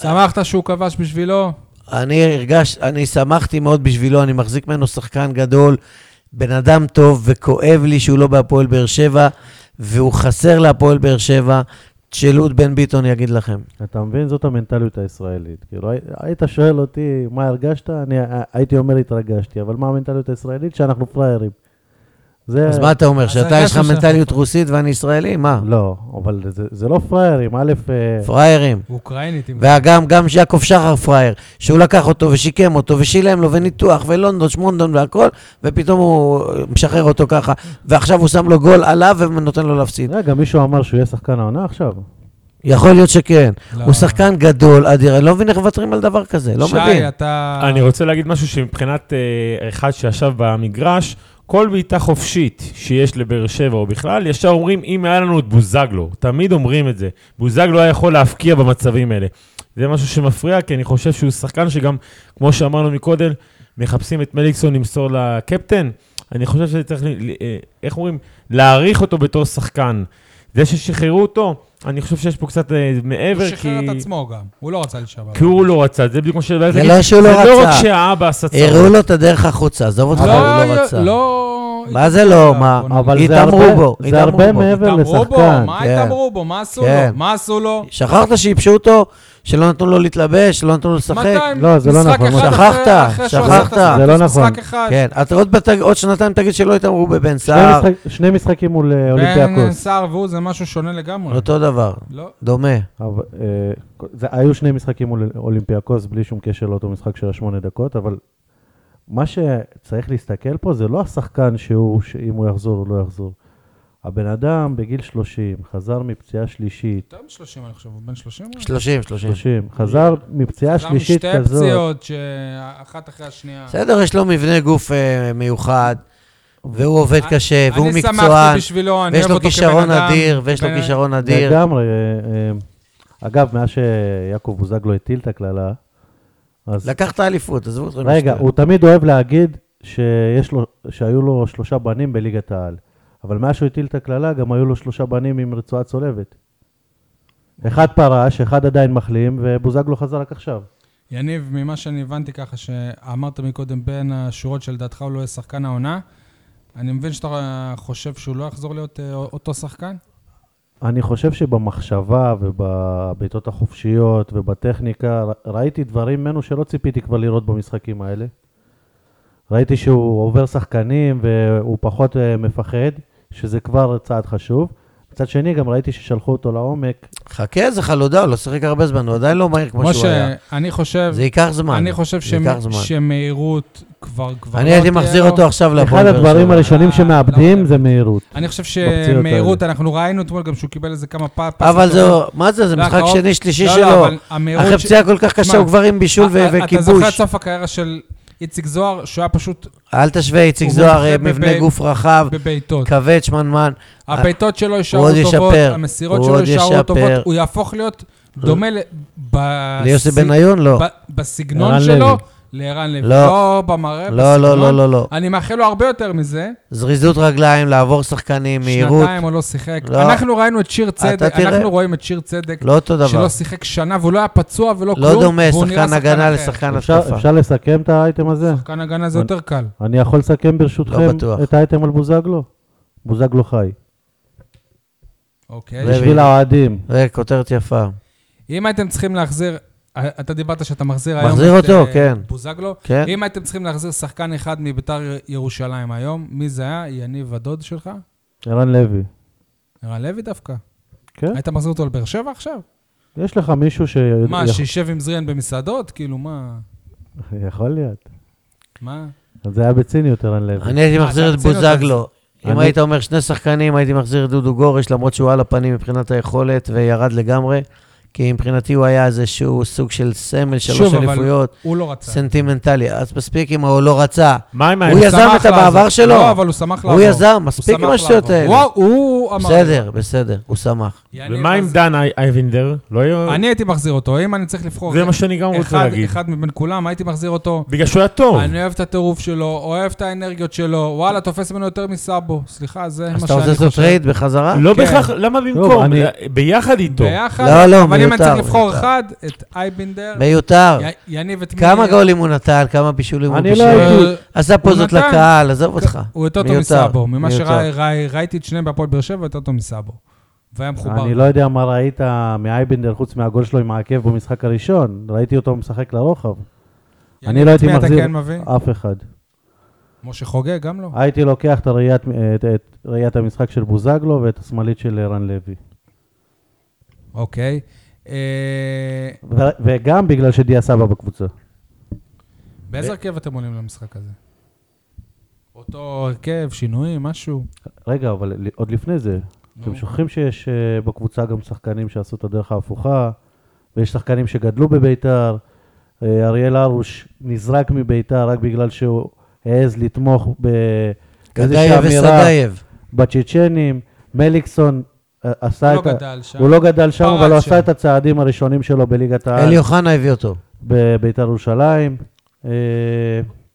שמחת שהוא כבש בשבילו?
אני הרגש, אני שמחתי מאוד בשבילו, אני מחזיק ממנו שחקן גדול. בן אדם טוב, וכואב לי שהוא לא בהפועל באר שבע, והוא חסר להפועל באר שבע. תשאלו את בן ביטון, יגיד לכם.
אתה מבין? זאת המנטליות הישראלית. כאילו, הי- היית שואל אותי מה הרגשת, אני ה- הייתי אומר התרגשתי, אבל מה המנטליות הישראלית? שאנחנו פראיירים. זה...
אז מה אתה אומר,
אז
שאתה
הרגשנו
יש לך
שאנחנו-
מנטליות רוסית ואני ישראלי? מה?
לא, אבל זה, זה לא פראיירים. א', אה,
פראיירים.
אוקראינית. עם-
וגם גם יעקב שחר פראייר, שהוא לקח אותו ושיקם אותו ושילם לו וניתוח ולונדון, שמונדון והכל, ופתאום הוא משחרר אותו ככה, ועכשיו הוא שם לו גול עליו ונותן לו להפסיד.
רגע, מישהו אמר שהוא יהיה שחקן העונה עכשיו?
יכול להיות שכן.
לא.
הוא שחקן גדול, אדיר, אני לא מבין איך מוותרים על דבר כזה, לא מבין.
שי, אתה...
אני רוצה להגיד משהו שמבחינת אה, אחד שישב במגרש, כל בעיטה חופשית שיש לבאר שבע או בכלל, ישר אומרים, אם היה לנו את בוזגלו, תמיד אומרים את זה. בוזגלו היה יכול להפקיע במצבים האלה. זה משהו שמפריע, כי אני חושב שהוא שחקן שגם, כמו שאמרנו מקודם, מחפשים את מליקסון למסור לקפטן. אני חושב שצריך, ל- ל- אה, איך אומרים, להעריך אותו בתור שחקן. זה ששחררו אותו, אני חושב שיש פה קצת אה, מעבר,
הוא
כי...
שחרר את עצמו גם, הוא לא רצה לשבת.
כי הוא לא רצה, זה בדיוק מה שבאתי
זה לא שהוא לא
זה לא
רצה.
רק שהאבא עשה
הראו
צרות.
לו את הדרך החוצה, עזוב אותך, הוא לא רצה.
לא...
מה זה לא? מה?
בוא נגיד.
אבל זה
התעמרו
הרבה,
בו,
זה
התעמרו
הרבה
בו.
מעבר
התעמרו בו,
לשחקן.
מה
כן.
התעמרו בו? מה עשו
כן.
לו? מה עשו לו?
שכחת שייבשו אותו, שלא נתנו לו להתלבש, שלא נתנו לו לשחק.
200
לא, זה לא
משחק
נכון,
אחד
משה.
אחרי-
שכחת,
אחרי שהוא עשה את
שכחת.
הסטטוס,
זה לא נכון.
משחק אחד.
כן, אתה עוד, בת... עוד שנתיים תגיד שלא התעמרו בבן
שני
סער,
משחק- שני משחקים מול אה,
בן
אולימפיאקוס.
סער והוא זה משהו שונה לגמרי.
אותו דבר,
לא.
דומה.
אבל, אה, זה- היו שני משחקים מול אולימפיאקוס, בלי שום קשר לאותו משחק של השמונה דקות, אבל מה שצריך להסתכל פה זה לא השחקן שהוא, אם הוא יחזור או לא יחזור. הבן אדם בגיל 30, חזר מפציעה שלישית,
יותר מ-30 אני חושב, הוא בן 30?
30, 30.
30, חזר מפציעה
גם
שלישית
שתי
כזאת,
כן. פציעות שאחת אחרי השנייה.
בסדר, יש לו מבנה גוף אה, מיוחד, והוא עובד קשה, והוא
אני שמחתי
מקצוען,
בשבילו, אני
ויש
אוהב
לו
אותו כבן אדם.
כישרון אדיר, ויש לו
בן-
כישרון אדיר.
לגמרי. אה, אה, אגב, מאז שיעקב בוזגלו הטיל את הקללה, אז
לקח את האליפות, עזבו אותך.
רגע, הוא תמיד אוהב להגיד שיש לו, שהיו לו שלושה בנים בליגת העל. אבל מאז שהוא הטיל את הקללה, גם היו לו שלושה בנים עם רצועה צולבת. אחד פרש, אחד עדיין מחלים, ובוזגלו חזר רק עכשיו.
יניב, ממה שאני הבנתי ככה, שאמרת מקודם בין השורות שלדעתך הוא לא יהיה שחקן העונה, אני מבין שאתה אה, חושב שהוא לא יחזור להיות אה, אותו שחקן?
אני חושב שבמחשבה ובבעיטות החופשיות ובטכניקה, ר- ראיתי דברים ממנו שלא ציפיתי כבר לראות במשחקים האלה. ראיתי שהוא עובר שחקנים והוא פחות אה, מפחד, שזה כבר צעד חשוב. מצד שני, גם ראיתי ששלחו אותו לעומק
חכה, זה חלודה, הוא לא שיחק הרבה זמן, הוא עדיין לא מהיר כמו שהוא היה.
אני חושב,
זה ייקח זמן.
אני חושב
זה ייקח זמן.
שמ- שמהירות כבר, כבר לא
אני הייתי
תהיה
מחזיר
לו.
אותו עכשיו
אחד
לפועל באר
הדברים
שבע.
הראשונים
אה,
שמאבדים
לא
זה מהירות.
אני חושב
בפציעות
שמהירות, אנחנו ראינו אתמול גם שהוא קיבל איזה כמה פ- פסים.
אבל זה,
טובים.
מה זה, זה
לא,
משחק
הקרוב-
שני, שלישי
לא, לא,
שלו.
אבל המהירות
אחרי
ש-
פציעה כל כך
שמע,
קשה, הוא כבר עם בישול ו-
אתה- אתה זוכר את
וכיבוש.
סוף הקריירה של איציק זוהר, שהוא היה פשוט
אל תשווה, איציק
הוא
זוהר,
מומחה
אה,
בב-
מבנה גוף רחב,
בבעיטות.
כבד, שמנמן.
הבעיטות שלו יישארו
הוא עוד
טובות,
ישפר.
המסירות
הוא
שלו
עוד
יישארו
ישפר.
טובות, הוא יהפוך להיות דומה ל- בס-
ליוסי בניון לא.
ב- בסגנון
ערן
שלו
לוי.
לערן לוי.
לא.
לא במראה,
לא, לא, לא,
בסגנון.
לא, לא.
אני מאחל לו הרבה יותר מזה.
זריזות רגליים, לעבור שחקנים, מהירות.
שנתיים הוא לא שיחק.
לא.
אנחנו ראינו את שיר צדק,
תראה.
אנחנו רואים את שיר צדק,
לא אותו דבר.
שלא שיחק שנה והוא לא היה פצוע ולא כלום.
לא דומה
והוא נראה
שחקן
אחר.
הגנה לשחקן
אפשר-
כן, התקפה.
אפשר לסכם את האייטם הזה?
שחקן הגנה זה יותר קל.
אני יכול לסכם ברשותכם
לא בטוח.
את האייטם על בוזגלו? בוזגלו חי.
אוקיי.
זה-
בשביל האוהדים.
זה כותרת יפה.
אם הייתם צריכים להחזיר, אה, אתה דיברת שאתה מחזיר היום
מחזיר
את
אותו,
אה,
כן.
בוזגלו.
כן?
אם הייתם צריכים להחזיר שחקן אחד מביתר ירושלים היום, מי זה היה? יניב הדוד שלך?
ערן לוי.
ערן לוי דווקא.
אה,
כן?
היית מחזיר אותו לבאר שבע עכשיו?
יש לך מישהו ש...
מה,
יכול-
שישב עם זריאן במסעדות? כאילו, מה?
יכול להיות.
מה?
אז זה היה בציניות, ערן לוי.
אני הייתי
אה,
מחזיר
אתה
את
מציל אותו.
בוזגלו. אם
אני-
היית אומר שני שחקנים, הייתי מחזיר את דודו גורש, למרות שהוא על הפנים מבחינת היכולת וירד לגמרי. כי מבחינתי הוא היה איזשהו סוג של סמל, שלוש
שוב, אבל-
אליפויות,
הוא לא רצה.
סנטימנטלי. אז מספיק אם הוא לא רצה.
מה עם
הוא
ה-
יזם
שמח
את המעבר
לעזוב.
שלו.
לא, אבל הוא שמח לעבור.
הוא יזם, מספיק עם
שמח
השטויות
לעבור.
האלה.
וואו, הוא אמר...
בסדר, בסדר, הוא שמח.
יניב,
ומה עם
אז-
דן אי- אייבינדר? לא יהיה...
אני הייתי מחזיר אותו, אם אני צריך לבחור
זה מה שאני גם רוצה
אחד-
להגיד. לא.
אחד מבין כולם, הייתי מחזיר אותו.
בגלל שהוא היה טוב.
אני אוהב את הטירוף שלו, אוהב את האנרגיות שלו, וואלה, תופס ממנו יותר מסאבו. סליחה, זה מה שאני
אז
חושב.
אתה רוצה לעשות טרייד בחזרה?
לא
כן.
בהכרח, למה
טוב,
במקום?
אני-
ביחד איתו.
ביחד?
לא, לא,
אבל אבל אם אני צריך
מיותר,
לבחור
מיותר.
אחד, את אייבינדר,
מיותר.
י- יניב את מי...
כמה גולים הוא נתן, כמה בישולים הוא
אני לא
אה,
בישל. עשה פה
הוא
זאת
נתן.
לקהל, עזוב אותך.
הוא יותר טוב
מיותר,
מסאבו. ממה
מיותר.
שראיתי את שניהם בהפועל באר שבע, הוא יותר טוב מסאבו. והיה מחובר.
אני לא יודע מה ראית מאייבנדר חוץ מהגול שלו עם העקב במשחק הראשון. ראיתי אותו משחק לרוחב.
יניב,
אני לא
את
הייתי
מי אתה
מחזיר
כן מביא?
אה.
אף אחד.
משה חוגג, גם לא.
הייתי לוקח את ראיית, את, את ראיית המשחק של בוזגלו ואת השמאלית של ערן לוי.
אוקיי. אה,
ו- וגם בגלל שדיה סבא בקבוצה.
באיזה הרכב אתם עולים למשחק הזה? אותו הרכב, שינויים, משהו?
רגע, אבל ל- עוד לפני זה, אתם
נו.
שוכחים שיש אה, בקבוצה גם שחקנים שעשו את הדרך ההפוכה, ויש שחקנים שגדלו בביתר. אה, אריאל הרוש נזרק מביתר רק בגלל שהוא העז לתמוך באיזושהי
גדייב
אמירה
וסדייב.
בצ'צ'נים. מליקסון אה, עשה
הוא
את
לא
ה...
גדל שם.
הוא לא גדל שם,
פרץ
אבל הוא
שם.
עשה את הצעדים הראשונים שלו בליגת העל
אלי אוחנה הביא אותו.
בביתר ירושלים. אה,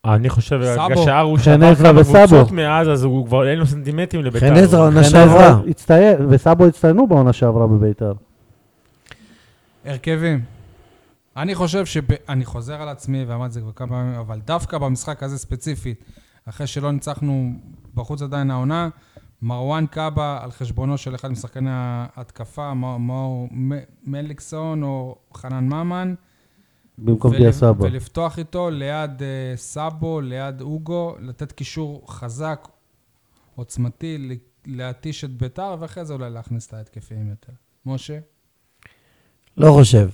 אני חושב,
סאבו.
בגלל שהרוש
חן
עבר
עזרא
כמה
וסאבו.
קבוצות מאז, אז הוא כבר אין לו סנטימטרים לביתר.
חן עזרא עונה
חן עזרא
שעברה.
הצטיין- וסאבו הצטיינו בעונה שעברה בביתר.
הרכבים. אני חושב ש... אני חוזר על עצמי, ואמרתי את זה כבר כמה פעמים, אבל דווקא במשחק הזה ספציפית, אחרי שלא ניצחנו בחוץ עדיין העונה, מרואן קאבה על חשבונו של אחד משחקני ההתקפה, מ- מאור מ- מליקסון או חנן ממן.
במקום
ול-
דיה סבא.
ולפתוח איתו ליד אה, סאבו, ליד אוגו, לתת קישור חזק, עוצמתי, ל- להתיש את ביתר, ואחרי זה אולי להכניס את ההתקפיים יותר. משה,
לא חושב.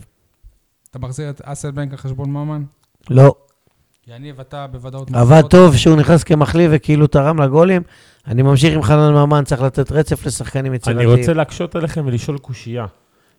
אתה מחזיר את אסלבנק על חשבון ממן?
לא.
יניב, אתה בוודאות... מחזיר
עבד
אותו.
טוב שהוא נכנס כמחליף וכאילו תרם לגולים. אני ממשיך עם חנן ממן, צריך לתת רצף לשחקנים
אני
יצירתיים.
רוצה להקשות עליכם ולשאול קושייה.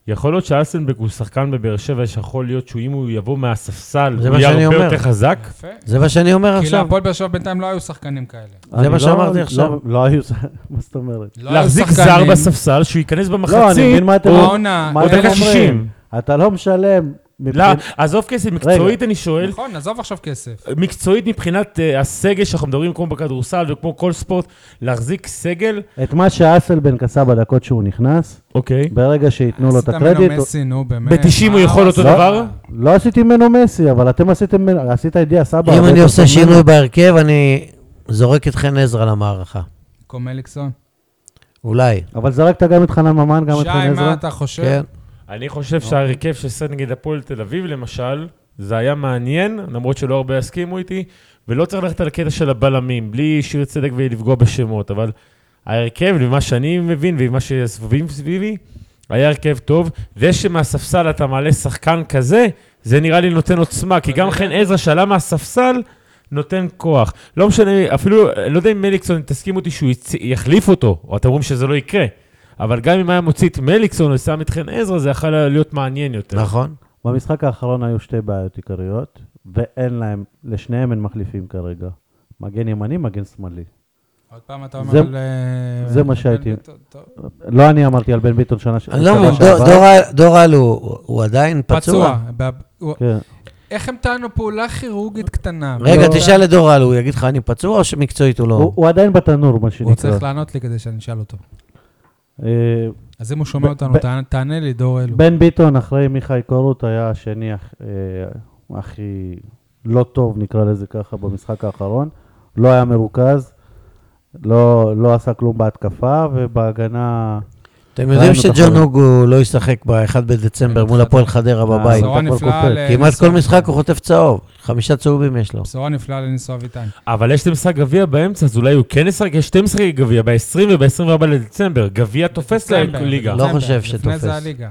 יכול להיות שאלסנבג הוא שחקן בבאר שבע, שיכול להיות שאם הוא יבוא מהספסל,
זה
הוא
מה
יהיה
שאני
הרבה
אומר.
יותר חזק?
יפה.
זה מה שאני אומר
כי
עכשיו.
להפועל באר שבע בינתיים לא היו שחקנים כאלה.
אני
מה
לא-
שאמרתי
לא-
עכשיו.
לא היו, מה זאת אומרת?
לא היו
להחזיק זר
שחקנים.
בספסל, שהוא ייכנס
לא, אני
במחצית,
מבין מה אתם
או...
העונה,
מה
או
אתם
דקה
אומרים.
60.
אתה לא משלם. מבחינת-
לא, עזוב כסף, מקצועית אני שואל,
נכון, עזוב עכשיו כסף.
מקצועית מבחינת אה, הסגל שאנחנו מדברים כמו בכדורסל וכמו כל ספורט, להחזיק סגל,
לא.
את מה שאסלבנק עשה בדקות שהוא נכנס,
אוקיי.
ברגע שייתנו לו את
עשית ממנו
הקרדיט...
מסי, נו, באמת.
ב-90 הוא
מה
יכול אותו
עשה?
דבר?
לא עשיתי ממנו מסי, אבל אתם עשיתם, ממנו- עשית את דיה סבא.
אם
הרבה
אני
יותר
עושה
ממנו.
שינוי בהרכב, אני זורק את חן עזרא למערכה.
במקום מליקסון.
אולי.
אבל זרקת גם את חנן ממן, גם את
שי,
חן עזרא.
מה אתה חושב?
כן.
אני חושב שההרכב שעשה נגד הפועל תל אביב, למשל, זה היה מעניין, למרות שלא הרבה יסכימו איתי, ולא צריך ללכת על הקטע של הבלמים, בלי שיר צדק ולפגוע בשמות, אבל ההרכב, ממה שאני מבין וממה שסבבים סביבי, היה הרכב טוב. זה שמהספסל אתה מעלה שחקן כזה, זה נראה לי נותן עוצמה, כי גם חן עזרא שעלה מהספסל, נותן כוח. לא משנה, אפילו, לא יודע אם מליקסון, תסכים אותי שהוא יצ... יחליף אותו, או אתם אומרים שזה לא יקרה. אבל גם אם היה מוציא את מליקסון ושם את חן עזרא, זה יכול היה להיות מעניין יותר.
נכון.
במשחק האחרון היו שתי בעיות עיקריות, ואין להם, לשניהם אין מחליפים כרגע. מגן ימני, מגן שמאלי.
עוד פעם אתה אומר
זה-
על... אה,
זה מה שהייתי-
על- טוב, טוב.
לא אני אמרתי על בן ביטון שנה ש-
אני לא
שנה
אומר,
שעברה.
דור- דור- דורל הוא הוא עדיין פצוע.
פצוע. ב- הוא-
כן.
איך הם טענו פעולה כירורגית קטנה?
רגע,
לא.
תשאל את דורל, הוא יגיד לך אני פצוע או שמקצועית הוא
הוא
לא?
הוא עדיין בתנור, מה שנקרא.
הוא צריך לענות לי כדי שאני אשאל אותו.
אה,
אז אם הוא שומע
ב-
אותנו,
ב-
תענה- תענה לי, דור אלו.
בן ביטון אחרי מיכאי קורות היה השני הכ- אה, הכי לא טוב, נקרא לזה ככה, במשחק האחרון. לא היה מרוכז, לא לא עשה כלום בהתקפה, ובהגנה...
אתם יודעים
ראינו את
שג'ון
החבר.
הוגו לא ישחק ב-1 בדצמבר מול הפועל חדרה בבית.
בשורה
אתה כבר
נפלאה
קופץ.
ל- לא
כמעט כל
לניסו-
משחק הוא חוטף צהוב, חמישה צהובים יש לו.
בשורה נפלאה לניסו אביטן.
אבל יש את משחק גביע באמצע, אז אולי הוא כן ישחק, יש שתי משחקי גביע, ב-20 וב-24 לדצמבר. גביע תופס להם
בדצמבר,
ליגה.
לא.
בדצמבר.
חושב
לפני
שתופס.
זה הליגה.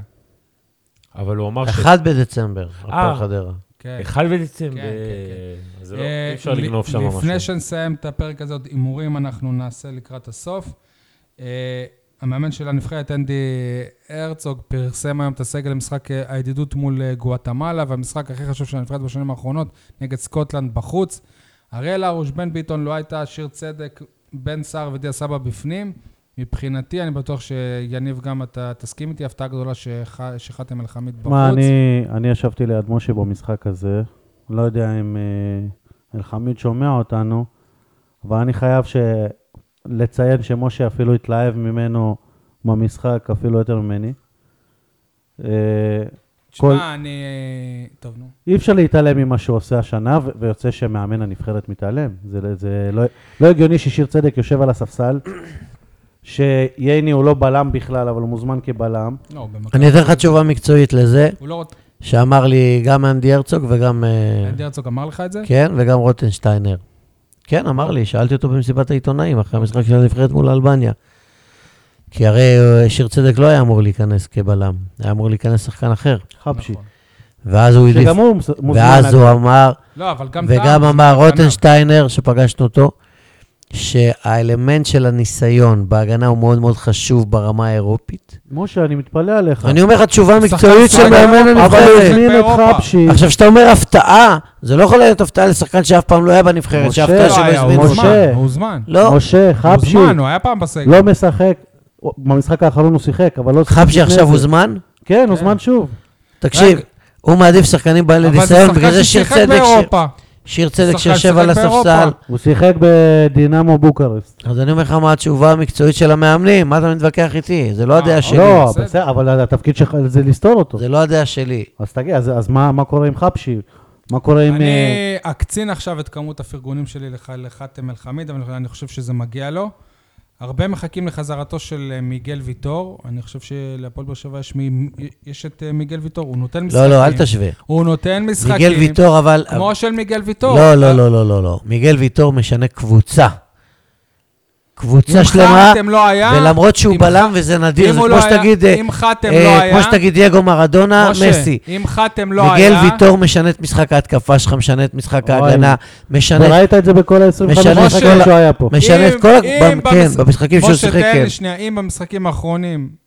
אבל הוא אמר ש...
1 בדצמבר, הפועל
אה.
חדרה.
כן.
אחד בדצמבר.
כן, כן,
אז זה לא-
אה,
אי אפשר
ל-
לגנוב שם משהו.
לפני שנסיים את הפרק הזה, עוד הימורים אנחנו נעשה לקראת הסוף. אה, המאמן של הנבחרת, אנדי הרצוג, פרסם היום את הסגל למשחק אה, הידידות מול אה, גואטמלה, והמשחק הכי חשוב של הנבחרת בשנים האחרונות, נגד סקוטלנד בחוץ. אריאל הרוש, בן ביטון, לא הייתה, שיר צדק, בן סער ודיה סבא בפנים. מבחינתי, אני בטוח שיניב גם אתה תסכים איתי, הפתעה גדולה שח- שחתם אל חמיד בחוץ.
מה, אני, אני ישבתי ליד משה במשחק הזה, לא יודע אם אה, אלחמיד שומע אותנו, אבל אני חייב ש... לציין שמשה אפילו התלהב ממנו במשחק, אפילו יותר ממני. אה, כל-
תשמע, אני... טוב, נו.
אי אפשר להתעלם ממה שהוא עושה השנה, ו- ויוצא שמאמן הנבחרת מתעלם. זה, זה לא, לא הגיוני ששיר צדק יושב על הספסל, שייני הוא לא בלם בכלל, אבל הוא מוזמן כבלם.
לא, במכבי.
אני אתן לך תשובה מקצועית לזה,
הוא לא רוצה...
שאמר לי גם אנדי הרצוג וגם... אה,
אנדי הרצוג אמר לך את זה?
כן, וגם רוטנשטיינר. כן, אמר לי, שאלתי אותו במסיבת העיתונאים, אחרי המשחק של הנבחרת מול אלבניה. כי הרי אה, שיר צדק לא היה אמור להיכנס כבלם, היה אמור להיכנס שחקן אחר.
חבשי.
נכון.
ואז הוא העדיף,
שגם הוא מוז- מוזמן.
ואז
אגב.
הוא אמר,
לא, אבל גם...
וגם
טעם,
אמר
זה
רוטנשטיינר, שפגשנו אותו, שהאלמנט של הניסיון בהגנה הוא מאוד מאוד חשוב ברמה האירופית.
משה, אני מתפלא עליך.
אני אומר לך תשובה
נכון. שחקן
מקצועית של
שחקן
מאמן
אירופה.
אבל הוא
הנבחרת.
הזמין את
באירופה.
חבשי.
עכשיו, כשאתה אומר הפתעה, זה לא יכול להיות הפתעה לשחקן שאף פעם לא היה בנבחרת,
משה,
שהפתעה
לא
שלא
היה, הוא
הזמינו
משה.
אותו.
הוזמן, הוא הוזמן.
לא,
משה,
הוא
חבשי
הוזמן, הוא היה פעם בסגל.
לא משחק. הוא- במשחק האחרון הוא שיחק, אבל לא... שיחק
חבשי
לפני
עכשיו
זה.
הוזמן?
כן, הוזמן שוב.
תקשיב,
רק-
הוא מעדיף שחקנים בעלי
אבל זה
ניסיון,
שחקן
בגלל זה שיר
ששיחק
צדק, ש-
באירופה.
שיר צדק
שחקן
שיושב
ששיחק
על
באירופה.
הספסל.
הוא שיחק בדינמו בוקרסט.
אז אני אומר לך מה התשובה המקצועית של המאמנים, מה אתה מתווכח איתי? זה לא
אה,
הדעה
אוקיי.
שלי.
לא,
בסדר.
בסדר, אבל התפקיד שלך זה לסתור אותו.
זה לא הדעה שלי.
אז תגיד, אז, אז מה, מה קורה עם חבשי? מה קורה עם... אה,
אני אקצין עכשיו את כמות הפרגונים שלי לח- לחאתם אל-חמיד, אבל אני חושב שזה מגיע לו. הרבה מחכים לחזרתו של אה, מיגל ויטור. אני חושב שלהפועל באר שבע יש מי- יש את אה, מיגל ויטור. הוא נותן משחקים.
לא, לא, אל תשווה.
הוא נותן משחקים.
מיגל ויטור, אבל...
כמו אה? של מיגל ויטור.
לא, לא, לא, לא, לא, לא. מיגל ויטור משנה קבוצה. קבוצה
אם
שלמה,
חתם לא היה,
ולמרות שהוא
אם
בלם וזה נדיר,
אם
זה
הוא
כמו
לא היה-
שתגיד... אה,
אם חתם
אה,
לא היה,
כמו שתגיד דייגו מרדונה,
משה,
מסי.
אם חתם לא היה,
מיגל ויטור משנה את משחק ההתקפה שלך, משנה את משחק
אוי.
ההגנה, משנה
וראית את זה בכל ה-25
משנה את
משחקים
כל-
שהוא היה פה.
משנה את
אם-
כל... ה-
אם
במ- כן,
במש-
במשחקים שהוא
משה,
שיחק,
תן
כן.
לי שנייה, אם במשחקים האחרונים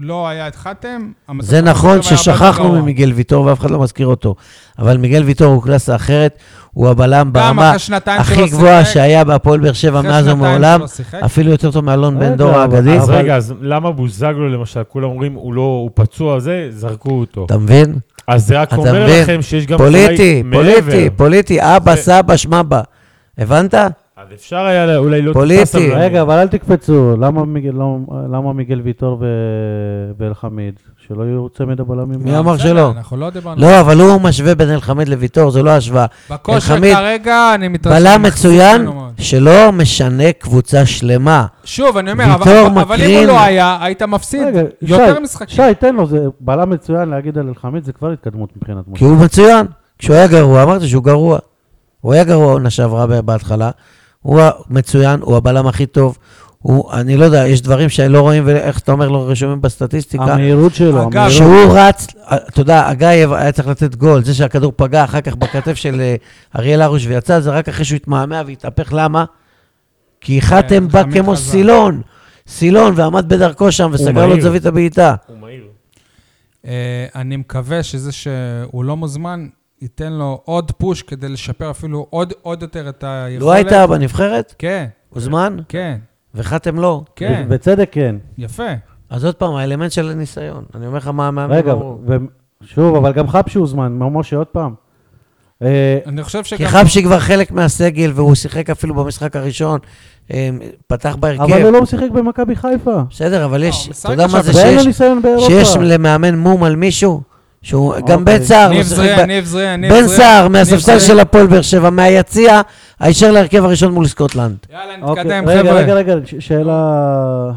לא היה את חתם, המצב
זה
של
נכון
באר שבע היה הרבה יותר
ששכחנו
גרוע.
ממיגל ויטור ואף אחד לא מזכיר אותו, אבל מיגל ויטור הוא קלאסה אחרת, הוא הבלם
גם
ברמה
אחרי שנתיים שלא
הכי
שיחק,
גבוהה שהיה בהפועל באר שבע
אחרי
מאז
שנתיים
ומעולם,
שלא שיחק.
אפילו יותר טוב מאלון
רגע,
בן דור
אבל-
האגדי.
אז
אבל-
רגע, אז למה בוזגלו למשל, כולם אומרים, הוא לא, הוא פצוע זה, זרקו אותו.
אתה מבין?
אז זה רק
אתה
אומר
מבין?
לכם שיש גם...
פוליטי,
אולי
פוליטי,
מעבר.
פוליטי, אבא,
זה-
סבא, שמבא. הבנת?
נכון.
אז אפשר היה לה- אולי לא...
פוליטי.
טיפה סבלני.
רגע, אבל אל תקפצו, למה מיגל, לא, למה מיגל ויטור ו... ואלחמיד? שלא יהיו צמד הבלמים.
מי אמר
אה, בסדר,
שלא?
אנחנו לא דיברנו.
לא, אבל הוא משווה בין אלחמיד לוויטור, זו לא השוואה.
בכושר
אלחמיד,
כרגע אני מתרשם.
בלם
מחזיק
מצוין,
ממנו מאוד.
שלא משנה קבוצה שלמה.
שוב, אני אומר, אבל-
ויטור
אבל- אבל אם
מקרין.
הוא לא היה, היית מפסיד.
רגע,
יותר
שי,
משחקים.
שי, תן לו, זה בלם מצוין להגיד על אלחמיד, זה כבר התקדמות מבחינת
כי
משה.
הוא מצוין. כשהוא היה גרוע, אמרתי שהוא גרוע. הוא היה גרוע עונה שעברה ב- בהתחלה. הוא ה- מצוין, הוא הבלם הכי טוב. הוא, אני לא יודע, יש דברים שלא רואים, ואיך אתה אומר, לא רשומים בסטטיסטיקה.
המהירות שלו,
אגב,
המהירות.
שהוא רץ, אה, אתה יודע, אגייב היה צריך לתת גול, זה שהכדור פגע אחר כך בכתף של אה, אריאל הרוש ויצא, זה רק אחרי שהוא התמהמה והתהפך, למה? כי
כן,
איחדתם בה
חמיד
כמו
חזר.
סילון, סילון, ועמד בדרכו שם וסגר לו
מהיר.
את זווית הבעיטה.
הוא מהיר.
אה, אני מקווה שזה שהוא לא מוזמן, ייתן לו עוד פוש כדי לשפר אפילו עוד עוד יותר את היכולת.
לו לא הייתה בנבחרת,
כן,
הוזמן,
כן,
וחתם לא.
כן,
בצדק כן.
יפה.
אז עוד פעם, האלמנט של הניסיון. אני אומר לך מה המאמן
רגע,
אמרו.
ו- שוב, אבל גם חבשי הוזמן, משה, עוד פעם. אה,
אני חושב
כי
שגם...
חבשי כבר חלק מהסגל, והוא שיחק אפילו במשחק הראשון, אה, פתח
אבל
בהרכב.
הוא לא משחק במכבי חיפה.
בסדר, אבל
לא,
יש,
הוא
אתה יודע
משחק
מה זה
עכשיו,
ואין לו
שיש...
ניסיון באירופה.
שיש למאמן מום על מישהו, שהוא גם
אוקיי.
בן סער, הוא
ניב
שיחק
זריה,
ב-
ניב זריה, ניב זריה.
בן סער
ניב
מהספסל
זריה.
של הפועל באר שבע, מהיציע, הישר להרכב הראשון מול סקוטלנד.
יאללה,
אוקיי,
נתקדם,
רגע, רגע,
חבר'ה.
רגע, ש- שאלה...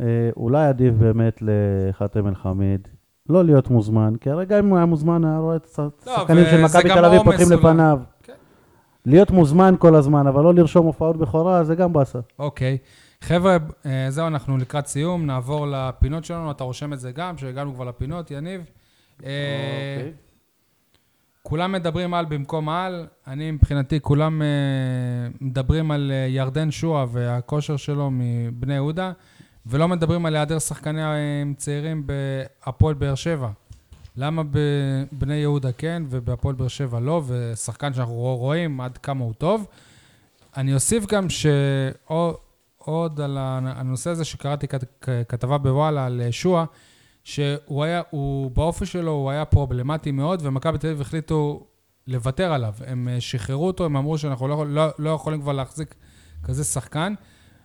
אה, אולי עדיף באמת לחאתם אל-חמיד לא להיות מוזמן, כי הרגע אם הוא היה מוזמן, היה רואה את השחקנים
לא,
של
וזה
מכבי
גם
תל אביב
עומס
פותחים
אולי.
לפניו.
כן.
להיות מוזמן כל הזמן, אבל לא לרשום הופעות בכורה, זה גם באסה.
אוקיי. חבר'ה, אה, זהו, אנחנו לקראת סיום, נעבור לפינות שלנו, אתה רושם את זה גם, שהגענו כבר לפינות, יניב. אה,
אוקיי.
כולם מדברים על במקום על, אני מבחינתי, כולם אה, מדברים על אה, ירדן שועה והכושר שלו מבני יהודה, ולא מדברים על היעדר שחקני אה, צעירים בהפועל באר שבע. למה בבני יהודה כן ובהפועל באר שבע לא, ושחקן שאנחנו רואים עד כמה הוא טוב. אני אוסיף גם שעוד על הנ- הנושא הזה שקראתי כת- כ- כתבה בוואלה על אה, שועה, שהוא היה, הוא, באופי שלו הוא היה פרובלמטי מאוד, ומכבי תל אביב החליטו לוותר עליו. הם אה, שחררו אותו, הם אמרו שאנחנו לא, יכול- לא, לא יכולים כבר להחזיק כזה שחקן.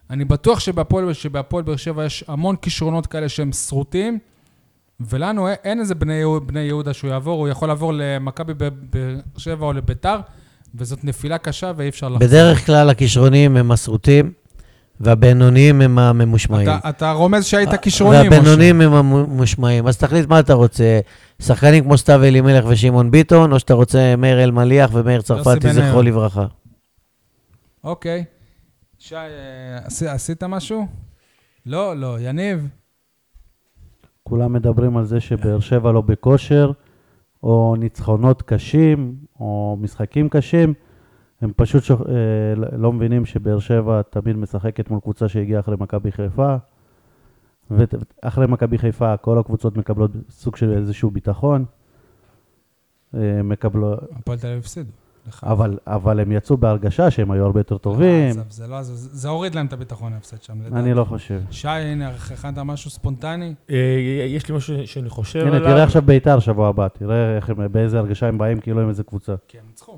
אני בטוח שבהפועל שבהפועל באר שבע יש המון כישרונות כאלה שהם שרוטים, ולנו א- אין איזה בני, יהו- בני יהודה שהוא יעבור, הוא יכול לעבור למכבי ב- באר שבע או לביתר, וזאת נפילה קשה ואי אפשר לחזור.
בדרך כלל הכישרונים הם מסרוטים, והבינוניים הם הממושמעים.
אתה, אתה רומז שהיית כישרוני, משה.
והבינוניים הם המושמעים. אז תחליט מה אתה רוצה. שחקנים כמו סתיו אלימלך ושמעון ביטון, או שאתה רוצה מאיר אלמליח ומאיר צרפתי,
בן-ארי.
זכרו לברכה.
אוקיי. שי, אה, עשי- עשית משהו? לא, לא. יניב?
כולם מדברים על זה שבאר שבע לא בכושר, או ניצחונות קשים, או משחקים קשים. הם פשוט שוכ... אה, לא- לא מבינים שבאר שבע תמיד משחקת מול קבוצה שהגיעה אחרי מכבי חיפה. ואחרי מכבי חיפה כל הקבוצות מקבלות סוג של איזשהו ביטחון. אה, מקבלות...
הפועל תל אביב הפסידו. לך.
אבל, אבל הם יצאו בהרגשה שהם היו הרבה יותר
אה,
טובים.
עזוב, זה לא, זה, זה הוריד להם את הביטחון ההפסד שם, לדעתי.
אני לא חושב.
שי, הנה, הכנת משהו ספונטני?
אה, יש לי משהו שאני חושב
הנה,
עליו.
תראה עכשיו ביתר שבוע הבא, תראה איך הם, באיזה הרגשה הם באים, כאילו הם איזה קבוצה.
כי הם כן, ניצחו.
כן.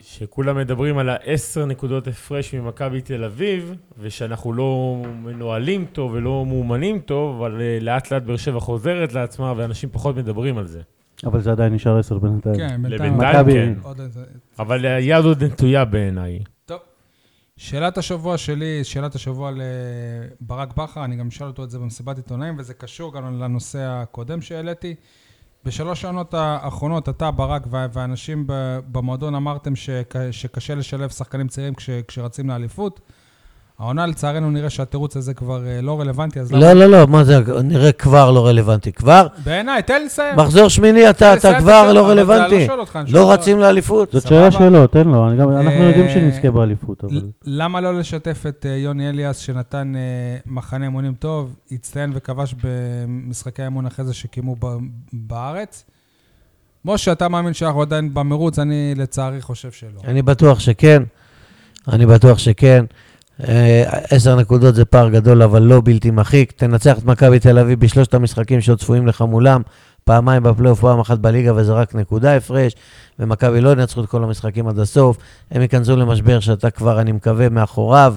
שכולם מדברים על העשר נקודות הפרש ממכבי תל אביב, ושאנחנו לא מנוהלים טוב ולא מאומנים טוב, אבל אה, לאט לאט באר שבע חוזרת לעצמה, ואנשים פחות מדברים על זה.
אבל זה עדיין נשאר עשר בינתיים.
כן, בינתיים.
לבינתיים
מכבי-
כן.
עוד איזה-
אבל היד עוד נטויה בעיניי.
טוב. שאלת השבוע שלי, שאלת השבוע לברק בכר, אני גם אשאל אותו את זה במסיבת עיתונאים, וזה קשור גם לנושא הקודם שהעליתי. בשלוש העונות האחרונות, אתה, ברק, וה- והאנשים ב- במועדון אמרתם שק- שקשה לשלב שחקנים צעירים כש- כשרצים לאליפות. העונה, לצערנו, נראה שהתירוץ הזה כבר אה, לא רלוונטי, אז
לא, לא, לא, מה זה, נראה כבר לא רלוונטי. כבר?
בעיניי, תן לי לסיים.
מחזור שמיני אתה,
תן
אתה
לי לסיים את
כבר
השאלה, כן.
לא
אבל זה- אני
רלוונטי.
שואל אותך, אני שואל
לא
אותך.
רצים לאליפות.
זאת
סבבה.
שאלה שלו, תן לו, אני גם- אנחנו
אה,
יודעים שנזכה באליפות, אבל...
ל- למה לא לשתף את אה, יוני אליאס, שנתן אה, מחנה אימונים טוב, הצטיין וכבש במשחקי האימון אחרי זה שקיימו ב- בארץ? משה, אתה מאמין שאנחנו עדיין במרוץ, אני לצערי חושב שלא.
אני בטוח שכן, אני בטוח שכן. אה, עשר נקודות זה פער גדול, אבל לא בלתי מחיק. תנצח את מכבי תל אביב בשלושת המשחקים שעוד צפויים לך מולם, פעמיים בפלייאוף, פעם אחת בליגה, וזה רק נקודה הפרש, ומכבי לא ינצחו את כל המשחקים עד הסוף. הם ייכנסו למשבר שאתה כבר, אני מקווה, מאחוריו,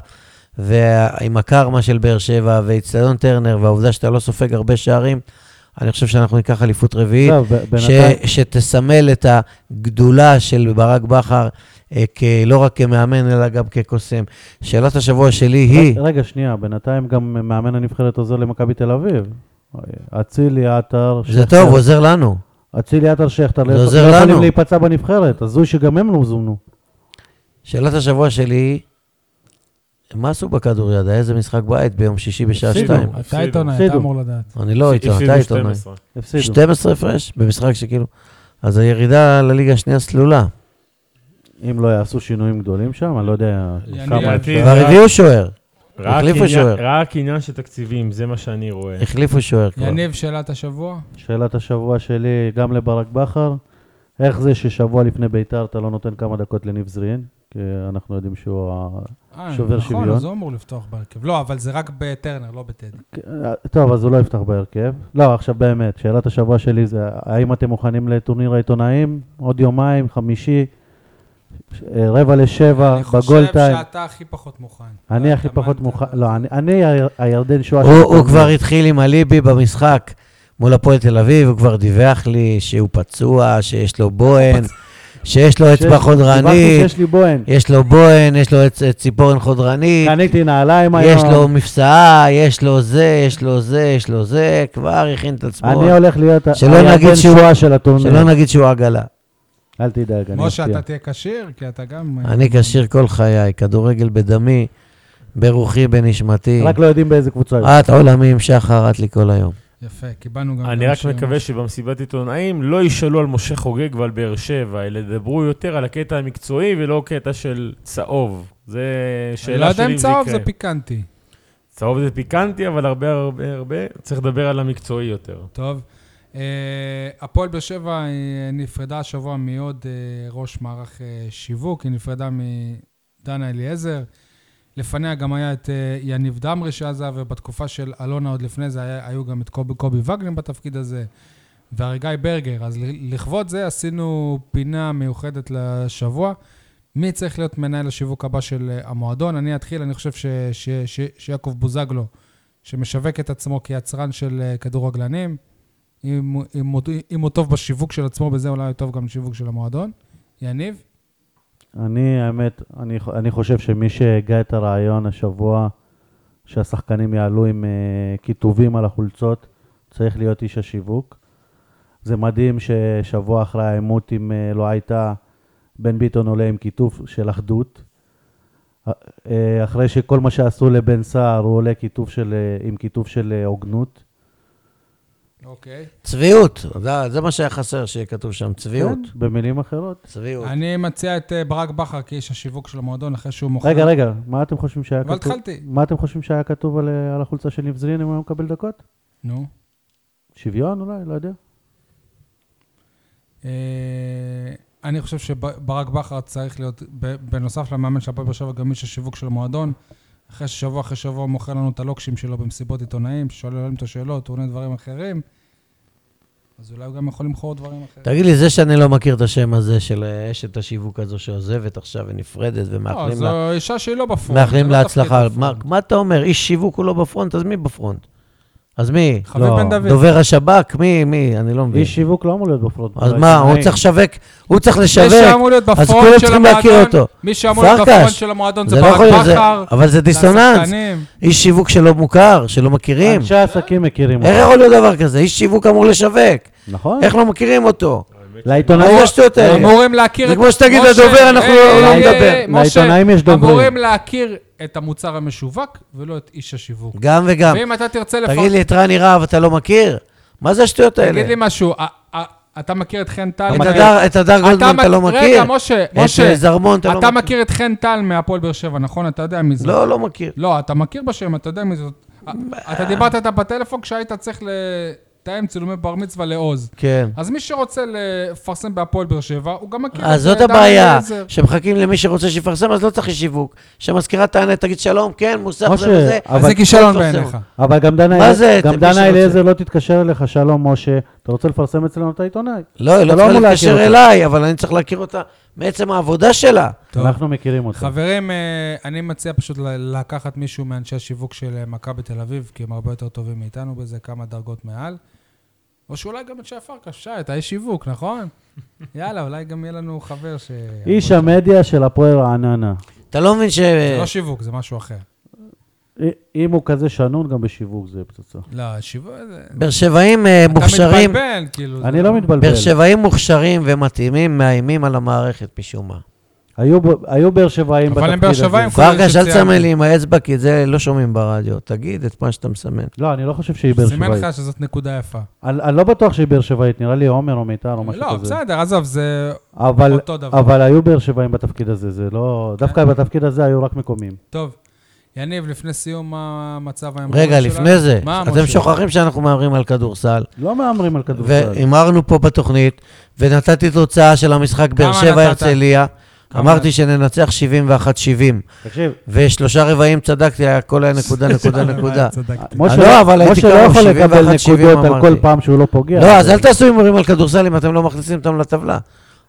ועם הקרמה של באר שבע, ואיצטדיון טרנר, והעובדה שאתה לא סופג הרבה שערים, אני חושב שאנחנו ניקח אליפות רביעית.
טוב, ב-
ש,
בינתיים-
שתסמל את הגדולה של ברק בכר, אה, כ- לא רק כמאמן, אלא גם כקוסם. שאלת השבוע שלי היא,
רגע, שנייה, בינתיים גם מאמן הנבחרת עוזר למכבי תל אביב. אצילי עטר,
זה טוב, הוא עוזר לנו.
אצילי עטר שכטר, לא
עוזר
יכולים
לנו.
להיפצע בנבחרת, הזוי שגם הם לא זומנו.
שאלת השבוע שלי היא, מה עשו בכדוריד? היה איזה משחק בית ביום שישי בשעה
הפסידו.
שתיים.
אתה עיתונאי, אתה
הפסידו.
אמור לדעת.
אני לא איתו, אתה
הפסידו
עיתונאי.
12.
הפסידו.
12 הפרש במשחק שכאילו... אז הירידה לליגה השנייה סלולה.
אם לא יעשו שינויים גדולים שם, אני לא יודע
אני
כמה
לדעתי-
אפשר.
כבר הביאו שוער,
רק
החליפו
עניין-
שוער.
רק עניין של תקציבים, זה מה שאני רואה.
החליפו שוער כבר.
יניב, שאלת השבוע?
שאלת השבוע שלי, גם לברק בכר, איך זה ששבוע לפני ביתר אתה לא נותן כמה דקות לניב זריאן? כי אנחנו יודעים שהוא ה-
אה,
שובר
נכון,
שוויון.
אז הוא אמור לפתוח בהרכב. לא, אבל זה רק בטרנר, לא בטדי.
טוב, אז הוא לא יפתח בהרכב. לא, עכשיו באמת, שאלת השבוע שלי זה, האם אתם מוכנים לטורניר העיתונאים? עוד יומיים, חמישי, ש- אה, רבע לשבע,
אני חושב
בגול טיים.
שאתה הכי פחות מוכן.
אני
לא
הכי
התאמנת.
פחות מוכן, לא, אני- אני ה- הירדן שואה.
הוא,
של
הוא
הטורניר.
כבר התחיל עם אליבי במשחק מול הפועל תל אביב, הוא כבר דיווח לי שהוא פצוע, שיש לו בוהן, שיש לו
שיש-
אצבע
דיברתי
חודרנית,
שיש לי בוהן.
יש לו בוהן, יש לו עץ- ציפורן חודרנית,
קניתי נעליים היום.
יש לו מפסעה, יש לו זה, יש לו זה, יש לו זה, כבר הכין את עצמו.
אני לא הולך להיות ה-
שלא נגיד
הירדן
שהוא-
שואה של
שלא
הטורניר.
נגיד שהוא עגלה.
אל תדאג, אני
משה,
אפתיע.
אתה תהיה כשיר, כי אתה גם... אה,
אני כשיר כל חיי, כדורגל בדמי, ברוחי, בנשמתי.
רק לא יודעים באיזה קבוצה. הוא.
את עולמי עם שחר, את לי כל היום.
יפה, קיבלנו גם...
אני
גם
רק
שיר.
מקווה שבמסיבת עיתונאים לא ישאלו על משה חוגג ועל באר שבע, אלא ידברו יותר על הקטע המקצועי ולא קטע של צהוב. זה
אני לא
שאלה
יודע
שלי
אם
אם זה
צהוב
יקרה.
זה פיקנטי.
צהוב זה פיקנטי, אבל הרבה הרבה הרבה צריך לדבר על המקצועי יותר.
טוב. אה, הפועל באר שבע אה, נפרדה השבוע מעוד אה, ראש מערך אה, שיווק, היא נפרדה מדנה אליעזר. לפניה גם היה את אה, יניב דמרי שעזב, ובתקופה של אלונה עוד לפני זה היה, היו גם את קובי, קובי וגנר בתפקיד הזה, והרגי ברגר. אז ל- לכבוד זה עשינו פינה מיוחדת לשבוע. מי צריך להיות מנהל השיווק הבא של אה, המועדון? אני אתחיל, אני חושב ש, ש, ש, שיעקב בוזגלו, שמשווק את עצמו כיצרן של אה, כדורגלנים, אם, הוא- אם, הוא- אם הוא טוב בשיווק של עצמו, בזה אולי הוא טוב גם בשיווק של המועדון. יניב?
אני, האמת, אני, ח- אני חושב שמי שהגה את הרעיון השבוע שהשחקנים יעלו עם uh, כיתובים על החולצות, צריך להיות איש השיווק. זה מדהים ששבוע אחרי העימות, אם uh, לא הייתה, בן ביטון עולה עם כיתוב של אחדות. אה, אה, אחרי שכל מה שעשו לבן סער, הוא עולה כיתוב של, אה, עם כיתוב של אה, הוגנות.
אוקיי.
צביעות, זה- זה מה שהיה חסר שיהיה כתוב שם, צביעות.
כן, במילים אחרות.
צביעות.
אני מציע את אה, ברק בכר כאיש השיווק של המועדון, אחרי שהוא מוכר...
רגע, רגע, מה אתם חושבים שהיה
אבל
כתוב?
התחלתי.
מה אתם חושבים שהיה כתוב על, אה, על החולצה של ניב זרין אם הוא היה מקבל דקות?
נו.
שוויון אולי? לא יודע.
אה, אני חושב שברק בכר צריך להיות, ב- בנוסף למאמן של הפועל באר שבע, גם איש השיווק של המועדון. אחרי ששבוע אחרי שבוע הוא מוכר לנו את הלוקשים שלו במסיבות עיתונאים, שואלים עליהם את השאלות, הוא עונה דברים אחרים, אז אולי הוא גם יכול למכור דברים אחרים.
תגיד לי, זה שאני לא מכיר את השם הזה של אה, אשת השיווק הזו שעוזבת עכשיו ונפרדת
לא,
ומאחלים לה...
זו אישה שהיא לא בפרונט.
מאחלים
זה לא
לה
תפקיד
הצלחה.
בפרונט.
מרק, מה אתה אומר? איש שיווק הוא לא בפרונט, אז מי בפרונט? אז מי?
חביב
לא,
בן דוד.
דובר השב"כ? מי? מי? אני לא מבין.
איש שיווק לא אמור להיות בפרונט.
אז
לא,
מה, הוא
עיתונאי.
צריך לשווק, הוא צריך
מי
לשווק.
שאמור להיות
אז
בפרונט
כולם
של
צריכים להכיר
המועדון,
אותו.
מי שאמור להיות
פרקש.
בפרונט של המועדון זה
זה לא יכול
ברק
להיות, זה-
בכר.
אבל זה דיסוננס.
לשחקנים.
איש שיווק שלא מוכר, שלא מכירים.
אנשי העסקים מכירים
איך
אותו,
יכול להיות דבר כזה? איש שיווק אמור לשווק.
נכון? אה,
איך לא מכירים אותו? מה
לעיתונאים
זה השטויות
הם
האלה?
אמורים להכיר...
אה, זה
את-
כמו שתגיד
משה,
לדובר, אנחנו
אה,
לא- לא
אה,
נדבר.
אה, משה,
לעיתונאים יש דוברים.
אמורים להכיר את המוצר המשווק ולא את איש השיווק.
גם וגם.
ואם אתה תרצה
תגיד
לפרט...
לי, את רני רהב אתה לא מכיר? מה זה השטויות האלה?
תגיד לי משהו, אה, אה, אתה מכיר את חן טל?
את
מה-
הדר- את הדר גולדמן
מכ-
אתה לא מכיר?
רגע, משה, משה,
את זרמון אתה לא
אתה מכיר את חן טל מהפועל באר שבע, נכון? אתה יודע מי זה.
לא, לא מכיר.
לא, אתה מכיר בשם, אתה יודע מי זאת. אתה דיברת איתה בטלפון כשהיית צריך לתאם צילומי בר מצווה לעוז.
כן.
אז מי שרוצה לפרסם בהפועל באר שבע, הוא גם מכיר
אז
אה,
זאת
דן
הבעיה,
אליעזר.
שמחכים למי שרוצה שיפרסם, אז לא צריך איש שיווק. שהמזכירה תענה, תגיד שלום, כן, מוסף זה
משה,
וזה.
אבל-
אז זה כישלון
לא
בעיניך.
אה, אבל גם דנה
מה זה,
גם
מי
דנה
שרוצה?
אליעזר לא תתקשר אליך, שלום משה, אתה רוצה לפרסם אצלנו את העיתונאי?
לא, היא לא
אתה לא
צריכה
אמור להכיר
להתקשר
אותה.
אליי, אבל אני צריך להכיר אותה מעצם העבודה שלה.
טוב.
אנחנו מכירים אותו.
חברים, אה, אני מציע פשוט ל- לקחת מישהו מאנשי השיווק של אה, מכבי תל אביב, כי הם הרבה יותר טובים מאיתנו בזה, כמה דרגות מעל. או שאולי גם את שי פרקש, שי, אתה איש שיווק, נכון? יאללה, אולי גם יהיה לנו חבר ש...
איש המדיה של הפועל רעננה.
אתה לא מבין ש...
זה לא שיווק, זה משהו אחר.
אי- אה, אם הוא כזה שנון, גם בשיווק זה פצצה.
לא, שיווק זה...
באר שבעים אה,
אתה
מוכשרים,
מתבלבל, כאילו.
אני לא מתבלבל.
באר שבעים מוכשרים ומתאימים, מאיימים על המערכת משום מה.
היו ב- היו באר שבעים
אבל
בתפקיד
הם באר
הזה.
שבעים. כל אלה
פרקש, אל
שציינתי.
תסמן לי עם האצבע, כי את זה לא שומעים ברדיו. תגיד את מה שאתה מסמן.
לא, אני לא חושב שהיא באר
זה סימן
שבעית.
לך שזאת נקודה יפה.
אני אני לא בטוח שהיא באר שבעית, נראה לי עומר או מיתר או משהו
לא,
כזה.
בסדר, עזוב, זה
אבל-
אותו דבר.
אבל היו באר שבעים בתפקיד הזה, זה לא...
כן.
דווקא בתפקיד הזה היו רק מקומיים.
טוב. יניב, לפני סיום, מה המצב היום?
רגע,
שלנו?
לפני זה,
מה, אה,
אתם
משה?
שוכחים שאנחנו מהמרים על כדורסל,
לא מהמרים על כדורסל.
והימרנו פה בתוכנית, ונתתי תוצאה של המשחק באר
כמה
שבע
נתת?
הרצליה.
כמה
אמרתי
נתת?
שננצח 71-70,
תקשיב,
ושלושה רבעים צדקתי, הכל היה נקודה, נקודה, נקודה.
אה, צדקתי.
משה
לא, אבל הייתי
משה לא
קרוב,
יכול לקבל
71-70
נקודות על כל
אמרתי.
פעם שהוא לא פוגע.
לא, אז אל תעשו הימורים על כדורסל אם אתם לא מכניסים אותם לטבלה.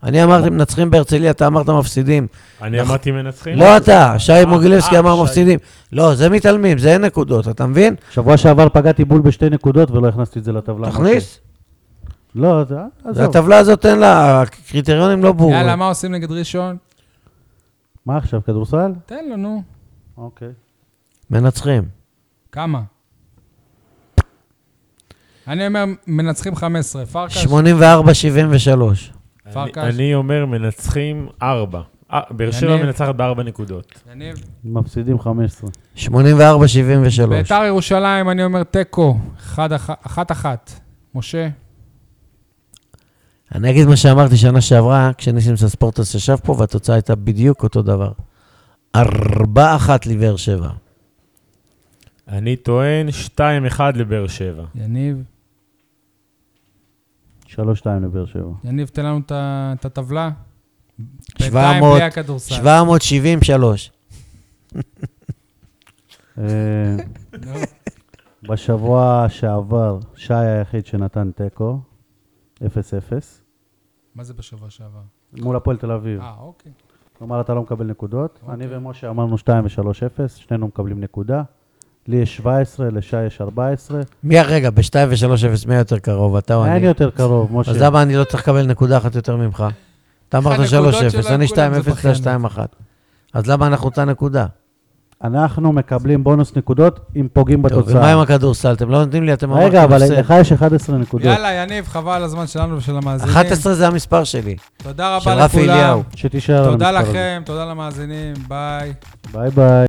אני אמרתי מנצחים בהרצליה, אתה אמרת מפסידים.
אני אמרתי מנצחים.
אה,
לא אתה, שי מוגילבסקי
אה,
אמר
שי.
מפסידים. לא, זה מתעלמים, זה אין נקודות, אתה מבין?
שבוע שעבר פגעתי בול בשתי נקודות ולא הכנסתי את זה
לא,
לטבלה.
תכניס.
משה. לא, זה-
זה
עזוב.
הטבלה הזאת אין לה, הקריטריונים לא ברורים.
אוקיי. יאללה, מה עושים נגד ראשון?
מה עכשיו, כדורסל?
תן לו, נו.
אוקיי.
מנצחים.
כמה? אני אומר, מנצחים 15. פרקש?
84-73.
אני-
פרקש?
אני אומר מנצחים ארבע. אה, באר שבע
יניב.
מנצחת בארבע נקודות.
יניב?
מפסידים 15.
84-73.
ביתר ירושלים, אני אומר תיקו. אחד אח- אחת-אחת. משה?
אני אגיד מה שאמרתי שנה שעברה, כשניסים סספורטס ישב פה, והתוצאה הייתה בדיוק אותו דבר. ארבע אחת לבאר שבע.
אני טוען 2-1 לבאר שבע.
יניב?
3-2 לבאר שבע.
יניב, תן לנו את ה- את הטבלה.
700,
בינתיים בלי הכדורסל.
773.
אה, בשבוע שעבר, שי היחיד שנתן תיקו, 0-0,
מה זה בשבוע שעבר?
מול הפועל תל אביב.
אה, אוקיי.
כלומר, אתה לא מקבל נקודות. אני
אוקיי.
ומשה אמרנו 2 ו-3-0, שנינו מקבלים נקודה. לי יש 17, לשי יש 14.
מי, רגע, ב-2 ו-3 0 מי יותר קרוב, אתה או
אין
לא, אני?
יותר קרוב, משה.
אז למה אני לא צריך לקבל נקודה אחת יותר ממך? אתה אמרת
הנקודות
3
של
0, אני 2
כולם זה
0, אתה
בכיינות.
2 1. אז למה אנחנו אותה נקודה?
אנחנו מקבלים בונוס נקודות אם פוגעים
טוב, ומה
בתוצאה.
עם הכדורסל? אתם לא נותנים לי, אתם אמרתם
רגע, אבל
הפסד.
לך יש 11 נקודות.
יאללה, יניב, חבל על הזמן שלנו ושל המאזינים.
11 זה המספר שלי,
תודה
של
רבה
רפי
לכולם.
אליהו.
שתישאר על
תודה
המספר הזה.
לכם, תודה למאזינים, ביי.
ביי ביי.